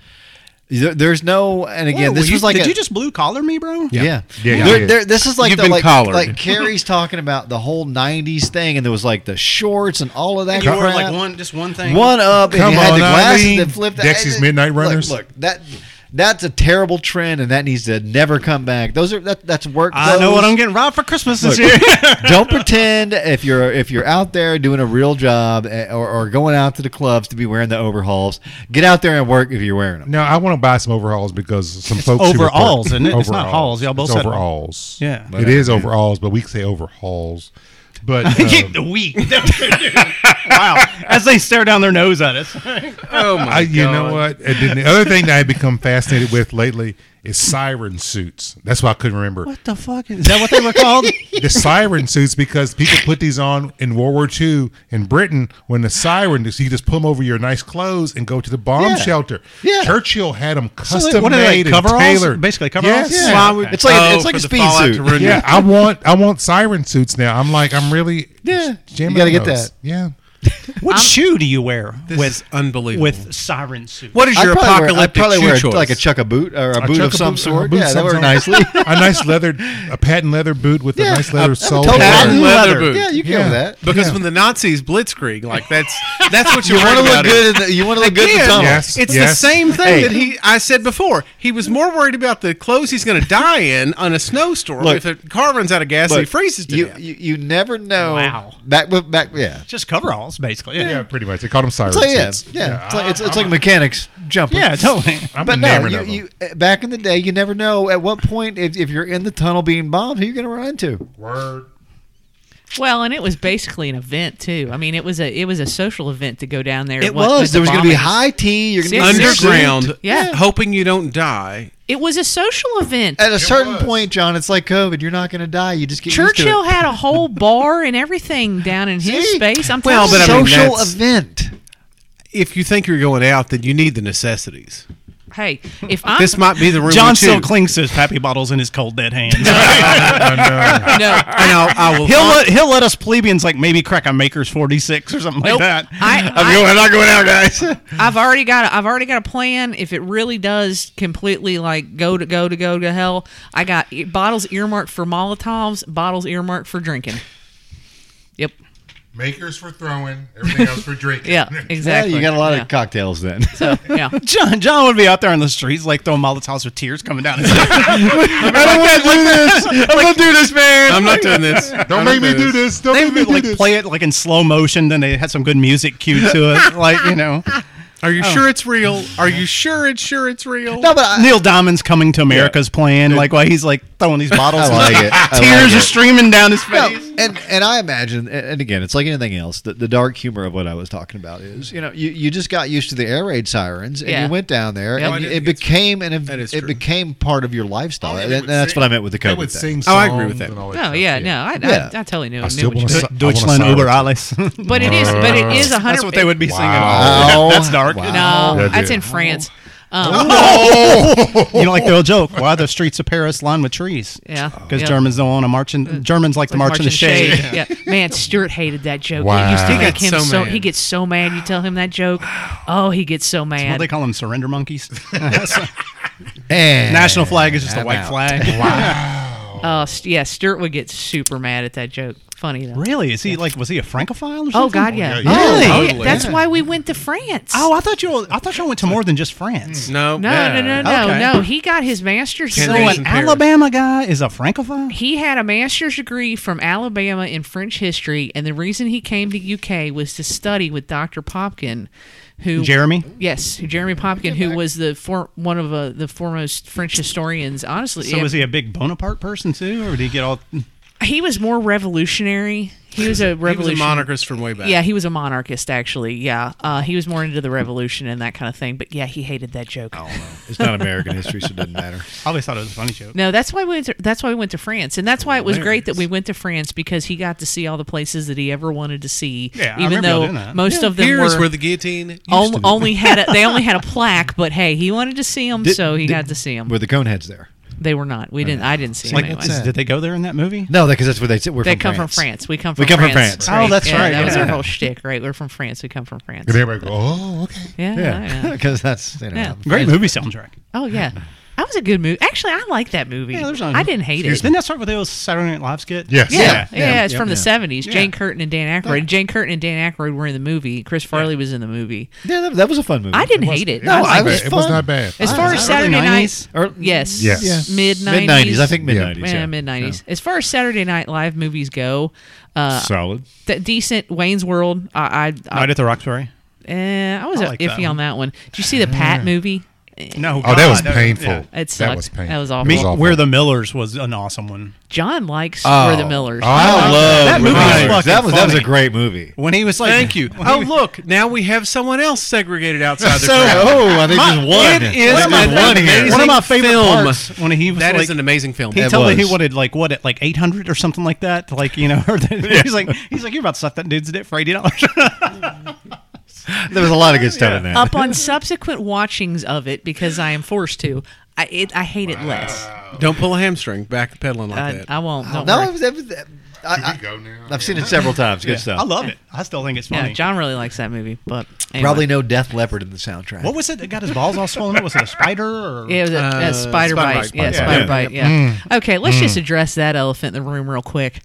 S2: There, there's no, and again,
S4: Whoa,
S2: this
S4: you-
S2: was like
S4: did
S2: a,
S4: you just blue collar me, bro?
S2: Yeah.
S3: Yeah, yeah,
S2: There-
S3: yeah.
S2: there- this is like
S5: You've
S2: the,
S5: been
S2: like,
S5: collared.
S2: like Carrie's talking about the whole '90s thing, and there was like the shorts and all of that.
S4: You wore
S2: crap.
S4: like one, just one thing.
S2: One up, and
S3: Come
S2: you had
S3: on,
S2: the glasses
S3: Eileen.
S2: that flipped.
S3: Dexy's
S2: I- I-
S3: Midnight
S2: look,
S3: Runners.
S2: Look, that that's a terrible trend, and that needs to never come back. Those are that that's work.
S4: I know
S2: clothes.
S4: what I'm getting robbed for Christmas this year.
S2: Don't pretend if you're if you're out there doing a real job eh, or, or going out to the clubs to be wearing the overhauls. Get out there and work if you're wearing them.
S3: No, I want to buy some overalls because some folks who report-
S4: overalls, isn't it? It's not halls. Y'all both
S3: it's
S4: said-
S3: overalls.
S4: Yeah.
S3: it is overalls, but we say overhauls. But
S4: Get
S3: um,
S4: the week. wow. As they stare down their nose at us.
S5: Oh my
S3: I, you
S5: god!
S3: know what? And then the other thing that I've become fascinated with lately is siren suits. That's why I couldn't remember
S4: What the fuck? Is that what they were called?
S3: the siren suits because people put these on in World War II in Britain when the siren you just pull them over your nice clothes and go to the bomb
S2: Yeah.
S3: shelter.
S2: Yeah.
S3: Churchill had them custom
S4: they- what are they,
S3: made and
S4: coveralls?
S3: tailored.
S4: Basically coveralls?
S3: Yes.
S4: Yeah.
S5: Why would-
S2: It's like a-
S5: Oh,
S2: it's like
S5: for
S2: a
S5: the
S2: speed
S5: fallout
S2: suit.
S5: to ruin
S3: Yeah,
S5: you.
S3: I want I want siren suits now. I'm like I'm really
S2: Yeah,
S3: jamming
S2: you gotta get
S3: on those.
S2: that.
S3: Yeah,
S4: What shoe do you wear
S5: This
S4: with
S5: is unbelievable.
S4: with siren suit?
S5: what is
S2: I'd
S5: your
S2: probably wear- I'd
S5: apocalyptic
S2: probably
S5: shoe
S2: wear
S5: choice?
S2: like a chuck a boot or a
S3: A
S2: boot
S3: chukka
S2: of some
S3: boot-
S2: sort.
S3: a boot
S2: yeah, that
S3: some
S2: were
S3: sort.
S2: nicely.
S3: a nice leather, a patent leather boot with a nice leather sole.
S2: Totally
S3: cover.
S5: patent leather boot.
S2: Yeah, you can
S3: Yeah.
S2: have that.
S5: because
S3: Yeah.
S5: when the Nazis blitzkrieg, like that's that's what you,
S2: You
S5: want to
S2: look good. In the, you want to look good in the
S5: Again,
S2: tunnel.
S3: Yes.
S5: It's
S3: yes.
S5: the same thing
S2: Hey.
S5: that he I said before. He was more worried about the clothes he's going to die in on a snowstorm
S2: Look.
S5: if the car runs out of gas and he
S2: Look,
S5: freezes to
S2: you,
S5: death.
S2: you you never know.
S4: Wow.
S2: Back with- back yeah.
S4: Just coveralls, basically.
S3: Yeah,
S4: Yeah.
S3: pretty much. They called them siren
S2: It's like yeah,
S3: suits.
S2: yeah. It's like it's, it's
S3: I'm-
S2: like mechanics jumper.
S4: Yeah, totally.
S3: I'm
S2: But no,
S3: enamored
S2: you,
S3: of them.
S2: you uh, back in the day, you never know at what point if, if you're in the tunnel being bombed, who you're going to run into.
S3: Word.
S1: Well, and it was basically an event too. I mean, it was a it was a social event to go down there.
S2: It
S1: What-
S2: was
S1: with
S2: there was going to be
S1: bombings.
S2: high tea. You're going to be in a suit.
S5: Underground,
S1: Yeah.
S5: hoping you don't die.
S1: It was a social event.
S2: At a certain
S3: was.
S2: point, John, it's like COVID. You're not going to die. You just get
S1: Churchill
S2: Used to it.
S1: had a whole bar and everything down in his
S2: See?
S1: space. I'm
S5: Well,
S1: telling
S5: but I
S1: you.
S5: mean,
S2: social
S5: that's-
S2: event.
S5: If you think you're going out, then you need the necessities.
S1: Hey, if I'm
S5: This might be the room.
S4: John
S5: we
S4: still
S5: choose.
S4: clings to his pappy bottles in his cold dead hands.
S1: no,
S5: And I'll, I will.
S4: he'll let, he'll let us plebeians like maybe crack a maker's forty six or something
S1: nope.
S4: like that.
S1: I,
S2: I'm,
S1: I,
S2: going, I'm not going out, guys.
S1: I've already got a, I've already got a plan. If it really does completely like go to go to go to hell, I got e- bottles earmarked for Molotovs, bottles earmarked for drinking. Yep.
S7: Makers for throwing, everything else for drinking.
S1: Yeah. Exactly.
S2: you got a lot
S1: yeah.
S2: of cocktails then.
S1: yeah.
S4: John John would be out there on the streets like throwing molotovs with tears coming down his face.
S2: I'm going to do this, man.
S5: I'm not doing this.
S7: Don't make me do this. Don't
S4: they
S7: make me
S4: would
S7: do
S4: like
S7: this.
S4: play it like in slow motion. Then they had some good music cued to it, like you know.
S5: Are you sure it's real? Are you sure it's sure it's real?
S4: No, but Neil Diamond's coming to America's playing, like why he's like throwing these bottles.
S2: I
S4: and
S2: like it. I
S4: Tears
S2: like
S4: are
S2: it.
S4: streaming down his
S2: No,
S4: face.
S2: and and I imagine, and and again, it's like anything else. The, the dark humor of what I was talking about is, you know, you, you just got used to the air raid sirens, and
S1: Yeah.
S2: you went down there,
S1: Yep.
S2: and
S5: No, I
S2: it
S5: didn't think it's-
S2: became an ev-
S5: That is
S2: it
S5: true.
S2: became part of your lifestyle.
S7: Oh, and
S2: and
S7: they
S2: and
S7: would
S2: that's
S7: sing-
S2: what I meant with the
S7: They
S2: COVID
S7: would
S2: thing.
S7: sing
S5: Oh, I agree with
S7: songs
S5: that.
S7: and all
S1: No.
S7: stuff,
S1: Yeah. No. I,
S2: Yeah.
S1: I, I totally knew.
S7: I
S1: I
S7: still
S1: knew what you
S7: wanna si- I
S1: were doing.
S7: wanna
S4: Deutschland
S7: side
S4: über
S7: with you.
S4: alles.
S1: But it is. But it is a hundred.
S4: That's what they would be singing.
S7: Wow.
S2: Oh,
S4: That's dark.
S1: No,
S7: That'd be
S1: that's
S7: it.
S1: in France. Um,
S4: You know, like the old joke, why are the streets of Paris lined with trees?
S1: Yeah.
S4: Because
S1: Yeah.
S4: Germans don't want to march in. Germans like, to march, in the shade.
S1: Yeah. man, Stuart hated that joke.
S7: Wow.
S1: It used to
S7: He
S1: make
S5: got
S1: him
S5: so
S1: so,
S5: mad.
S1: he gets so mad. You tell him that joke. Oh, he gets so mad.
S4: What do they call them? Surrender monkeys.
S2: And
S4: National flag is just a
S2: I'm
S4: white
S2: out.
S4: flag.
S1: Uh, st- yeah, Stuart would get super mad at that joke. Funny though.
S4: Really? Is he like? Was he a francophile or something?
S1: Oh God, yeah.
S7: yeah,
S1: Oh,
S4: yeah.
S5: Totally.
S1: That's
S5: Yeah.
S1: why we went to France.
S4: Oh, I thought you. all- I thought you all went to more than just France.
S5: No,
S1: no,
S5: yeah.
S1: no, no, no,
S4: Okay.
S1: no. He got his master's
S5: Ten
S4: So
S1: degree.
S5: days.
S4: an Alabama guy is a francophile.
S1: He had a master's degree from Alabama in French history, and the reason he came to UK was to study with Dr. Popkin, who
S4: Jeremy?
S1: yes, who Jeremy Popkin, who was the for, one of uh, the foremost French historians. Honestly,
S4: So
S1: yeah.
S4: was he a big Bonaparte person too, or did he get all?
S1: he was more revolutionary. He was a
S5: He was a
S1: revolutionary.
S5: monarchist from way back.
S1: Yeah, he was a monarchist actually. Yeah, uh, he was more into the revolution and that kind of thing. But yeah, he hated that joke.
S6: It's not American history, so it doesn't matter.
S4: I always thought it was a funny joke.
S1: No, that's why we went to, that's why we went to France, and that's why it was great that we went to France because he got to see all the places that he ever wanted to see.
S4: Yeah, I
S1: even
S4: remember y'all
S1: though
S4: doing that.
S1: most of them
S5: Here's
S1: were Oh,
S5: where the guillotine. used
S1: on-
S5: to be.
S1: only had a, they only had a plaque, but hey, he wanted to see them, so he got to see them.
S6: Were the Coneheads there?
S1: They were not. We didn't. I didn't see them
S4: Like,
S1: anyway.
S4: did they go there in that movie?
S6: No, because that's where they we're
S1: They
S6: from
S1: come
S6: France.
S1: from France. We come from
S6: We come from France.
S1: Right.
S4: Oh, that's
S1: Yeah,
S4: right,
S1: That was
S4: yeah.
S1: our whole shtick, right? We're from France. We come from France.
S7: And everybody go, oh, okay.
S1: Yeah, yeah.
S6: Yeah,
S1: yeah.
S6: because that's you know.
S1: Yeah.
S4: Great movie soundtrack.
S1: Oh yeah, that was a good movie. Actually, I like that movie.
S4: Yeah, there's not-
S1: I didn't hate it.
S4: Didn't that start with those Saturday Night Live skit?
S7: Yes.
S1: Yeah, yeah,
S4: Yeah.
S1: it's from the seventies. Jane Curtin and Dan Aykroyd. Jane Curtin and Dan Aykroyd were in the movie. Chris Farley was in the movie.
S6: Yeah, that, that was a fun movie.
S1: I didn't hate it. I
S6: No, I
S1: liked
S6: was
S1: it.
S7: It was
S6: fun.
S7: not bad.
S1: As far as
S4: Early
S1: Saturday
S4: 90s?
S1: night,
S6: Or-
S1: yes,
S7: Yes. Yeah.
S1: mid nineties,
S6: Mid nineties, I think mid
S7: Yeah.
S6: nineties.
S1: yeah, mid nineties. As far as Saturday Night Live movies go, uh,
S6: Solid.
S1: th- decent. Wayne's World. I, I,
S4: Night at the Roxbury.
S1: I, eh, I was
S4: I like
S1: iffy
S4: that
S1: on
S4: one.
S1: that one. Did you see the Pat movie?
S4: No.
S7: Oh, that
S4: God,
S7: was painful.
S4: yeah.
S1: It sucked.
S7: that was painful.
S1: That was awful.
S7: It
S4: Me,
S7: was awful.
S4: Where the Millers was an awesome one.
S1: John likes Were
S3: Oh,
S1: the Millers.
S6: Oh, I love
S4: That movie was
S6: Reminders.
S4: fucking
S6: That was that was a
S4: funny.
S6: great movie.
S4: When he was like,
S5: Thank you. Oh, look, now we have someone else segregated
S7: Uh,
S5: outside the
S6: So,
S5: crowd.
S6: oh, I think
S5: My-
S6: there's one.
S5: it is
S6: I think
S5: my-
S6: there's one here.
S4: one of my favorite
S5: Film.
S4: parts when he was
S5: That is
S4: like,
S5: an amazing film.
S4: he
S6: It
S4: told me he
S6: was.
S4: wanted like what at like eight hundred or something like that. Like you know, or the, he's like he's like you're about to suck that dude's dick for eighty dollars.
S6: There was a lot of good stuff in that.
S1: Up on subsequent watchings of it because I am forced to. I it, I hate it less.
S5: Don't pull a hamstring. Back the pedaling like
S1: I,
S5: that.
S1: I won't. Don't
S2: No,
S1: worry.
S2: it was, it was, I,
S7: Here we go now.
S2: I, I've seen it several times. Good
S4: I
S2: stuff.
S4: love it. I still think it's funny.
S1: Yeah, John really likes that movie, but anyway.
S2: Probably no Death Leopard in the soundtrack.
S4: what was it that got his balls all swollen? up? Was it a spider or?
S1: Yeah, it was a,
S5: Uh,
S1: a spider,
S5: spider
S1: bite.
S5: bite,
S1: Yeah,
S5: spider
S1: spider
S5: bite.
S1: bite. Yeah. Okay, let's just address that elephant in the room real quick.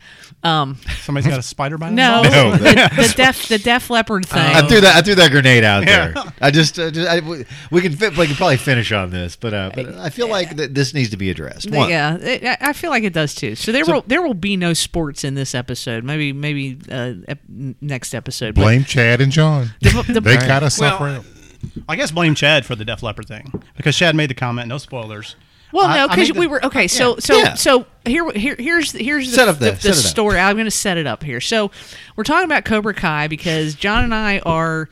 S1: Um,
S4: Somebody's got a spider bite. on his
S1: no,
S4: balls?
S1: the, the deaf the deaf leopard thing.
S2: I threw that. I threw that grenade out there. I just. Uh, just I, we we can. Fit, we can probably finish on this, but uh, but I feel like that this needs to be addressed. One.
S1: yeah, it, I- I feel like it does too. So there will there will be no sports in this episode. Maybe maybe uh, ep- next episode. but
S7: Blame Chad and John.
S1: the-
S7: they got us off
S5: Well,
S7: round.
S4: I guess blame Chad for the Def Leopard thing because Chad made the comment. No spoilers.
S1: Well,
S4: I-
S1: no,
S4: I
S1: because
S4: made the-
S1: we were okay. So, so,
S2: Yeah.
S1: so here, here here's here's the,
S2: Set up
S1: the,
S2: the-
S1: the
S2: set it up.
S1: story. I'm going to set it up here. So we're talking about Cobra Kai because John and I are.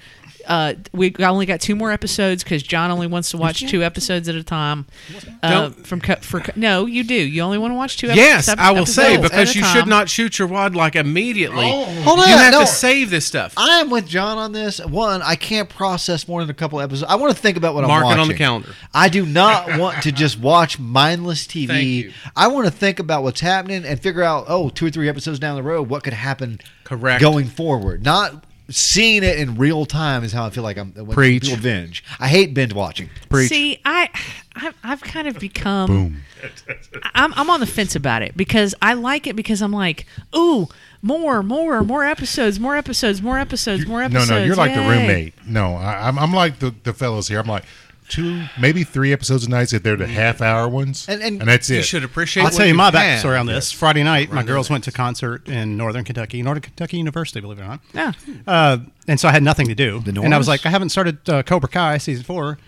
S1: Uh, we got- only got two more episodes because John only wants to watch two episodes at a time. Uh,
S5: Don't-
S1: from co- for co- no, you do. You only want to watch two. epi-
S5: Yes,
S1: sep-
S5: I will say
S1: episodes at
S5: because
S1: a
S5: you
S1: time. Oh,
S5: should not shoot your wad like immediately.
S2: Hold on,
S5: you have
S2: no.
S5: to save this stuff.
S2: I am with John on this. One, I can't process more than a couple episodes. I want to think about what I'm
S5: Mark it
S2: watching
S5: on the calendar.
S2: I do not want to just watch mindless TV.
S5: Thank you.
S2: I want to think about what's happening and figure out, oh, two or three episodes down the road, what could happen
S5: Correct.
S2: going forward. Not seeing it in real time is how I feel like I'm when
S5: Preach.
S2: people binge. I hate binge watching.
S1: See, I, I've, I've kind of become. I'm, I'm on the fence about it because I like it because I'm like, ooh, more, more, more episodes, more episodes, more episodes, more
S7: No,
S1: episodes.
S7: no, you're like the
S1: Yay.
S7: roommate. No, I, I'm, I'm like the, the fellows here. I'm like two, maybe three episodes a night if they're the half hour ones,
S2: And- and
S7: that's it.
S5: You should appreciate.
S4: I'll
S5: what
S4: tell you my
S5: have.
S4: backstory on this. Friday night, my girls went to concert in Northern Kentucky, Northern Kentucky University, believe it or not.
S1: Yeah.
S4: Uh, and so I had nothing to do. and I was
S2: Norse?
S4: like, I haven't started uh, Cobra Kai season four,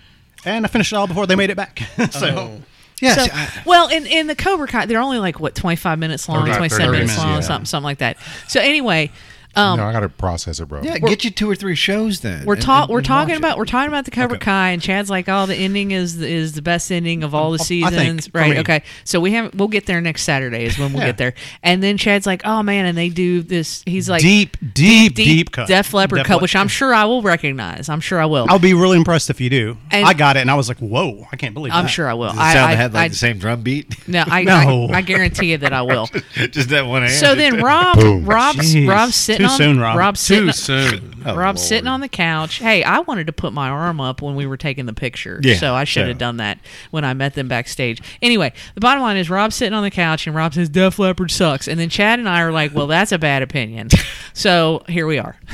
S4: and I finished it all before they made it back. so
S2: Oh. Yeah,
S1: So,
S2: see, I-
S1: well, in, in the Cobra Kai, they're only like what twenty five minutes long,
S7: 30,
S1: twenty seven
S7: 30
S1: minutes
S7: minutes,
S1: long,
S7: yeah.
S1: something something like that. So anyway, um,
S7: no, I got to process it, bro.
S2: yeah, get you two or three shows then.
S1: we're
S2: and-
S1: talk
S2: and
S1: we're
S2: watch
S1: talking
S2: it.
S1: about we're talking about the Cobra Kai, and Chad's like, oh, the ending is the, is the best ending of all the
S4: I think,
S1: seasons,
S4: for
S1: right?
S4: me.
S1: Okay, so we have we'll get there next Saturday is when we'll
S4: Yeah.
S1: get there, and then Chad's like, oh man, and they do this. He's like
S4: deep, deep, deep, cut.
S1: Def Leppard
S4: Def Oh,
S1: cut,
S4: Lep-
S1: which I'm sure I will recognize. I'm sure I will.
S4: I'll be really impressed if you do.
S1: And-
S4: I got it, and I was like, "Whoa, I can't believe."
S1: I'm
S4: that.
S1: sure I will.
S2: Does it
S1: I,
S2: sound
S1: I,
S2: that had like
S1: I-
S2: the same drum beat?
S1: no, I,
S4: No.
S1: I, I guarantee you that I will.
S2: just that one hand.
S1: So then Rob,
S7: Boom.
S1: Rob's,
S4: Jeez.
S1: Rob's sitting
S4: Too
S1: on
S4: soon, Rob.
S1: Rob's sitting,
S5: too soon.
S2: Oh,
S1: Rob's
S2: Lord.
S1: sitting on the couch. Hey, I wanted to put my arm up when we were taking the picture,
S2: Yeah,
S1: so I should
S2: yeah.
S1: have done that when I met them backstage. Anyway, the bottom line is Rob's sitting on the couch and Rob says Def Leppard sucks, and then Chad and I are like, well, that's a bad opinion. So here we are.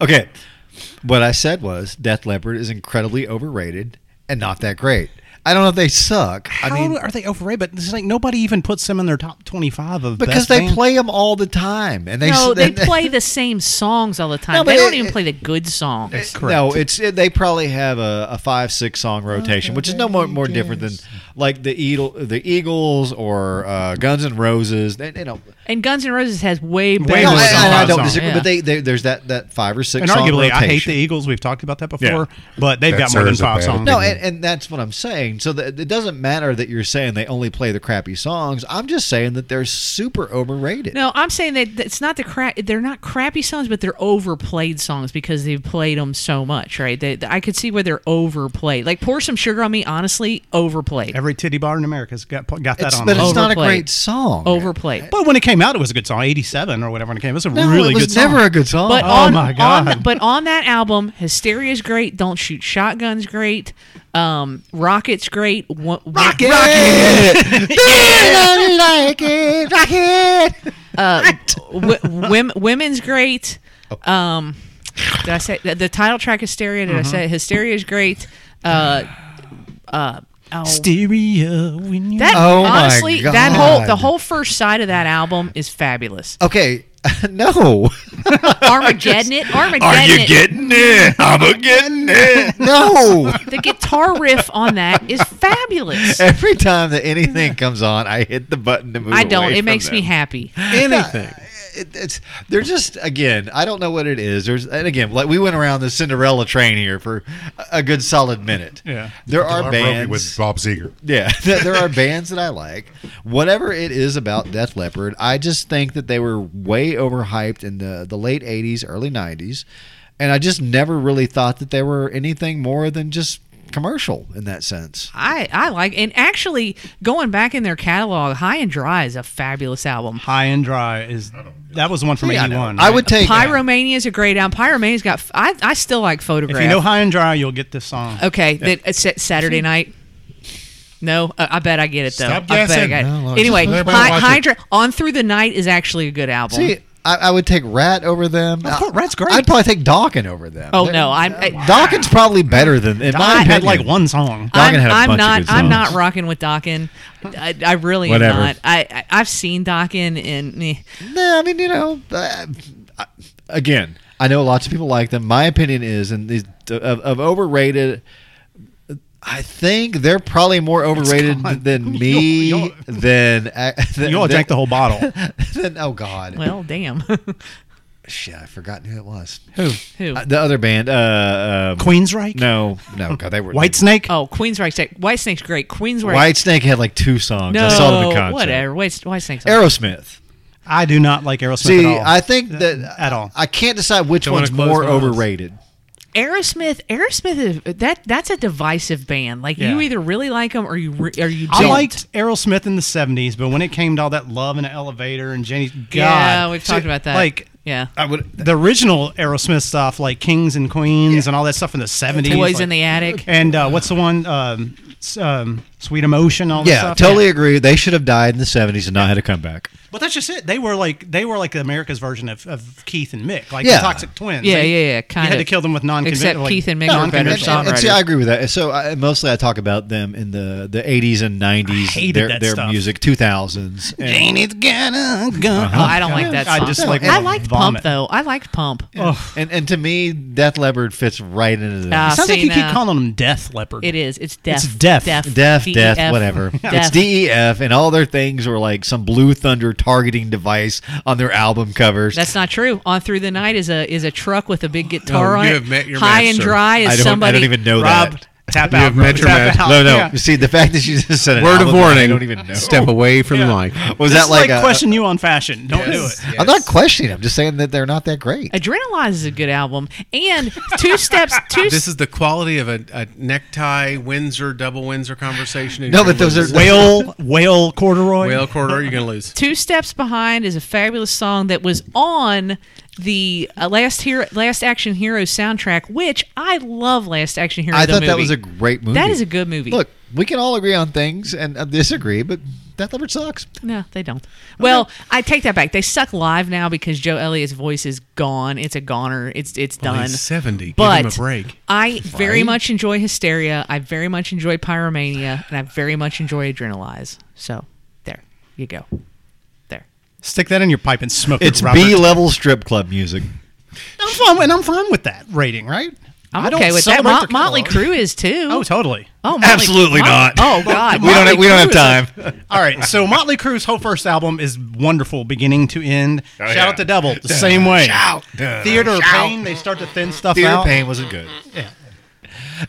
S2: Okay. What I said was Death Leopard is incredibly overrated and not that great. I don't know if they suck.
S4: How
S2: I mean,
S4: are they overrated? But it's like nobody even puts them in their top twenty-five of
S2: because
S4: best
S2: they
S4: band.
S2: play them all the time, and they
S1: No,
S2: s-
S1: they
S2: and-
S1: play the same songs all the time.
S2: No, but
S1: they don't
S2: it-
S1: even
S2: it-
S1: play the good songs.
S2: No, it's it, they probably have a, a five six song
S1: Oh,
S2: rotation, which is no more more different than like the Eagle, the Eagles or uh, Guns N' Roses. They, they don't.
S1: And Guns N' Roses has way better.
S4: Way
S2: No,
S4: more
S2: I,
S4: than
S2: I- I
S4: five
S2: don't
S4: songs.
S2: disagree,
S1: Yeah.
S2: but they, they there's that that five or six.
S4: and
S2: song
S4: arguably, I hate
S2: rotation.
S4: the Eagles. We've talked about that
S7: Yeah.
S4: before, but they've
S7: That
S4: got more than
S7: serves a
S4: five
S7: bad
S4: songs.
S2: No, and, and that's what I'm saying. So that it doesn't matter that you're saying they only play the crappy songs. I'm just saying that they're super overrated.
S1: No, I'm saying that that it's not the crap. They're not crappy songs, but they're overplayed songs because they've played them so much, right? They, I could see where they're overplayed. Like "Pour Some Sugar on Me," honestly, overplayed,
S4: Every titty bar in America's got got that
S2: It's-
S4: on.
S2: but
S4: it.
S2: it's not a
S1: Overplayed.
S2: great song.
S1: overplayed.
S4: But when it came out, it was a good song. '87 or whatever. When it came, it was a
S2: No,
S4: really
S2: it was
S4: good
S2: never
S4: song.
S2: a good song.
S1: But
S4: Oh
S1: on,
S4: my
S1: on-
S4: God.
S1: but on that album, Hysteria's great. Don't shoot shotguns, great. Um, Rocket's great. One, Rocket,
S2: like it, like it.
S1: w- wim, women's great.
S4: Oh.
S1: Um, did I say the, the title track Hysteria? Did I
S4: Mm-hmm.
S1: say Hysteria is great? Uh, uh, oh,
S4: Stereo. When you
S1: that
S2: Oh my
S1: honestly, that whole the
S2: God.
S1: whole first side of that album is fabulous.
S2: Okay, no,
S1: Armageddon it, Armageddon it.
S7: getting it? I'm a getting it.
S2: no.
S1: the guitar riff on that is fabulous.
S2: Every time that anything comes on, I hit the button to move.
S1: I don't.
S2: away
S1: It
S2: from
S1: makes me
S2: them.
S1: happy.
S5: Anything.
S2: It, it's they're just again. I don't know what it is. There's and again, like we went around the Cinderella train here for a- a good solid minute.
S4: Yeah.
S2: there are
S7: Our bands.
S2: bands
S7: with Bob Seger.
S2: Yeah, there there are bands that I like. Whatever it is about Death Leopard, I just think that they were way overhyped in the, the late 80s, early 90s. And I just never really thought that they were anything more than just commercial in that sense.
S1: I, I like and actually going back in their catalog, High and Dry is a fabulous album.
S4: High and Dry is that was the one from
S2: Yeah, I know.
S4: '81.
S2: I would take
S1: Pyromania is a great album. Pyromania's got. I, I still like
S4: If
S1: Photograph.
S4: you know High and Dry, you'll get this song.
S1: okay, then it's sa- Saturday night. No, uh, I bet I get it though.
S7: Stop
S1: I bet I
S7: guessing.
S1: get it.
S7: No, Lord,
S1: anyway,
S7: just let everybody
S1: Hy-
S7: watch
S1: Hydra on through the night is actually a good album.
S2: See, I, I would take Rat over them.
S4: Of course, Rat's great.
S2: I'd probably take Dawkins over them.
S1: oh
S2: They-
S1: no, I'm. I-
S2: Dawkins probably better than in my
S4: I
S2: opinion.
S4: had like one song.
S2: Dokken
S1: I'm,
S2: had a
S1: I'm
S2: bunch of
S1: not.
S2: good
S1: I'm
S2: songs.
S1: not rocking with Dokken. I, I really
S2: Whatever.
S1: am not. I, I I've seen Dokken and eh.
S2: No, I mean, you know, uh, I- again, I know lots of people like them. My opinion is, and these of, of overrated. I think they're probably more overrated
S4: gone.
S2: than
S4: Y'all-
S2: me
S4: y'all-
S2: than, I- than
S4: You all drank the whole bottle.
S2: Then oh god,
S1: Well, damn.
S2: shit! I forgot who it was.
S4: Who?
S1: Who?
S2: Uh, the other band, uh, um,
S4: Queensryche?
S2: No, no, God, they were
S4: White Snake?
S1: oh, Queensryche. Snake- White Snake's great. Queensryche.
S2: White Snake had like two songs.
S1: no,
S2: I saw them in concert.
S1: whatever. White, White Snake's
S2: Aerosmith.
S4: I do not like Aerosmith
S2: See,
S4: at all.
S2: I think that
S4: at all.
S2: I can't decide which
S5: Don't wanna
S2: one's
S5: close
S2: more
S5: my eyes.
S2: overrated.
S1: Aerosmith, Aerosmith is that that's a divisive band. Like
S4: Yeah.
S1: you either really like them or you re, or you
S4: I
S1: don't.
S4: liked Aerosmith in the '70s, but when it came to all that love in an elevator and Jenny, God,
S1: Yeah, we've talked
S4: See,
S1: about that.
S4: Like
S1: yeah,
S2: I would.
S4: the original Aerosmith stuff, like Kings and Queens and all that stuff in the '70s,
S1: Toys
S4: like-
S1: in the Attic.
S4: and uh, what's the one, um, s- um, Sweet Emotion, all that
S2: Yeah,
S4: stuff.
S2: totally agree. They should have died in the '70s and not had a comeback.
S4: But that's just it. They were like they were like America's version of, of Keith and Mick, like
S2: Yeah.
S4: the Toxic Twins.
S1: Yeah,
S4: They-
S1: yeah, yeah, kind
S4: you had
S1: of.
S4: to kill them with non
S1: Except Keith and Mick
S4: non
S1: were better
S2: And, and- and see,
S1: songwriter.
S2: I agree with that. So I, mostly I talk about them in the, the 80s and 90s,
S4: hated
S2: their,
S4: that
S2: their
S4: stuff.
S2: music, 2000s. And
S4: Janie's gonna go.
S1: Oh, I don't like that
S4: I
S1: song.
S4: just like
S1: I
S4: wanna
S1: liked Pump
S4: vomit.
S1: though. I liked Pump.
S2: And and to me, Death Leopard fits right into
S1: Uh,
S2: that.
S4: Sounds like
S1: See,
S4: you keep
S1: now-
S4: calling them Death Leopard.
S1: It is. It's deaf.
S4: It's deaf.
S1: Deaf.
S2: Death, death,
S1: DEF.
S2: whatever. It's
S1: Deaf.
S2: DEF, and all their things were like some Blue Thunder targeting device on their album covers.
S1: That's not true. On through the night is a is a truck with a big guitar
S5: Oh,
S1: on
S5: you
S1: it.
S5: have met your
S1: High and
S5: master.
S1: dry is
S2: I, don't,
S1: somebody.
S2: I don't even know
S4: Rob,
S2: that.
S4: tap
S5: You
S4: out.
S5: have
S4: bro.
S5: met your
S4: Tap
S5: match.
S4: out.
S2: No, no.
S4: Yeah.
S2: See, the fact that you just said an
S5: Word of
S2: album,
S5: warning.
S2: I don't even know.
S5: Step away from the mic.
S2: Was
S4: This
S2: that
S4: is
S2: like,
S4: like,
S2: a,
S4: question you on fashion? Don't do it.
S2: I'm not questioning. I'm just saying that they're not that great.
S1: Adrenalize is a good album. And two steps. Two.
S5: This is the quality of a, a necktie Windsor double Windsor conversation. and
S2: No,
S5: you're
S2: but those
S5: losing.
S2: are-
S4: Whale, whale corduroy.
S5: whale corridor. You're gonna lose.
S1: Two Steps Behind is a fabulous song that was on the uh, last Hero, Last Action Hero soundtrack, which I love. Last Action Hero.
S2: I
S1: the
S2: thought that
S1: movie.
S2: was a great movie.
S1: That is a good movie.
S2: Look, we can all agree on things and uh, disagree, but Death Leopard sucks.
S1: no, they don't. Well, I take that back. They suck live now because Joe Elliott's voice is gone. It's a goner. It's it's
S5: Well,
S1: done.
S5: he's 70. Give
S1: But
S5: him a break.
S1: I very much enjoy Hysteria. I very much enjoy Pyromania, and I very much enjoy Adrenalize. So there you go. There.
S4: Stick that in your pipe and smoke
S2: It's
S4: it. Robert.
S2: B level strip club music.
S4: I'm fine, and I'm fine with that rating, right?
S1: I'm
S4: I don't
S1: okay with that.
S4: celebrate
S1: Mo-
S4: their
S1: Motley
S4: catalog.
S1: Crue is too.
S4: Oh, totally.
S1: Oh, Motley-
S2: Absolutely
S1: Mo-
S2: not.
S1: Oh God,
S2: we don't.
S1: Motley
S2: Have, we don't have
S1: Crue is a-
S2: time.
S4: All right, so Motley Crue's whole first album is wonderful, beginning to end.
S2: Oh,
S4: shout out to Devil, the same way. Theater of Pain, they start to thin stuff
S2: Theater
S4: out.
S2: Pain wasn't good.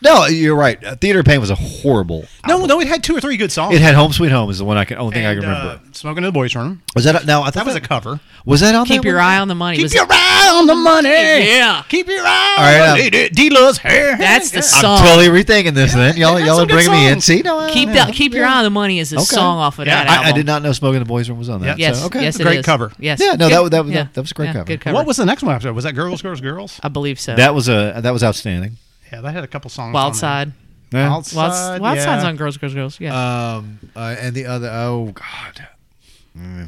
S2: No, you're right. Uh, Theater Pain was a horrible.
S4: No, no, it had two or three good songs.
S2: It had Home Sweet Home is the one I can only thing I
S4: Oh. And,
S2: can remember.
S4: uh, Smoking in the Boys Room.
S2: was that no? I thought
S4: That was a cover.
S2: Was that on?
S1: Keep
S2: that
S1: your
S2: one?
S1: eye on the money. was-
S4: Keep your eye on the money.
S1: Yeah.
S4: Keep your eye on
S2: All right,
S4: the
S2: um,
S4: money. D- D-Love's hair.
S1: That's the
S2: I'm
S1: song.
S2: totally rethinking this. Then y'all,
S4: had
S2: y'all are
S4: some good
S2: bringing me in.
S4: songs.
S2: See, no, I-
S1: Keep
S2: yeah.
S1: the, keep your eye on the money is a song off of
S4: Yeah,
S1: that album.
S2: I, I did not know "Smoking the Boys Room" was on that.
S1: Yes.
S2: so, okay.
S1: Yes. it
S4: Great
S1: is.
S4: cover.
S1: Yes.
S2: Yeah, no,
S1: Good-
S2: that- that- that was a great
S1: yeah,
S2: cover.
S1: Good cover.
S4: What was the next one after? Was that Girls, Girls, Girls?
S1: I believe so.
S2: That was a that was outstanding.
S4: Yeah, that had a couple songs.
S1: Wild
S4: on
S1: Side.
S4: There.
S2: Yeah.
S4: Wild
S1: Wild,
S4: Side.
S1: Wild
S4: yeah.
S1: Side's on Girls, Girls, Girls. Yeah.
S6: Um, uh, and the other, oh god,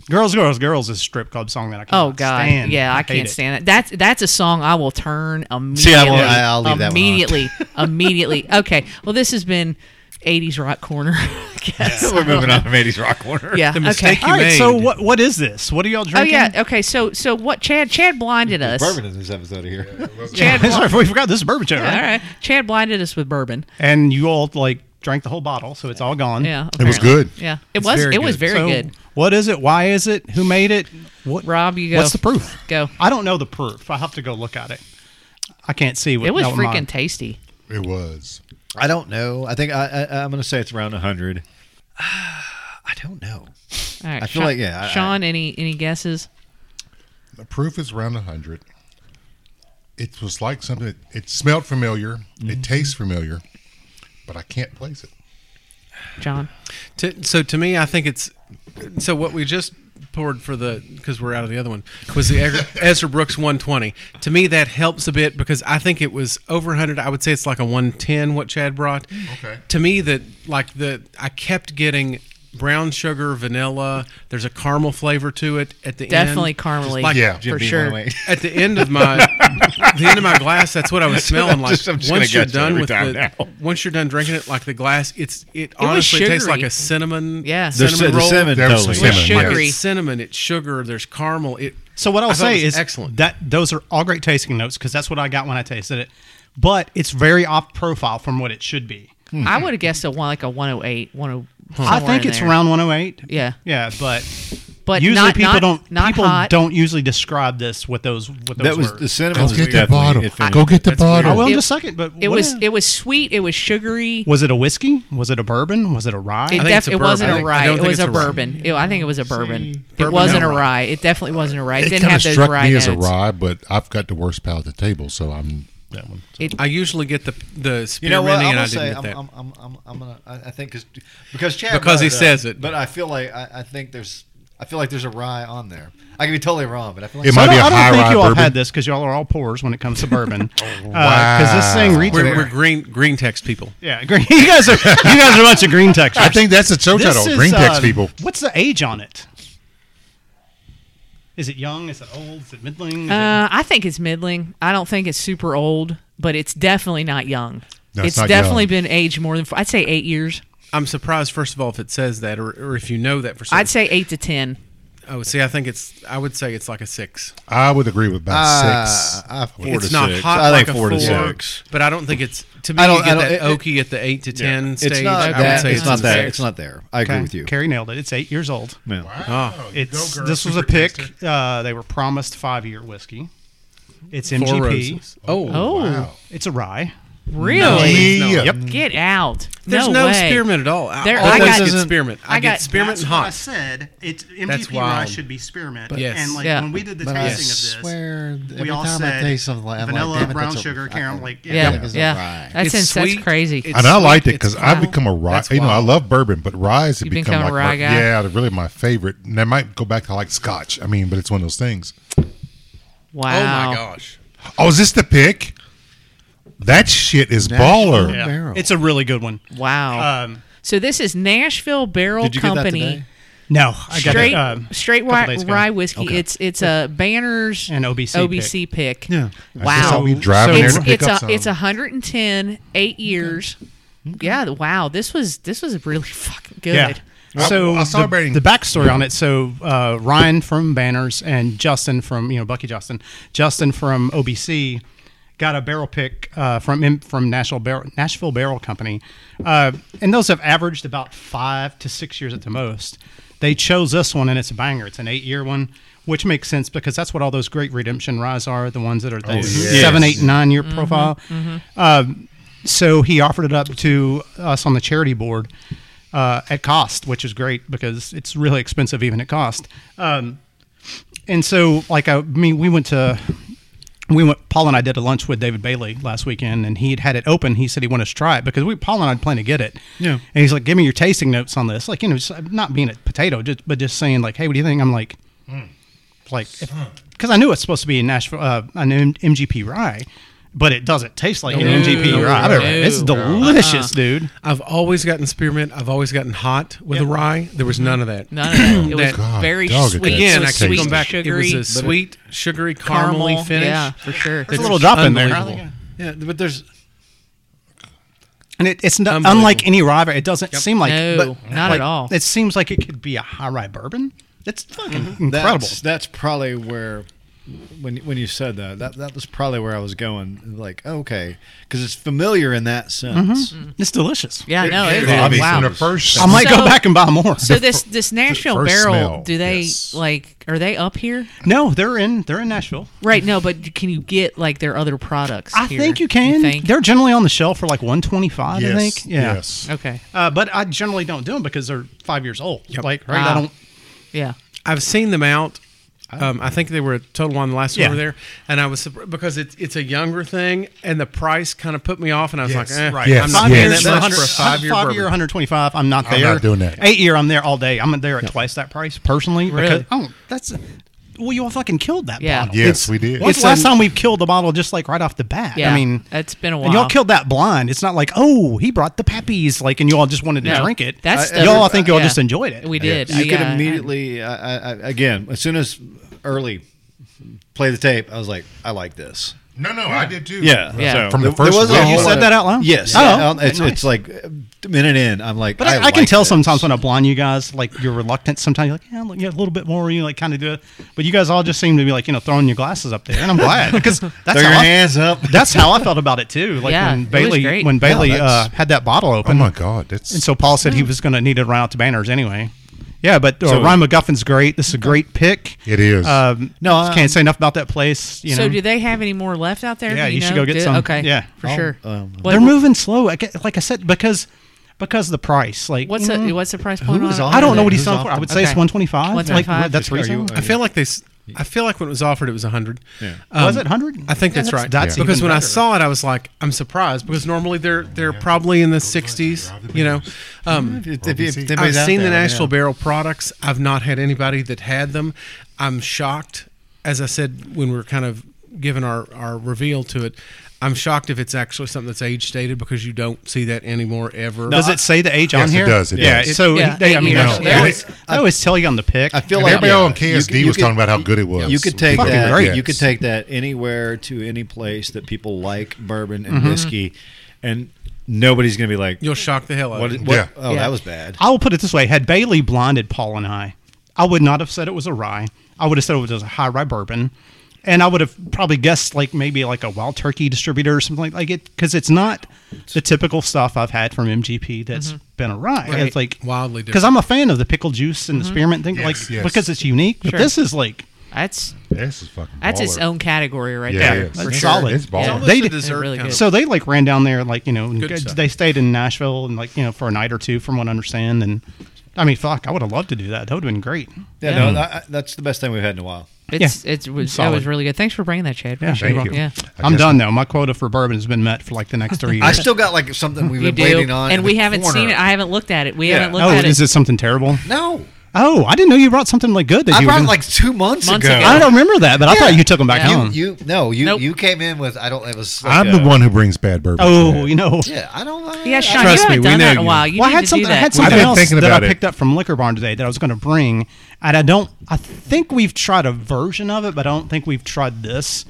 S4: Girls, Girls, Girls is a strip club song that I can't
S1: oh God.
S4: stand.
S1: Yeah, I
S4: hate
S1: can't
S4: it.
S1: stand it. That's that's a song I will turn immediately.
S2: See, I won't- I- I'll leave that one on.
S1: immediately. immediately. Okay. Well, this has been 80s rock corner. I guess.
S2: We're moving on from '80s rock corner.
S1: Yeah.
S5: The mistake
S1: okay.
S5: you
S4: All right,
S5: made.
S4: so what what is this? What are y'all
S1: Oh
S4: drinking?
S1: yeah. Okay. So so what? Chad Chad blinded us.
S2: Bourbon in this episode here.
S1: Oh, Chad.
S4: That's
S1: bli-
S4: right, we forgot this is bourbon show,
S1: All
S4: right?
S1: right. Chad blinded us with bourbon.
S4: And you all like drank the whole bottle, so it's all gone.
S1: Yeah.
S7: It was
S1: apparently.
S7: good.
S1: Yeah. It was.
S5: very
S1: It was
S5: good.
S1: very
S4: So,
S1: good.
S4: What is it? Why is it? Who made it? What?
S1: Rob, you go.
S4: What's the proof?
S1: Go.
S4: I don't know the proof. I have to go look at it. I can't see what
S1: It was
S4: that
S1: freaking
S4: mine-
S1: tasty.
S7: It was.
S2: I don't know. I think I, I I'm going to say it's around 100. I don't
S1: All
S2: know.
S1: right.
S2: I feel
S1: Sean,
S2: like, yeah, I-
S1: Sean, any any guesses?
S7: The proof is around 100. It was like something, that, it smelled familiar. It tastes familiar, but I can't place it.
S1: John.
S5: To, so to me, I think it's so. What we just poured for the because we're out of the other one was the Ezra- Ezra Brooks 120. To me, that helps a bit because I think it was over 100. I would say it's like a 110. What Chad brought.
S7: Mm, Okay.
S5: To me, that like the I kept getting. Brown sugar, vanilla. There's a caramel flavor to it at the
S1: Definitely
S5: end.
S1: caramely.
S5: Like
S7: Yeah.
S1: for sure.
S5: at the end of my the end of my glass, that's what I was smelling like.
S2: just- I'm just
S5: once
S2: gonna
S5: you're
S2: guess that
S5: done
S2: every
S5: with
S2: time
S5: the,
S2: now.
S5: once you're done drinking it, like the glass, it's it,
S1: was
S5: honestly tastes
S1: sugary.
S5: like a cinnamon
S1: Yeah. The
S5: cinnamon
S2: the
S5: roll.
S2: cinnamon
S7: There was
S2: totally.
S7: some cinnamon,
S5: Like,
S1: Sugary.
S5: it's cinnamon, it's sugar. There's caramel. It
S4: So what I'll
S5: I thought it
S4: say
S5: was
S4: is
S5: excellent.
S4: that those are all great tasting notes because that's what I got when I tasted it. But it's very off profile from what it should be.
S1: I would have guessed a one like a 108, 10
S4: I
S1: somewhere
S4: think
S1: in
S4: it's
S1: there.
S4: around 108.
S1: Yeah.
S4: Yeah, but
S1: But
S4: usually
S1: not-
S4: people
S1: not-
S4: don't
S1: not
S4: people
S1: hot.
S4: don't usually describe this with those with those
S2: That was
S4: words.
S2: the cinnamon.
S7: Go
S2: was
S7: get the
S2: definitely-
S7: bottle.
S2: it finished-
S7: Go get the
S2: that's weird.
S3: Oh,
S7: bottle.
S4: I will in
S1: It-
S4: a second, but
S1: It
S4: what
S1: was
S4: is-
S1: it was sweet. It was sugary.
S4: was it a whiskey? Was it a bourbon? Was it a rye?
S1: It,
S5: think
S1: def-
S5: it's a
S1: it wasn't
S5: bourbon. I
S1: a
S5: think- I
S1: rye.
S5: don't
S1: It
S5: think
S1: was
S5: it's
S1: a
S5: a rye.
S1: bourbon. It- I think it was a bourbon. It
S5: Bourbon,
S1: wasn't a
S5: no rye.
S1: rye. It definitely wasn't a rye. It,
S7: It
S1: didn't
S7: kind of
S1: have those
S7: struck
S1: rye
S7: me as a
S1: notes.
S7: rye, but I've got the worst pal at the table, so I'm that one.
S5: I usually get the the spearminty,
S2: You know what? I'm
S5: and I
S2: gonna
S5: didn't
S2: say
S5: get
S2: I'm,
S5: that.
S2: I'm, I'm, I'm, I'm gonna. I I think cause, because Chad
S5: Because
S2: brought
S5: he
S2: up,
S5: says it.
S2: But I feel like I, I think there's. I feel like there's a rye on there. I could be totally wrong, but I feel like
S7: It
S4: So I
S7: might
S4: don't,
S7: be a
S4: I
S7: high
S4: don't think
S7: rye
S4: you all
S7: bourbon.
S4: had this because y'all are all pours when it comes to bourbon. Because this
S7: Wow.
S4: thing retails.
S5: we're, we're green green text people.
S4: yeah, green, you guys are you guys are a bunch of green techs.
S7: I think that's the show
S4: This
S7: title.
S4: is,
S7: Green Text
S4: uh,
S7: people.
S4: What's the age on it? Is it young? Is it old? Is it middling? Is
S1: Uh, I think it's middling. I don't think it's super old, but it's definitely not young.
S7: No, it's not
S1: definitely
S7: young.
S1: been aged more than I'd say eight years.
S5: I'm surprised, first of all, if it says that, or, or if you know that for certain.
S1: I'd say eight to ten.
S5: Oh, see, I think it's. I would say it's like a six.
S7: I would agree with about
S2: Uh,
S7: six.
S2: I- four to
S5: it's not
S2: six.
S5: hot
S2: I
S5: like
S2: think
S5: a
S2: four to
S5: six.
S2: six.
S5: But I don't think it's. To me,
S2: I don't-
S5: you get
S2: I don't-
S5: that
S2: it- it-
S5: oaky at the eight to ten stage.
S2: It's not
S5: I would
S2: that.
S5: say
S2: It's not
S5: a
S2: that.
S5: six.
S2: It's not there. I agree
S4: it,
S2: with you.
S4: Carrie nailed it. It's eight years old.
S2: Yeah.
S5: Oh,
S4: It's
S7: girl,
S4: this was a
S7: super
S4: pick. Uh, they were promised five year whiskey. It's
S5: Four
S4: MGP.
S5: roses. Oh,
S1: Oh,
S4: It's a rye.
S1: really?
S7: Yeah.
S1: Get out!
S5: there's no,
S1: way.
S5: spearmint at all. I-
S1: There-
S5: all
S1: I
S5: those
S1: got-
S5: get
S1: isn't-
S5: spearmint. I,
S1: I
S5: get
S1: got-
S5: spearmint and
S4: I
S5: hot.
S4: said it's
S5: That's
S4: MGP rye
S5: wild.
S4: should be spearmint.
S5: Yes.
S4: And like
S1: Yeah.
S4: when we did the
S2: But I
S4: tasting of this,
S2: swear, every
S4: we all
S2: time I
S4: said
S2: taste something like I'm like,
S4: vanilla,
S2: damn it,
S4: brown
S2: that's a-
S4: sugar,
S2: I-
S4: caramel. Like
S1: Yeah,
S2: it's a
S1: yeah.
S2: rye.
S1: That's
S5: It's
S1: ins- that's
S5: sweet.
S1: crazy.
S5: It's
S7: and I liked it
S5: sweet,
S7: because
S5: it's
S7: I've
S5: wild.
S7: become a rye.
S5: That's
S7: You know, I
S5: wild.
S7: love bourbon, but rye has
S1: You've
S7: become
S1: become
S7: like
S1: a rye
S7: my,
S1: guy?
S7: yeah, they're really my favorite. And I might go back to like Scotch. I mean, but it's one of those things.
S1: wow.
S5: Oh my gosh.
S7: Oh, is this the pick? That shit is baller.
S4: Yeah.
S2: Barrel.
S4: It's a really good one.
S5: Uh,
S1: Wow.
S4: Um,
S1: so this is Nashville Barrel
S2: Did you get that
S1: Company.
S2: today?
S4: no, I got
S1: straight
S4: it. Um,
S1: straight
S4: couple
S1: rye,
S4: days ago.
S1: rye whiskey.
S4: Okay.
S1: It's it's a Banners
S4: And OBC pick.
S1: pick.
S4: Yeah.
S7: guess I'll
S1: Wow.
S7: be driving
S1: it's
S7: there to pick
S1: it's
S7: up
S1: a
S7: some.
S1: it's 110 eight years. Yeah. the- Wow. This was this was really fucking good.
S4: Yeah. So
S7: I- I saw
S4: the,
S7: Brady-
S4: the backstory on it. So uh, Ryan from Banners and Justin from you know Bucky Justin, Justin from OBC, got a barrel pick uh, from M- from Nashville Barrel Nashville Barrel Company, uh, and those have averaged about five to six years at the most. They chose this one and it's a banger. It's an eight year one, which makes sense because that's what all those great redemption ryes are. The ones that are the
S7: Oh, yes.
S4: seven, eight, nine year profile. Um, so he offered it up to us on the charity board uh, at cost, which is great because it's really expensive even at cost. Um, and so, like, I, I mean, we went to, we went, Paul and I did a lunch with David Bailey last weekend, and he had had it open. He said he wanted us to try it because we, Paul and I planned to get it.
S5: Yeah.
S4: And he's like, give me your tasting notes on this. Like, you know, just, not being a potato, just, but just saying, like, hey, what do you think? I'm like,
S5: Hmm.
S4: like because I knew it's supposed to be a Nashville uh, an M- MGP rye, but it doesn't taste like an MGP
S5: no,
S4: rye. I've ever-
S1: no.
S4: it's delicious, dude.
S5: I've always gotten spearmint. I've always gotten hot with a rye. There was none of that.
S1: No, no, no. It was
S5: That-
S7: God,
S1: very
S7: dog, it
S1: sweet.
S7: tastes
S5: Again,
S1: it
S5: I
S1: was
S5: keep
S1: sweet,
S5: going back.
S1: sugary,
S5: it was a sweet, sugary, caramely finish.
S1: Yeah, for sure.
S4: There's a little drop in there,
S5: Unbelievable.
S2: Yeah, but there's
S4: and it, it's not
S5: Unbelievable.
S4: unlike any rye. It doesn't seem like
S1: No,
S4: but,
S1: not
S4: like,
S1: at all.
S4: It seems like it could be a high rye bourbon. It's fucking incredible.
S2: That's, that's probably where when when you said that that that was probably where I was going. Like okay, because it's familiar in that sense.
S4: It's delicious.
S1: Yeah, no, it, was
S7: Obviously,
S1: wow.
S7: the first
S4: I might
S1: So-
S4: go back and buy more.
S1: So this this Nashville
S7: first
S1: barrel,
S7: smell,
S1: do they
S7: yes.
S1: like? Are they up here?
S4: no, they're in they're in Nashville.
S1: Right. No, but can you get like their other products?
S4: I
S1: here?
S4: think you can.
S1: think?
S4: They're generally on the shelf for like 125. I think. Yeah.
S7: Yes.
S1: okay.
S4: Uh, but I generally don't do them because they're five years old. Like right,
S1: Wow.
S4: I don't.
S1: Yeah.
S5: I've seen them out. Um, I think they were at Total Wine the last time we
S4: Yeah.
S5: were there, and I was surprised because it's it's a younger thing, and the price kind of put me off, and I was like, eh,
S4: right.
S7: Yes,
S5: I'm
S4: Five
S5: not paying
S4: years,
S5: that much
S4: 100
S5: for a five year
S4: five year, 125. I'm not there.
S7: I'm not doing that.
S4: Eight year, I'm there all day. I'm there at twice that price personally.
S1: Really?
S4: Because, oh, that's well, you all fucking killed that
S1: Yeah.
S4: bottle.
S7: Yes, we did.
S4: When's
S5: It's
S4: the last
S5: an-
S4: time we've killed the bottle just like right off the bat?
S1: Yeah.
S4: I mean,
S1: it's been a while.
S4: and y'all killed that blind. It's not like oh, he brought the pappies like, and you all just wanted to
S1: No.
S4: drink it.
S1: That's the-
S4: y'all. I think y'all
S1: yeah.
S4: just enjoyed it.
S1: We did.
S2: You
S1: Mm-hmm. yeah, I-
S2: could immediately I, I, I- again as soon as early play the tape. I was like, I like this.
S7: No, no, I did too.
S2: Yeah,
S1: Yeah.
S2: so-
S7: From the
S2: There
S7: first
S2: wasn't a
S7: one.
S2: whole
S4: You said
S2: lot of-
S4: that out loud?
S2: Yes.
S4: Oh,
S2: Yeah, it's
S4: nice.
S2: it's like the minute in, I'm like,
S4: But
S2: I,
S4: I, I, can
S2: like
S4: tell
S2: this.
S4: sometimes when I blind you guys, like you're reluctant. Sometimes you're like, yeah, look, yeah, a little bit more. You like kind of do it, but you guys all just seem to be like, you know, throwing your glasses up there, and I'm glad because that's
S2: Throw your
S4: how I,
S2: hands up.
S4: that's how I felt about it too. Like
S1: Yeah, it
S4: when
S1: was
S4: Bailey
S1: great.
S4: when Bailey uh,
S7: that's-
S4: had that bottle open.
S7: Oh my God, that's
S4: And so Paul said he was going to need to run out to banners anyway. Yeah, but uh, Ryan McGuffin's great. This is a great pick.
S7: It is.
S4: Um,
S2: No,
S4: no,
S2: I-
S4: can't say enough about that place. You
S1: so
S4: know,
S1: do they have any more left out there?
S4: Yeah,
S1: Do
S4: you should
S1: know?
S4: go get
S1: Do-
S4: some.
S1: Okay,
S4: Yeah.
S1: for sure. What-
S4: they're moving slow. I get- Like I said, because because the price. Like
S1: What's
S4: you know,
S1: the what's the price point?
S2: was
S1: on
S2: on
S1: it?
S4: I don't know
S2: Who's
S4: what he's selling
S2: off
S4: for.
S2: the-
S4: I would say it's
S1: Okay.
S4: one twenty five. Like
S1: 125.
S4: that's
S2: Are you-
S4: reasonable.
S5: I feel like they. s- I feel like when it was offered, it was a hundred. Yeah.
S4: Was it 100?
S5: I think
S4: Yeah,
S5: that's,
S4: Um, that's-
S5: right.
S4: that's
S5: because
S4: even
S5: when I
S4: better.
S5: saw it, I was like, I'm surprised because normally they're they're probably in the sixties. You know, um,
S2: If- if- if
S5: I've
S2: anybody's out
S5: seen the
S2: there, let me know.
S5: National Barrel products. I've not had anybody that had them. I'm shocked. As I said when we were kind of giving our, our reveal to it, I'm shocked if it's actually something that's age dated because you don't see that anymore ever.
S4: Does it say the age on
S7: Yes, it
S4: here?
S7: does, it
S4: yeah.
S7: does.
S4: So
S1: Yeah,
S4: they, I
S1: eight
S4: mean,
S1: years.
S4: they
S1: Yeah.
S4: always, they always tell you on the pick.
S2: I feel
S7: And
S2: like
S7: everybody
S2: yeah.
S7: on KSD
S2: You- you
S7: was
S2: could-
S7: talking about how good it was.
S2: You could take
S4: Fucking
S2: that.
S4: great.
S2: You could take that anywhere to any place that people like bourbon
S1: Mm-hmm.
S2: and whiskey, and nobody's gonna be like,
S5: You'll shock the hell out
S2: "What?
S5: of you.
S2: what-
S7: Yeah.
S2: Oh,
S1: Yeah.
S2: that was bad."
S4: I will put it this way: had Bailey blinded Paul and I, I would not have said it was a rye. I would have said it was a high rye bourbon, and I would have probably guessed like maybe like a wild turkey distributor or something like, like it because it's not the typical stuff I've had from MGP that's been a rye.
S1: Right.
S4: It's like
S5: Wildly different.
S4: because I'm a fan of the pickle juice and the spearmint thing, like
S7: yes.
S4: because it's unique. But
S1: Sure.
S4: this is like
S1: That's
S7: This is fucking.
S1: that's its
S7: baller.
S1: own category right
S7: Yeah,
S1: there.
S7: it is.
S1: for
S4: It's
S1: sure.
S4: solid.
S7: It's baller.
S5: It's
S1: Yeah.
S5: almost
S4: They
S5: a
S4: did-
S5: dessert
S1: Really
S5: kind
S1: good.
S5: of-
S4: So they like ran down there, like you know, and
S5: Good
S4: g-
S5: stuff.
S4: they stayed in Nashville and like you know for a night or two, from what I understand. And I mean, fuck, I would have loved to do that. That would have been great.
S2: Yeah,
S1: Yeah.
S2: no, I, I- that's the best thing we've had in a while.
S1: It's it's it was that was
S4: Solid.
S1: really good. Thanks for bringing that, Chad.
S4: Yeah,
S1: Appreciate
S4: thank
S1: it.
S4: you.
S1: Yeah.
S7: I
S4: I'm
S7: guess-
S4: done though. My quota for bourbon has been met for like the next three years.
S2: I still got like something we've
S1: You
S2: been
S1: do,
S2: waiting on,
S1: and
S2: in
S1: we
S2: the
S1: haven't
S2: corner.
S1: seen it. I haven't looked at it. We
S2: Yeah.
S1: haven't looked
S4: oh,
S1: at
S4: is
S1: it.
S4: it something terrible?
S2: No,
S4: Oh, I didn't know you brought something like good. That
S2: I
S4: you
S2: brought
S4: were
S2: it
S4: gonna-
S2: like two months
S1: Months
S2: ago.
S1: ago.
S4: I don't remember that, but I thought you took them back
S1: Yeah.
S4: home.
S2: You no, you
S1: Nope.
S2: you came in with I don't. It was. Like
S7: I'm the
S2: a-
S7: one who brings bad bourbon. to
S4: oh,
S7: that.
S4: you know.
S2: Yeah, I don't. know.
S1: yeah, Sean,
S5: Trust
S1: you
S5: me,
S1: haven't
S5: we
S1: done that in
S5: know
S1: a
S5: you.
S1: while. You
S4: well, I
S1: need
S4: had
S1: to
S4: something.
S1: do
S4: I
S1: that.
S4: had
S1: We-
S4: something
S7: been
S4: else
S7: thinking
S4: that I
S7: about it.
S4: picked up from Liquor Barn today that I was going to bring, and I don't. I think we've tried a version of it, but I don't think we've tried this.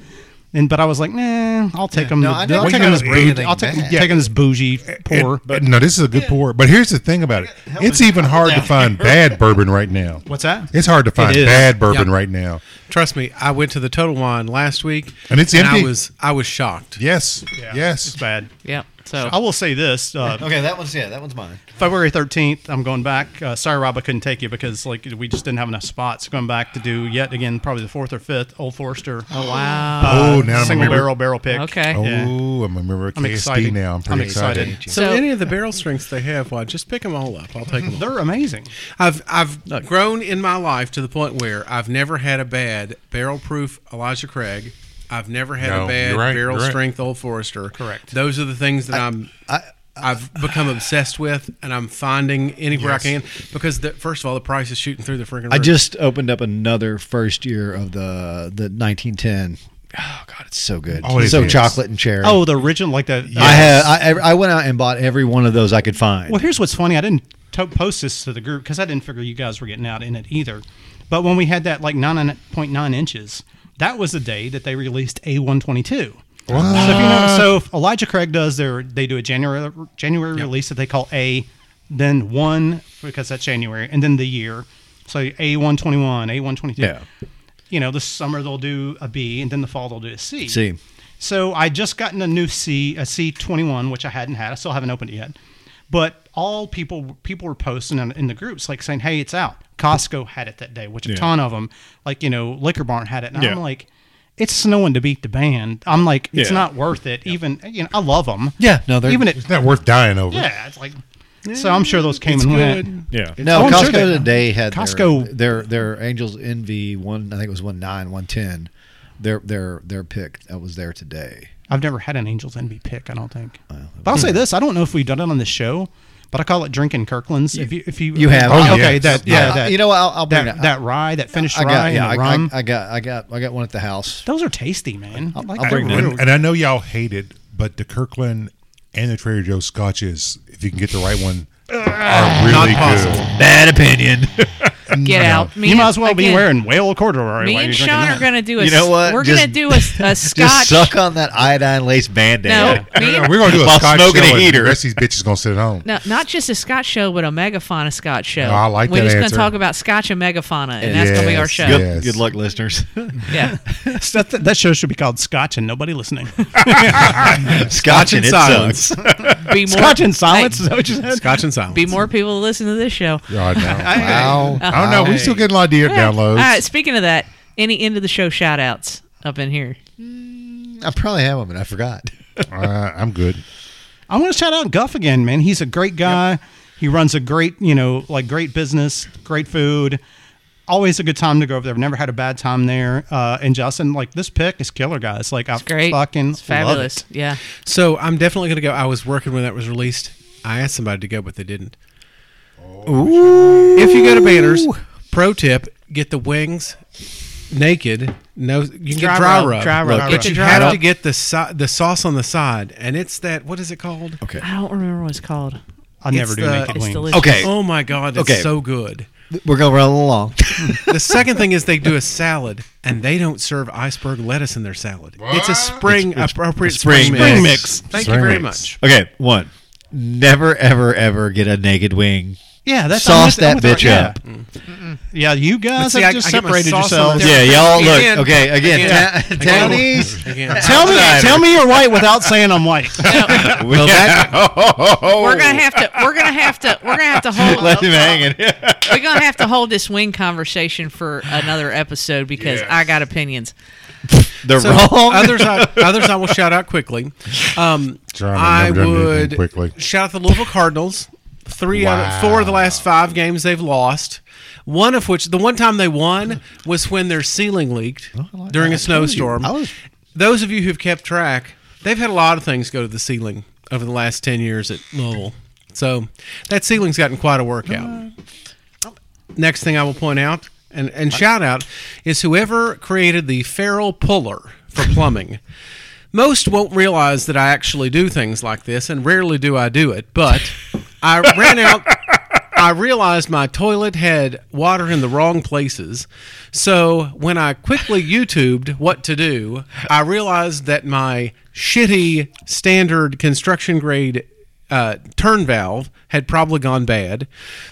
S4: And but I was like, nah, I'll take them.
S2: no, I know
S4: I'll
S2: you
S4: take
S2: gotta
S4: them this
S2: bring
S4: bougie.
S2: anything
S4: I'll take,
S2: back.
S4: take 'em this bougie pour.
S7: But no, this is a good pour. But here's the thing about it: it's even hard to find bad bourbon right now.
S4: What's that?
S7: It's hard to find
S4: is.
S7: bad bourbon
S5: Yeah.
S7: right now.
S5: Trust me, I went to the Total Wine last week,
S7: And it's empty.
S5: I was I was shocked.
S7: Yes,
S4: It's
S7: yes.
S4: bad.
S1: Yeah.
S4: I
S1: So
S4: will say this: uh,
S2: Okay, that one's yeah, that one's mine.
S4: February 13th, I'm going back. Uh, sorry, Rob, I couldn't take you because like we just didn't have enough spots. Going back to do yet again, probably the fourth or fifth Old Forester. Oh
S1: wow.
S7: Oh, now I'm
S4: single
S7: remember-
S4: barrel barrel pick.
S1: Okay.
S7: Oh,
S4: Yeah.
S7: I'm a member of
S4: I'm
S7: KSD
S4: excited.
S7: now. I'm pretty
S4: I'm excited.
S7: excited.
S5: So,
S1: So-
S5: any of the barrel strengths they have, why just pick them all up. I'll take them. all.
S4: They're amazing.
S5: I've I've grown in my life to the point where I've never had a bad barrel proof Elijah Craig. I've never had
S7: No,
S5: a bad
S7: you're right,
S5: barrel
S7: you're right.
S5: strength Old Forester.
S4: Correct.
S5: Those are the things that I, am I, have become obsessed with, and I'm finding anywhere I can because the, first of all, the price is shooting through the freaking.
S2: I
S5: roof.
S2: just opened up another first year of the the 1910. Oh God, it's so good.
S7: Oh, it
S2: so
S7: is.
S2: chocolate and cherry.
S4: Oh, the original, like the.
S2: I had I, I went out and bought every one of those I could find.
S4: Well, here's what's funny. I didn't to- post this to the group because I didn't figure you guys were getting out in it either. But when we had that like 9.9 inches, that was the day that they released A122. So, if you know,
S2: Uh,
S4: so if Elijah Craig does their, they do a January January release that they call A, then one because that's January, and then the year. So A121, A122.
S2: Yeah.
S4: You know, this summer they'll do a B, and then the fall they'll do a C.
S2: See.
S4: So I just gotten a new C, a C21, which I hadn't had. I still haven't opened it yet. But all people people were posting in, in the groups like saying, "Hey, it's out." Costco had it that day, which a ton of them, like you know, Liquor Barn had it, and
S2: Yeah.
S4: I'm like, "It's snowing to beat the band." I'm like, "It's
S2: Yeah.
S4: not worth it." Even you know, I love them.
S2: Yeah, no, they're-
S4: even at
S7: It's not worth dying over.
S4: yeah, it's like. So I'm sure those came
S5: It's
S4: and
S5: good.
S4: went.
S7: yeah.
S2: no,
S4: Oh, I'm sure
S2: Costco
S4: they-
S2: today had their-
S4: Costco-
S2: Their, their Angels Envy one. I think it was one nine one ten. Their their their pick that was there today.
S4: I've never had an Angels envy pick. I don't think. But I'll say this: I don't know if we've done it on the show, but I call it drinking Kirkland's. if you if you
S2: You have.
S7: Oh,
S4: okay,
S7: yes.
S4: that yeah,
S2: I-
S4: that,
S2: Uh, you know what, I'll, I'll bring
S4: that,
S2: it.
S4: that rye, that finished
S2: I
S4: rye,
S2: got yeah,
S4: and
S2: I,
S4: the rum.
S2: I, I got I got I got one at the house.
S4: those are tasty, man. I like
S2: I'll bring
S4: that.
S2: them.
S7: And, and I know y'all hate it, but the Kirkland and the Trader Joe's scotches, if you can get the right one, are really Mm,
S5: possible.
S7: good.
S2: Bad opinion.
S1: Get out. Me
S4: you might
S1: and-
S4: as well be
S1: again,
S4: wearing whale corduroy.
S1: Me
S4: while
S1: and
S4: you're drinking
S1: Sean
S4: that.
S1: are gonna do a.
S2: You know what?
S1: We're
S2: Just-
S1: gonna do a, a
S2: Just
S1: Scotch.
S2: suck on that iodine lace band
S1: no,
S2: aid.
S1: me and
S7: We're gonna do a
S2: While
S7: Scotch
S2: smoking a
S7: show and
S2: heater.
S7: The rest of these bitches gonna sit at home.
S1: No, not just a Scotch show, but a megafauna Scotch show.
S7: I like
S1: We're
S7: that
S1: just
S7: answer.
S1: to talk about Scotch and megafauna, and that's going to be our
S7: Yes,
S1: show.
S7: good. Yes.
S2: Good, good luck, listeners.
S1: Yeah.
S4: That, that- that show should be called Scotch and Nobody Listening.
S2: Scotch and it
S5: silence.
S2: sucks.
S1: Be more,
S4: Scotch and Silence.
S1: Hey,
S4: Is that what you said?
S5: Scotch and silence.
S1: be more people to listen to this show.
S7: God, no.
S2: Wow.
S7: I don't know. We still getting a lot of deer
S1: Yeah. All
S7: downloads.
S1: right. Speaking of that, any end of the show shout outs up in here?
S2: I probably have them, and I forgot.
S7: Uh, I'm good.
S4: I want to shout out Guff again, man. He's a great guy. He runs a great, you know, like great business, great food. Always a good time to go over there. I've never had a bad time there. Uh, and Justin, like this pick is killer, guys. Like I
S1: It's great.
S4: fucking
S1: it's fabulous.
S4: Love
S1: Yeah.
S5: So I'm definitely going to go. I was working when that was released. I asked somebody to go, but they didn't. Ooh. If you go to Banners, pro tip: get the wings naked. No, you can
S1: Dry
S5: get dry
S1: rub,
S5: rub.
S1: dry rub.
S5: but
S1: Get your
S5: you
S1: dry
S5: have
S1: rub.
S5: to get the si- the sauce on the side, and it's that. What is it called?
S2: Okay.
S1: I don't remember what it's called.
S4: it. I never
S5: It's
S4: do
S5: the-
S4: naked
S5: it's
S4: wings.
S1: delicious.
S2: Okay.
S5: Oh my god, it's
S2: Okay.
S5: so good.
S2: We're going to run along.
S5: The second thing is they do a salad, and they don't serve iceberg lettuce in their salad. It's a spring appropriate
S2: spring
S5: spring,
S2: mix.
S5: Thank
S7: Spring
S5: you very
S7: mix.
S5: much.
S2: Okay, one. Never, ever, ever get a naked wing.
S4: Yeah, that's I'm
S2: Sauce
S4: with- I'm
S2: that
S4: with her.
S2: bitch
S4: yeah.
S2: up.
S4: Yeah, you guys
S5: But see,
S4: have
S5: I-
S4: just
S5: I get my
S4: separated
S5: sauce on
S4: yourselves.
S5: there.
S2: Yeah, y'all look.
S5: Again.
S2: okay, again,
S5: Again.
S2: ta-
S5: Again.
S2: townies.
S5: Again.
S4: Tell me, tell me you're white without saying I'm white.
S2: Well, that, Oh.
S1: We're gonna have to. We're gonna have to. We're gonna have to hold.
S2: let him hang it.
S1: We're gonna have to hold this wing conversation for another episode because I got opinions.
S2: They're
S5: So,
S2: wrong.
S5: Others, I, others I will shout out quickly. Um,
S7: John, I've
S5: I
S7: never done anything
S5: would
S7: quickly.
S5: shout out the Louisville Cardinals. Three out of four of the last five games they've lost. One of which, the one time they won was when their ceiling leaked during a snowstorm.
S2: I was-
S5: Those of you who've kept track, they've had a lot of things go to the ceiling over the last ten years at Louisville. So that ceiling's gotten quite a workout next thing I will point out and, and shout out is whoever created the ferrule puller for plumbing. Most won't realize that I actually do things like this, and rarely do I do it, but I ran out. I realized my toilet had water in the wrong places. So when I quickly YouTubed what to do, I realized that my shitty standard construction grade uh, turn valve had probably gone bad.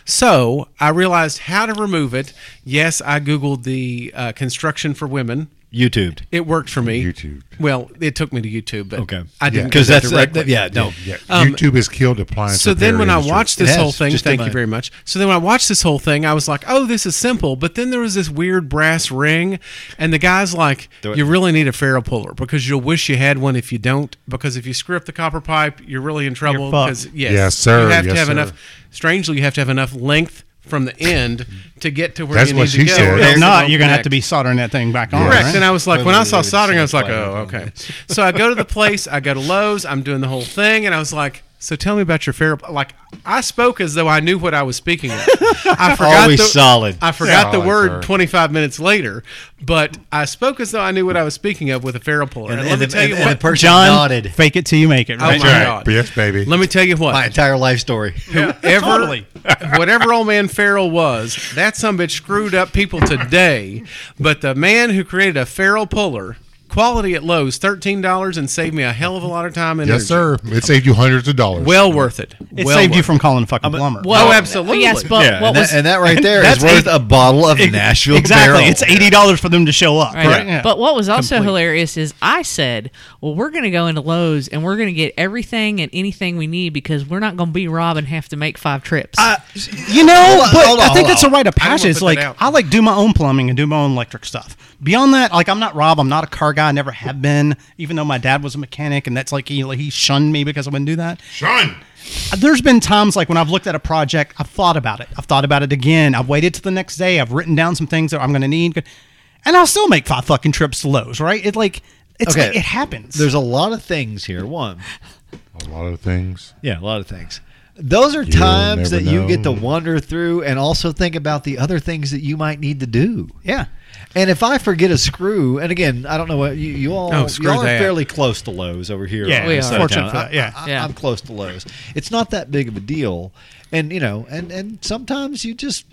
S5: So I realized how to remove it. Yes, I Googled the uh, construction for women.
S2: YouTubed.
S5: It worked for me.
S7: YouTube.
S5: Well, it took me to YouTube, but
S2: Okay.
S5: I didn't
S2: Because
S5: go there
S2: that's
S5: directly.
S2: that, yeah. No.
S7: Yeah, YouTube has killed appliance.
S5: So then
S7: repair
S5: when I
S7: industry.
S5: watched this
S2: It has,
S5: whole thing,
S2: just
S5: thank
S2: about.
S5: you very much. So then when I watched this whole thing, I was like, oh, this is simple. But then there was this weird brass ring, and the guy's like,
S2: Do it.
S5: you really need a ferro puller because you'll wish you had one if you don't. Because if you screw up the copper pipe, you're really in trouble.
S4: fucked.
S5: Because yes,
S7: Yes, sir.
S5: you have
S7: Yes,
S5: to have
S7: sir.
S5: enough. Strangely, you have to have enough length from the end to get to where
S7: That's
S5: you
S7: what
S5: need
S7: she
S5: to go.
S7: said.
S5: or
S7: If
S5: else
S4: If
S5: it
S4: not,
S5: won't
S4: you're gonna have
S5: connect.
S4: to be soldering that thing back on.
S5: Correct.
S4: right?
S5: And I was like, when I saw
S2: Literally,
S5: soldering, I was
S2: it's
S5: like,
S2: like
S5: oh, okay. So I go to the place, I go to Lowe's, I'm doing the whole thing, and I was like, so tell me about your fair. Like, I spoke as though I knew what I was speaking of. I forgot
S2: Always
S5: the,
S2: solid.
S5: I forgot the
S7: Solid,
S5: word
S7: sir.
S5: 25 minutes later, but I spoke as though I knew what I was speaking of with a ferro puller. And,
S2: And,
S5: let
S2: and,
S5: me
S2: and,
S5: tell you
S2: and the
S5: what.
S2: person
S4: John,
S2: nodded.
S4: fake it till you make it.
S5: Oh,
S4: Right?
S5: my God.
S7: Yes, baby.
S5: Let me tell you what.
S2: My entire life story.
S5: Whoever, whatever old man Farrell was, that some bitch screwed up people today. But the man who created a Farrell puller, quality at Lowe's, thirteen dollars, and saved me a hell of a lot of time and
S7: yes,
S5: energy.
S7: sir. It saved you hundreds of dollars.
S5: Well worth it.
S4: It
S5: well
S4: saved you
S5: worth
S4: from calling a fucking plumber.
S5: It. Oh, absolutely.
S1: Yes, but
S2: yeah,
S1: what
S2: and,
S1: was
S2: that, and that right there is
S4: That's
S2: worth
S4: eight-
S2: a bottle of Nashville
S4: exactly.
S2: Barrel.
S4: It's eighty dollars for them to show up.
S1: Right.
S4: Right. Yeah.
S1: But what was also hilarious is I said, "Well, we're going to go into Lowe's and we're going to get everything and anything we need because we're not going to be Rob and have to make five trips."
S4: You know,
S2: on,
S4: but
S2: hold on,
S4: I think
S2: hold
S4: that's
S2: on.
S4: a rite of
S5: I don't wanna
S4: passage.
S5: put
S4: Like
S5: that out.
S4: I like do my own plumbing and do my own electric stuff. Beyond that, like I'm not Rob. I'm not a car guy. I never have been. Even though my dad was a mechanic, and that's like he like, he shunned me because I wouldn't do that.
S7: Sean.
S4: There's been times like when I've looked at a project, I've thought about it. I've thought about it again. I've waited till the next day. I've written down some things that I'm going to need, and I'll still make five fucking trips to Lowe's. Right? It like it's
S2: Okay.
S4: like, it happens.
S2: There's a lot of things here. One,
S7: A lot of things.
S2: yeah, a lot of things. Those are times
S7: never
S2: that you get to
S7: know.
S2: wander through and also think about the other things that you might need to do.
S4: yeah.
S2: And if I forget a screw, and again, I don't know what you, you all,
S5: Oh,
S2: you
S5: screw
S2: all are
S5: that.
S2: fairly close to Lowe's over here.
S4: Yeah,
S2: on
S1: we
S2: this
S1: are.
S2: side of
S4: Fortunate
S2: town.
S4: for that, yeah.
S2: I,
S1: Yeah.
S2: am close to Lowe's. It's not that big of a deal, and you know, and and sometimes you just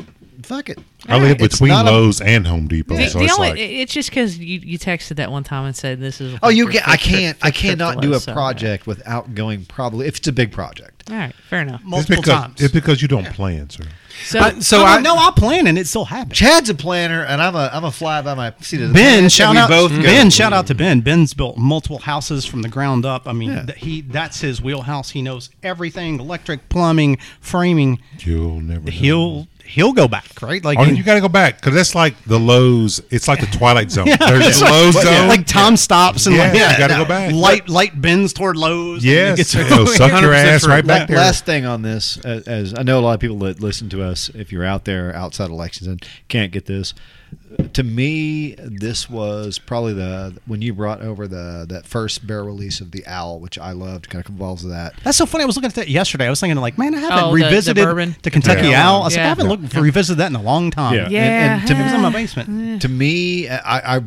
S2: fuck it.
S7: I live
S2: It's
S7: between
S2: not a-
S7: Lowe's and Home Depot,
S1: The,
S7: so
S1: the
S7: it's
S1: only,
S7: like
S1: it's just because you, you texted that one time and said this is.
S2: Oh, you
S1: for-
S2: get.
S1: for
S2: I
S1: trip-
S2: can't.
S1: for
S2: I
S1: trip to
S2: cannot do a
S1: Lowe's, so, yeah.
S2: project without going probably if it's a big project.
S1: All right, fair enough.
S7: it's
S4: multiple
S7: because
S4: times.
S7: it's because you don't plan, sir.
S1: So,
S5: I- so
S4: I
S5: I
S4: no, I'll plan and it still happens.
S2: Chad's a planner, and I'm a I'm a fly by my seat of the
S4: Ben,
S2: pants, and
S4: shout
S2: we
S4: out
S2: both go.
S4: Ben, shout out to Ben. Ben's built multiple houses from the ground up. I mean, th- he that's his wheelhouse. He knows everything: electric, plumbing, framing.
S7: You'll never. know.
S4: He'll he'll go back, right? Like
S7: Oh,
S4: you-
S7: you got to go back because that's like the Lowe's. It's like the Twilight Zone. There's
S4: It's
S7: the
S4: like-
S7: Lowe's
S4: like,
S7: Zone.
S4: like Tom stops and
S7: Yeah,
S4: like
S7: you gotta go back.
S4: Light light bends toward Lowe's.
S7: yes,
S4: it's
S7: it'll suck your ass right back there.
S2: Last thing on this, as, as I know a lot of people that listen to us, if you're out there outside of Lexington, can't get this. To me, this was probably the when you brought over the that first bare release of the owl, which I loved. Kind of involves that.
S4: That's so funny. I was looking at that yesterday. I was thinking like, man, I haven't
S1: Oh, the- the
S4: revisited the,
S1: bourbon?
S4: Kentucky
S1: Yeah.
S4: Owl. I was like, I
S1: Yeah.
S4: haven't looked revisited that in a long time.
S2: Yeah.
S1: yeah,
S2: and- and to
S4: It was in my basement.
S1: Mm.
S2: To me, I, I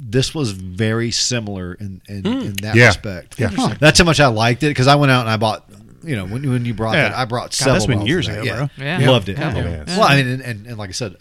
S2: this was very similar in in,
S1: Mm.
S2: in that
S7: Yeah.
S2: respect.
S7: Yeah.
S2: Huh. that's how much I liked it because I went out and I bought. You know, when, when you brought
S4: Yeah.
S2: that, I brought
S4: God,
S2: several.
S4: that's been
S2: bottles of
S4: years
S2: that.
S4: ago, Oh,
S2: yeah.
S1: bro. Yeah.
S2: Loved it.
S1: Yeah.
S7: Yeah.
S2: Well, I mean, and, and, and like I said,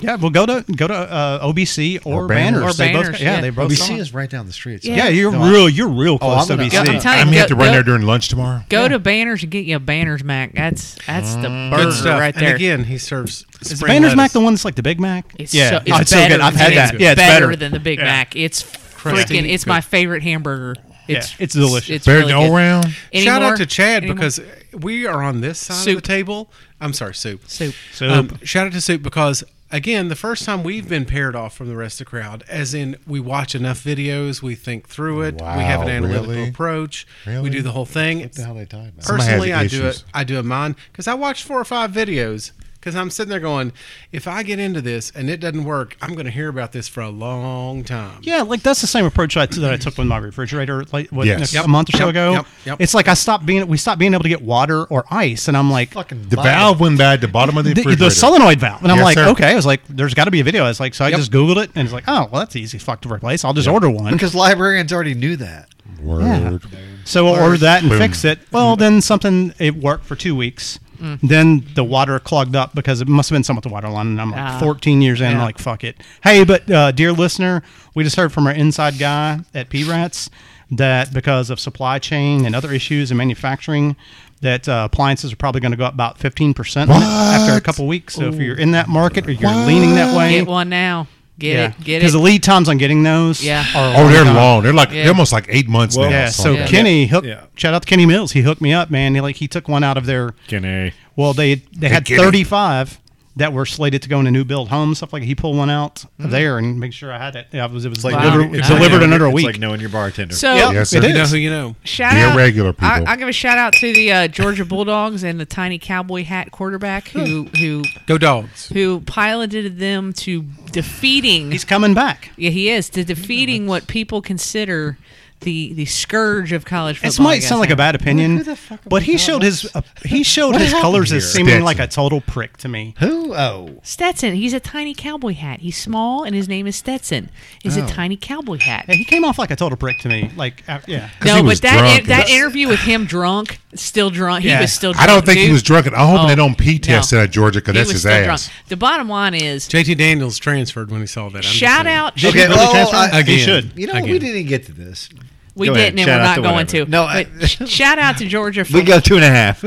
S4: Yeah, well, go to go to uh, OBC or,
S7: Or Banners.
S4: banners.
S1: Or
S4: They both-
S1: Banners,
S4: yeah,
S1: yeah.
S4: they both.
S2: we
S4: sell
S2: see
S4: them.
S2: is right down the street. so-
S4: Yeah, you're
S2: No, I-
S4: real. You're real
S2: Oh,
S4: close
S2: I'm
S4: to
S2: gonna-
S4: OBC.
S1: I'm telling
S7: I'm gonna
S1: you,
S7: have to
S1: go-
S7: run
S1: go-
S7: there during lunch tomorrow.
S1: Go to Banners and get you a Banners Mac. That's that's the
S2: Mm.
S1: burger
S5: Good stuff.
S1: right there.
S5: And again, he serves.
S4: Is
S5: spring
S4: Banner's
S5: lettuce.
S4: Mac the one that's like the Big Mac?
S1: It's
S4: yeah,
S1: so,
S4: Oh,
S1: it's,
S4: so
S1: better
S4: good. I've had
S1: than-
S4: that. Yeah, it's
S1: better,
S4: better,
S1: than the Big
S5: Yeah.
S1: Mac. It's
S5: Crusty,
S1: freaking. It's
S5: good.
S1: my favorite hamburger. It's
S4: it's delicious.
S7: Better
S1: really
S7: than all
S1: good.
S7: round?
S1: Any
S5: Shout
S1: more?
S5: out to Chad
S1: Any more?
S5: because we are on this side of
S1: Soup.
S5: the table. I'm sorry, soup.
S1: soup.
S4: Soup.
S5: Um, shout out to soup because again, the first time we've been paired off from the rest of the crowd, as in we watch enough videos, we think through it, we have an
S7: Wow,
S5: analytical
S7: really?
S5: approach,
S7: Really?
S5: we do the whole thing.
S7: Somebody has
S5: Personally, I do
S7: issues.
S5: it. I do it mine because I watched four or five videos. Because I'm sitting there going, if I get into this and it doesn't work, I'm going to hear about this for a long time.
S4: Yeah, like that's the same approach I, that I took with my refrigerator, like what,
S7: Yes.
S4: a
S7: Yep,
S4: month or so
S5: yep,
S4: ago.
S5: yep, yep.
S4: It's like I stopped being we stopped being able to get water or ice, and I'm like
S2: fucking
S7: The valve went bad at the bottom of the
S4: the,
S7: refrigerator.
S4: the solenoid valve, and I'm
S7: Yes,
S4: like,
S7: sir.
S4: okay, I was like, there's got to be a video. I was like, so I just googled it, and it's like, oh, well, that's easy, fuck to replace. I'll just order one.
S2: because librarians already knew that.
S7: Word.
S4: So we'll order that and
S7: Boom. Mm.
S4: fix it. Well, then something it worked for two weeks.
S1: Mm.
S4: Then the water clogged up because it must have been something with the water line. And I'm like
S1: Ah.
S4: 14 years in, I'm like fuck it. Hey, but uh, dear listener, we just heard from our inside guy at P Rats that because of supply chain and other issues in manufacturing, that uh, appliances are probably going to go up about 15 percent after a
S7: What?
S4: couple weeks. So if you're in that market or you're leaning that way,
S1: Get one now. Get
S4: yeah,
S1: it. Get
S4: the
S1: it.
S4: lead times on getting those,
S1: Yeah.
S4: are
S7: Oh, they're
S4: gone.
S7: long. They're like
S1: Yeah.
S7: they're almost like eight months now.
S4: Yeah, so
S7: something.
S1: Yeah.
S4: Kenny hooked.
S2: Yeah.
S4: Shout out to Kenny Mills. He hooked me up, man. He like he took one out of their.
S2: Kenny.
S4: Well, they they had
S7: Kenny.
S4: 35 that were slated to go in a new build home stuff like. He pulled one out of there and make sure I had it. Yeah, It was it was
S2: It's like
S1: Wow.
S4: delivered,
S1: knowing- it's
S4: delivered
S2: knowing-
S4: another
S2: it's
S4: week.
S2: like knowing your bartender.
S1: So
S4: Yep.
S7: Yes, sir.
S4: it
S5: You know
S4: is.
S5: who you know.
S1: shout
S7: The
S1: out.
S7: irregular
S1: I,
S7: people.
S1: I give a shout out to the uh, Georgia Bulldogs and the tiny cowboy hat quarterback who who
S5: Go dogs.
S1: who piloted them to defeating.
S4: He's coming back.
S1: Yeah, he is to defeating what people consider the the scourge of college football.
S4: This might
S1: I guess,
S4: sound like a
S1: now.
S4: bad opinion, but he showed his uh, he showed his colors as seeming
S7: Stetson.
S4: like a total prick to me.
S2: Who? Oh,
S1: Stetson. He's a tiny cowboy hat. He's small, and his name is Stetson. He's
S2: Oh.
S1: a tiny cowboy hat.
S4: Yeah, he came off like a total prick to me. Like uh, yeah,
S7: he
S1: No,
S7: was
S1: but that
S7: drunk.
S1: that interview with him drunk, still drunk.
S4: Yeah.
S1: He was still.
S7: I
S1: drunk.
S7: don't think he
S1: dude.
S7: was drunk. I'm hoping
S1: Oh,
S7: they don't pee test
S1: no.
S7: it at Georgia because
S1: He
S7: that's
S1: was
S7: his
S1: still
S7: ass.
S1: drunk. The bottom line is,
S5: JT Daniels transferred when he saw that. I'm just
S1: shout
S5: saying.
S1: out.
S4: Did he
S2: Okay,
S4: really
S2: well,
S4: transfer?
S2: I-
S4: he
S5: again.
S4: should.
S2: you know
S5: Again.
S2: we didn't get to this.
S1: We
S2: Go ahead,
S1: didn't, and
S2: shout
S1: we're
S2: out
S1: not
S2: to
S1: going
S2: whatever.
S1: to.
S2: No, I-
S1: But sh- shout out to Georgia. For,
S2: We got two and a half.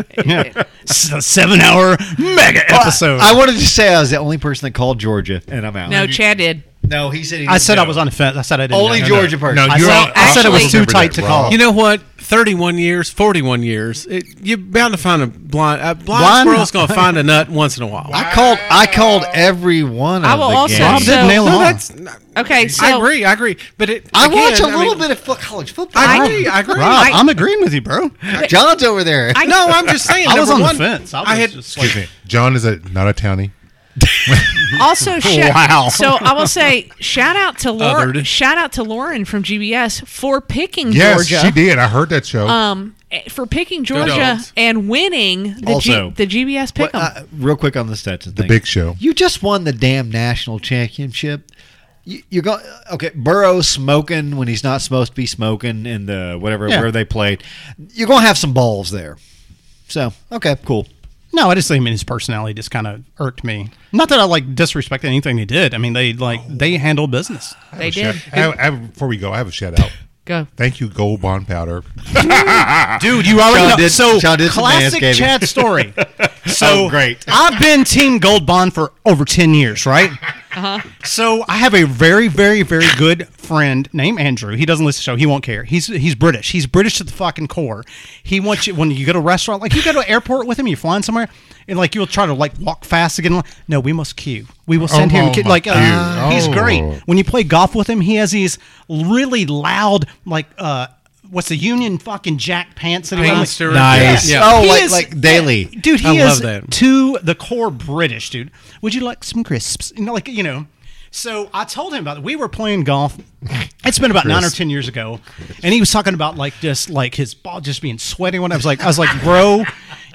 S4: S- a seven hour mega episode.
S2: I wanted to say I was the only person that called Georgia, and I'm out.
S1: no, Chad did.
S2: No, he said. He
S4: I said I was
S2: on.
S4: on the fence. I said I didn't.
S2: Only
S4: know.
S2: Georgia person.
S7: No,
S4: I
S7: you're
S4: said-
S7: all-
S4: I said it was
S1: actually-
S4: too
S7: remember
S4: tight
S7: that
S4: to
S7: wrong.
S4: call.
S5: You know what? Thirty-one years, forty-one years. It, you're bound to find a blind. A blind,
S4: Blind-
S5: squirrel's going to find a nut once in a while.
S2: I called. I called every one of
S1: I will
S2: the
S1: also-
S2: games.
S4: Bob did
S1: So-
S4: nail it
S5: No,
S4: on.
S5: that's.
S1: Okay, so
S5: I agree. I agree. But it,
S2: I
S5: again,
S2: watch a little
S5: mean,
S2: bit of fo- college football.
S5: I agree. I agree.
S4: Rob, I'm agreeing with you, bro.
S2: John's over there.
S5: I- no, I'm just saying.
S4: I was
S5: number
S4: on the
S5: one,
S4: fence. I was
S5: had
S4: just
S7: Excuse me. John is a not a townie.
S1: Also, shout,
S4: Wow.
S1: So I will say, shout out
S2: Oh,
S1: to Lauren.
S5: Othered.
S1: Shout out to Lauren from GBS for picking
S7: Yes,
S1: Georgia.
S7: she did. I heard that show.
S1: Um, eh, for picking Georgia
S5: dogs.
S1: and winning the
S2: Also-
S1: G, the GBS
S2: What-
S1: pick'em.
S2: uh, real quick on the Stetson
S7: the
S2: thing.
S7: big show.
S2: You just won the damn national championship. You, you're going okay. Burrow's smoking when he's not supposed to be smoking in the whatever
S4: Yeah.
S2: where they played. You're gonna have some balls there. So okay, cool.
S4: No, I just think I mean his personality just kind of irked me. Not that I like disrespected anything they did. I mean they like they handle business.
S1: They did.
S7: I have, I have- before we go, I have a shout out.
S1: Go.
S7: Thank you, Gold Bond Powder.
S4: Dude, you already
S2: Sean
S4: know.
S2: Ah. did-
S4: so
S2: Sean did some
S4: classic
S2: manscaping.
S4: Chad story. So
S2: Oh, great.
S4: I've been Team Gold Bond for over ten years, right? So I have a very, very, very good friend named Andrew. He doesn't listen to the show. He won't care. He's he's British. He's British to the fucking core. He wants you when you go to a restaurant, like you go to an airport with him, you're flying somewhere, and like you'll try to like walk fast again. No, we must queue. We will send here
S7: Oh,
S4: and queue.
S7: my
S4: Like
S7: queue.
S4: uh, he's great.
S7: Oh.
S4: When you play golf with him, he has these really loud like uh what's the Union fucking Jack pants that he
S5: Payne
S4: wears?
S5: Stewart.
S2: Nice.
S5: Yeah.
S2: Yeah. Oh,
S4: He
S2: like- like daily.
S4: dude. He
S5: I
S4: is
S5: love that.
S4: to the core British, dude. Would you like some crisps? You know, like you know. So I told him about it. We were playing golf. It's been about nine or ten years ago, and he was talking about like just like his ball just being sweaty. When I was like, I was like, bro,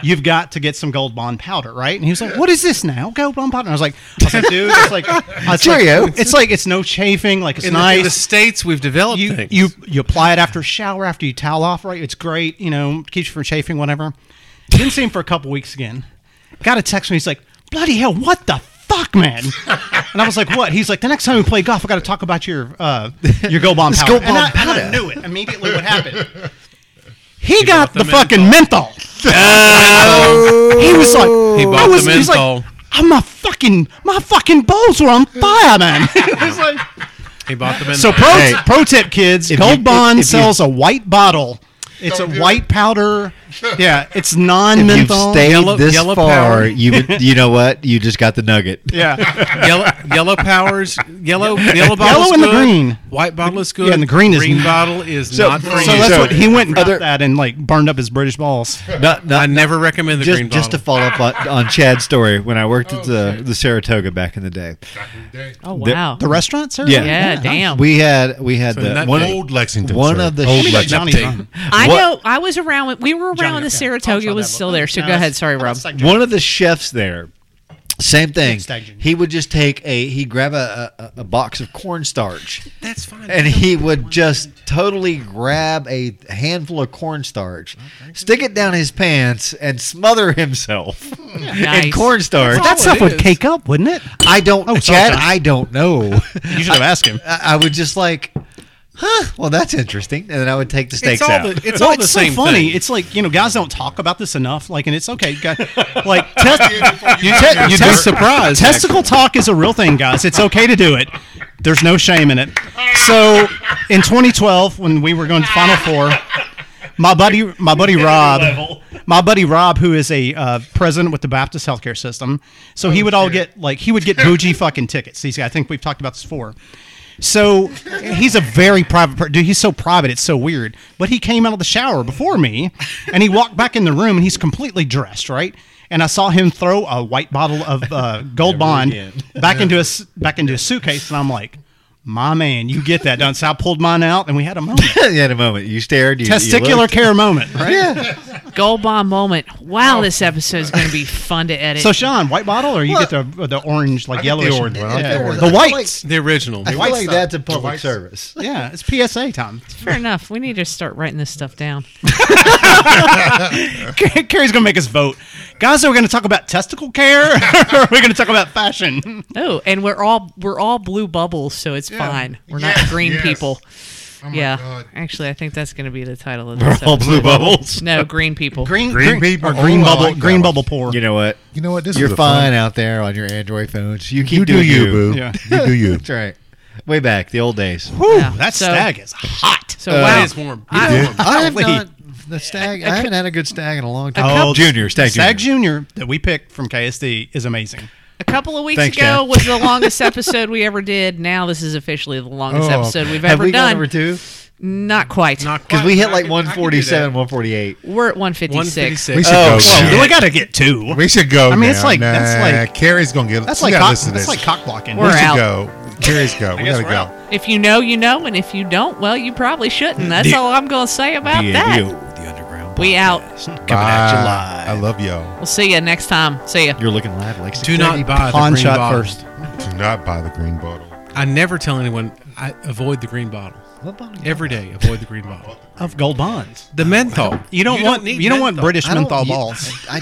S4: you've got to get some Gold Bond powder, right? And he was like, what is this now? Gold Bond powder. And I was like, I was like, dude, it's like, it's
S2: Cheerio.
S4: Like, it's like it's no chafing. Like it's
S5: In, the,
S4: nice
S5: in the states, we've developed
S4: you,
S5: things.
S4: you you apply it after a shower, after you towel off, right? It's great, you know, keeps you from chafing, whatever. Didn't see him for a couple weeks again. Got a text me. He's like, "Bloody hell, what the fuck, man?" And I was like, "What?" He's like, "The next time we play golf, I got to talk about your uh, your go bomb powder."
S2: Go
S4: and, I,
S2: Bomb
S4: and I
S2: powder.
S4: knew it immediately. What happened? He, got the,
S5: bought the Oh.
S4: fucking menthol. he was like,
S5: He
S4: I
S5: bought
S4: was,
S5: the
S4: he's like,
S5: menthol.
S4: "I'm my fucking my fucking balls were on fire, man." It's like.
S5: he bought them in.
S4: So pro, pro tip, kids. Gold
S2: you- if
S4: Bond
S2: you-
S4: sells a white bottle. It's
S7: Don't
S4: a
S7: do
S4: white
S7: it.
S4: powder. Yeah, it's
S2: If
S4: non
S2: you've
S4: menthol.
S2: stayed
S5: yellow-
S2: this
S5: yellow
S2: far,
S5: power.
S2: you you know what? You just got the nugget.
S4: Yeah,
S5: yellow, yellow powers, yellow, yellow bottle.
S4: Yellow
S5: is
S4: and the
S5: good,
S4: green.
S5: White bottle is good.
S4: Yeah, and the green is not-
S5: bottle is not. Green.
S4: so that's
S2: So-
S4: what he went and got
S2: Other-
S4: that and like burned up his British balls.
S2: Not,
S5: I
S2: not,
S5: never recommend the
S2: just
S5: green bottle.
S2: just to follow up on, on Chad's story, when I worked at the, the Saratoga back in the day,
S1: Oh wow.
S4: The restaurant, sir.
S2: Yeah.
S1: yeah, damn.
S2: we had we had the
S5: that
S2: one
S5: day-
S7: Old Lexington.
S2: One
S7: sir.
S2: of the
S7: old
S2: shit-
S7: Lexington.
S4: Johnny's on.
S1: I
S2: What-
S1: know. I was around. When, we were around
S4: Johnny,
S1: when
S4: okay.
S1: the Saratoga
S4: I'll
S1: was
S4: try that
S1: still
S4: one.
S1: there. So go
S4: No, that's-
S1: ahead. Sorry, Rob.
S4: that's like-
S2: one of the chefs there. Same thing.
S4: Stag Junior.
S2: He would just take a he grab a, a, a box of cornstarch,
S5: That's fine.
S2: and he would just totally grab a handful of cornstarch, stick it down his pants, and smother himself in
S1: Nice. Oh,
S2: cornstarch.
S4: That stuff
S5: it
S4: would
S5: is.
S4: cake up, wouldn't it?
S2: I don't,
S4: sorry,
S2: Chad.
S4: John.
S2: I don't know.
S4: You should have asked him.
S2: I, I would just like, huh? Well, that's interesting. And then I would take the
S5: it's
S2: steaks
S5: all
S2: out.
S5: the, it's
S4: Well,
S5: all the
S4: so
S5: same
S4: funny.
S5: thing.
S4: It's like you know, guys don't talk about this enough. Like, and it's okay. Guys, like, test,
S7: you
S4: te-
S5: You'd be
S4: test-
S5: surprised.
S4: Testicle talk is a real thing, guys. It's okay to do it. There's no shame in it. So, in 2012, when we were going to Final Four, my buddy, my buddy Rob, my buddy Rob, who is a uh, president with the Baptist healthcare system, so
S5: Oh,
S4: he would all get like he would get bougie fucking tickets. These I think we've talked about this before. So he's a very private per- dude. He's so private, it's so weird. But he came out of the shower before me, and he walked back in the room, and he's completely dressed, right? And I saw him throw a white bottle of uh, Gold Bond back into a s- back into a suitcase, and I'm like, "My man, you get that done." So I pulled mine out, and we had a moment,
S2: you had a moment. You stared. You, you
S4: testicular
S2: looked.
S4: care moment, right?
S1: Gold bomb moment. Wow, this episode is going to be fun to edit.
S4: So Sean, white bottle, or you get the the orange, like
S7: get the
S4: yellowish
S7: orange one. I
S4: Yeah.
S7: get the orange.
S4: The
S2: I feel like-
S4: whites.
S5: the original.
S2: I feel like
S7: stuff.
S2: that's a
S7: The
S2: public
S7: white
S2: service.
S4: yeah, it's PSA time.
S1: Fair enough. We need to start writing this stuff down.
S4: Carrie's gonna make us vote, guys. Are we gonna talk about testicle care? or are we gonna talk about fashion?
S1: Oh, and we're all we're all blue bubbles, so it's fine. We're not
S7: Yes,
S1: green
S7: yes.
S1: people.
S7: Oh, my
S1: yeah,
S7: God.
S1: actually, I think that's going to be the title of this.
S2: All
S1: episode.
S2: blue bubbles.
S1: No, green people.
S4: Green,
S7: Green people.
S4: or green
S7: Oh, I
S4: bubble,
S7: like that
S4: green
S7: one.
S4: bubble pour.
S2: You know what?
S7: You know what? This
S2: You're
S7: was a
S2: fine
S7: Fun.
S2: out there on your Android phones. You keep
S7: You do
S2: doing
S7: you, boo.
S4: Yeah.
S7: You do you.
S2: That's right. Way back, the old days.
S4: Whew,
S1: Yeah.
S4: That
S1: So-
S4: stag is hot.
S1: So wow,
S5: it is warm.
S1: I-
S5: It's warm.
S2: I have
S4: Golly.
S2: not the stag. I haven't had a good stag in a long time.
S4: Oh,
S2: junior stag.
S4: Stag
S2: junior.
S4: Junior that we picked from KSD is amazing.
S1: a couple of weeks
S2: Thanks,
S1: ago
S2: Chad.
S1: was the longest episode we ever did. Now this is officially the longest
S7: Oh,
S1: episode we've
S2: Have
S1: ever
S2: we gone
S1: done.
S2: over two?
S1: Not quite.
S5: Not
S2: Because
S5: quite,
S2: we
S5: but
S2: hit
S5: I
S2: like
S5: can- I can
S2: 147,
S5: do that.
S2: 148.
S1: We're at 156.
S5: 156.
S7: We should
S2: Oh,
S7: go.
S2: shit.
S7: now.
S4: Well, we gotta get two.
S7: We should go.
S4: I mean, it's
S7: now.
S4: like-
S7: nah,
S4: that's like-
S7: Carrie's gonna get.
S4: That's
S7: we
S4: like
S7: gotta
S4: cock,
S7: listen to
S4: that's
S7: this.
S4: like cock blocking.
S1: We're
S7: we should
S1: out.
S7: go. Carrie's go. We
S4: guess
S7: gotta
S4: we're out.
S7: go.
S1: If you know, you know, and if you don't, well, you probably shouldn't. That's
S2: Yeah.
S1: all I'm going to say about that.
S2: DADO, the underground.
S1: We out.
S2: podcast.
S7: Bye.
S2: Coming out July.
S7: I love y'all.
S1: We'll see you next time. See ya.
S2: You're looking live like
S5: Do not buy
S4: Pawn
S5: the green
S4: shot
S5: bottle.
S4: first.
S7: Do not buy the green bottle.
S5: I never tell anyone. I avoid the green bottle. Every day, avoid the green bottle.
S4: Of gold bonds.
S5: The menthol.
S4: You don't want
S5: need
S4: you don't want
S5: menthol.
S4: British menthol balls.
S2: I,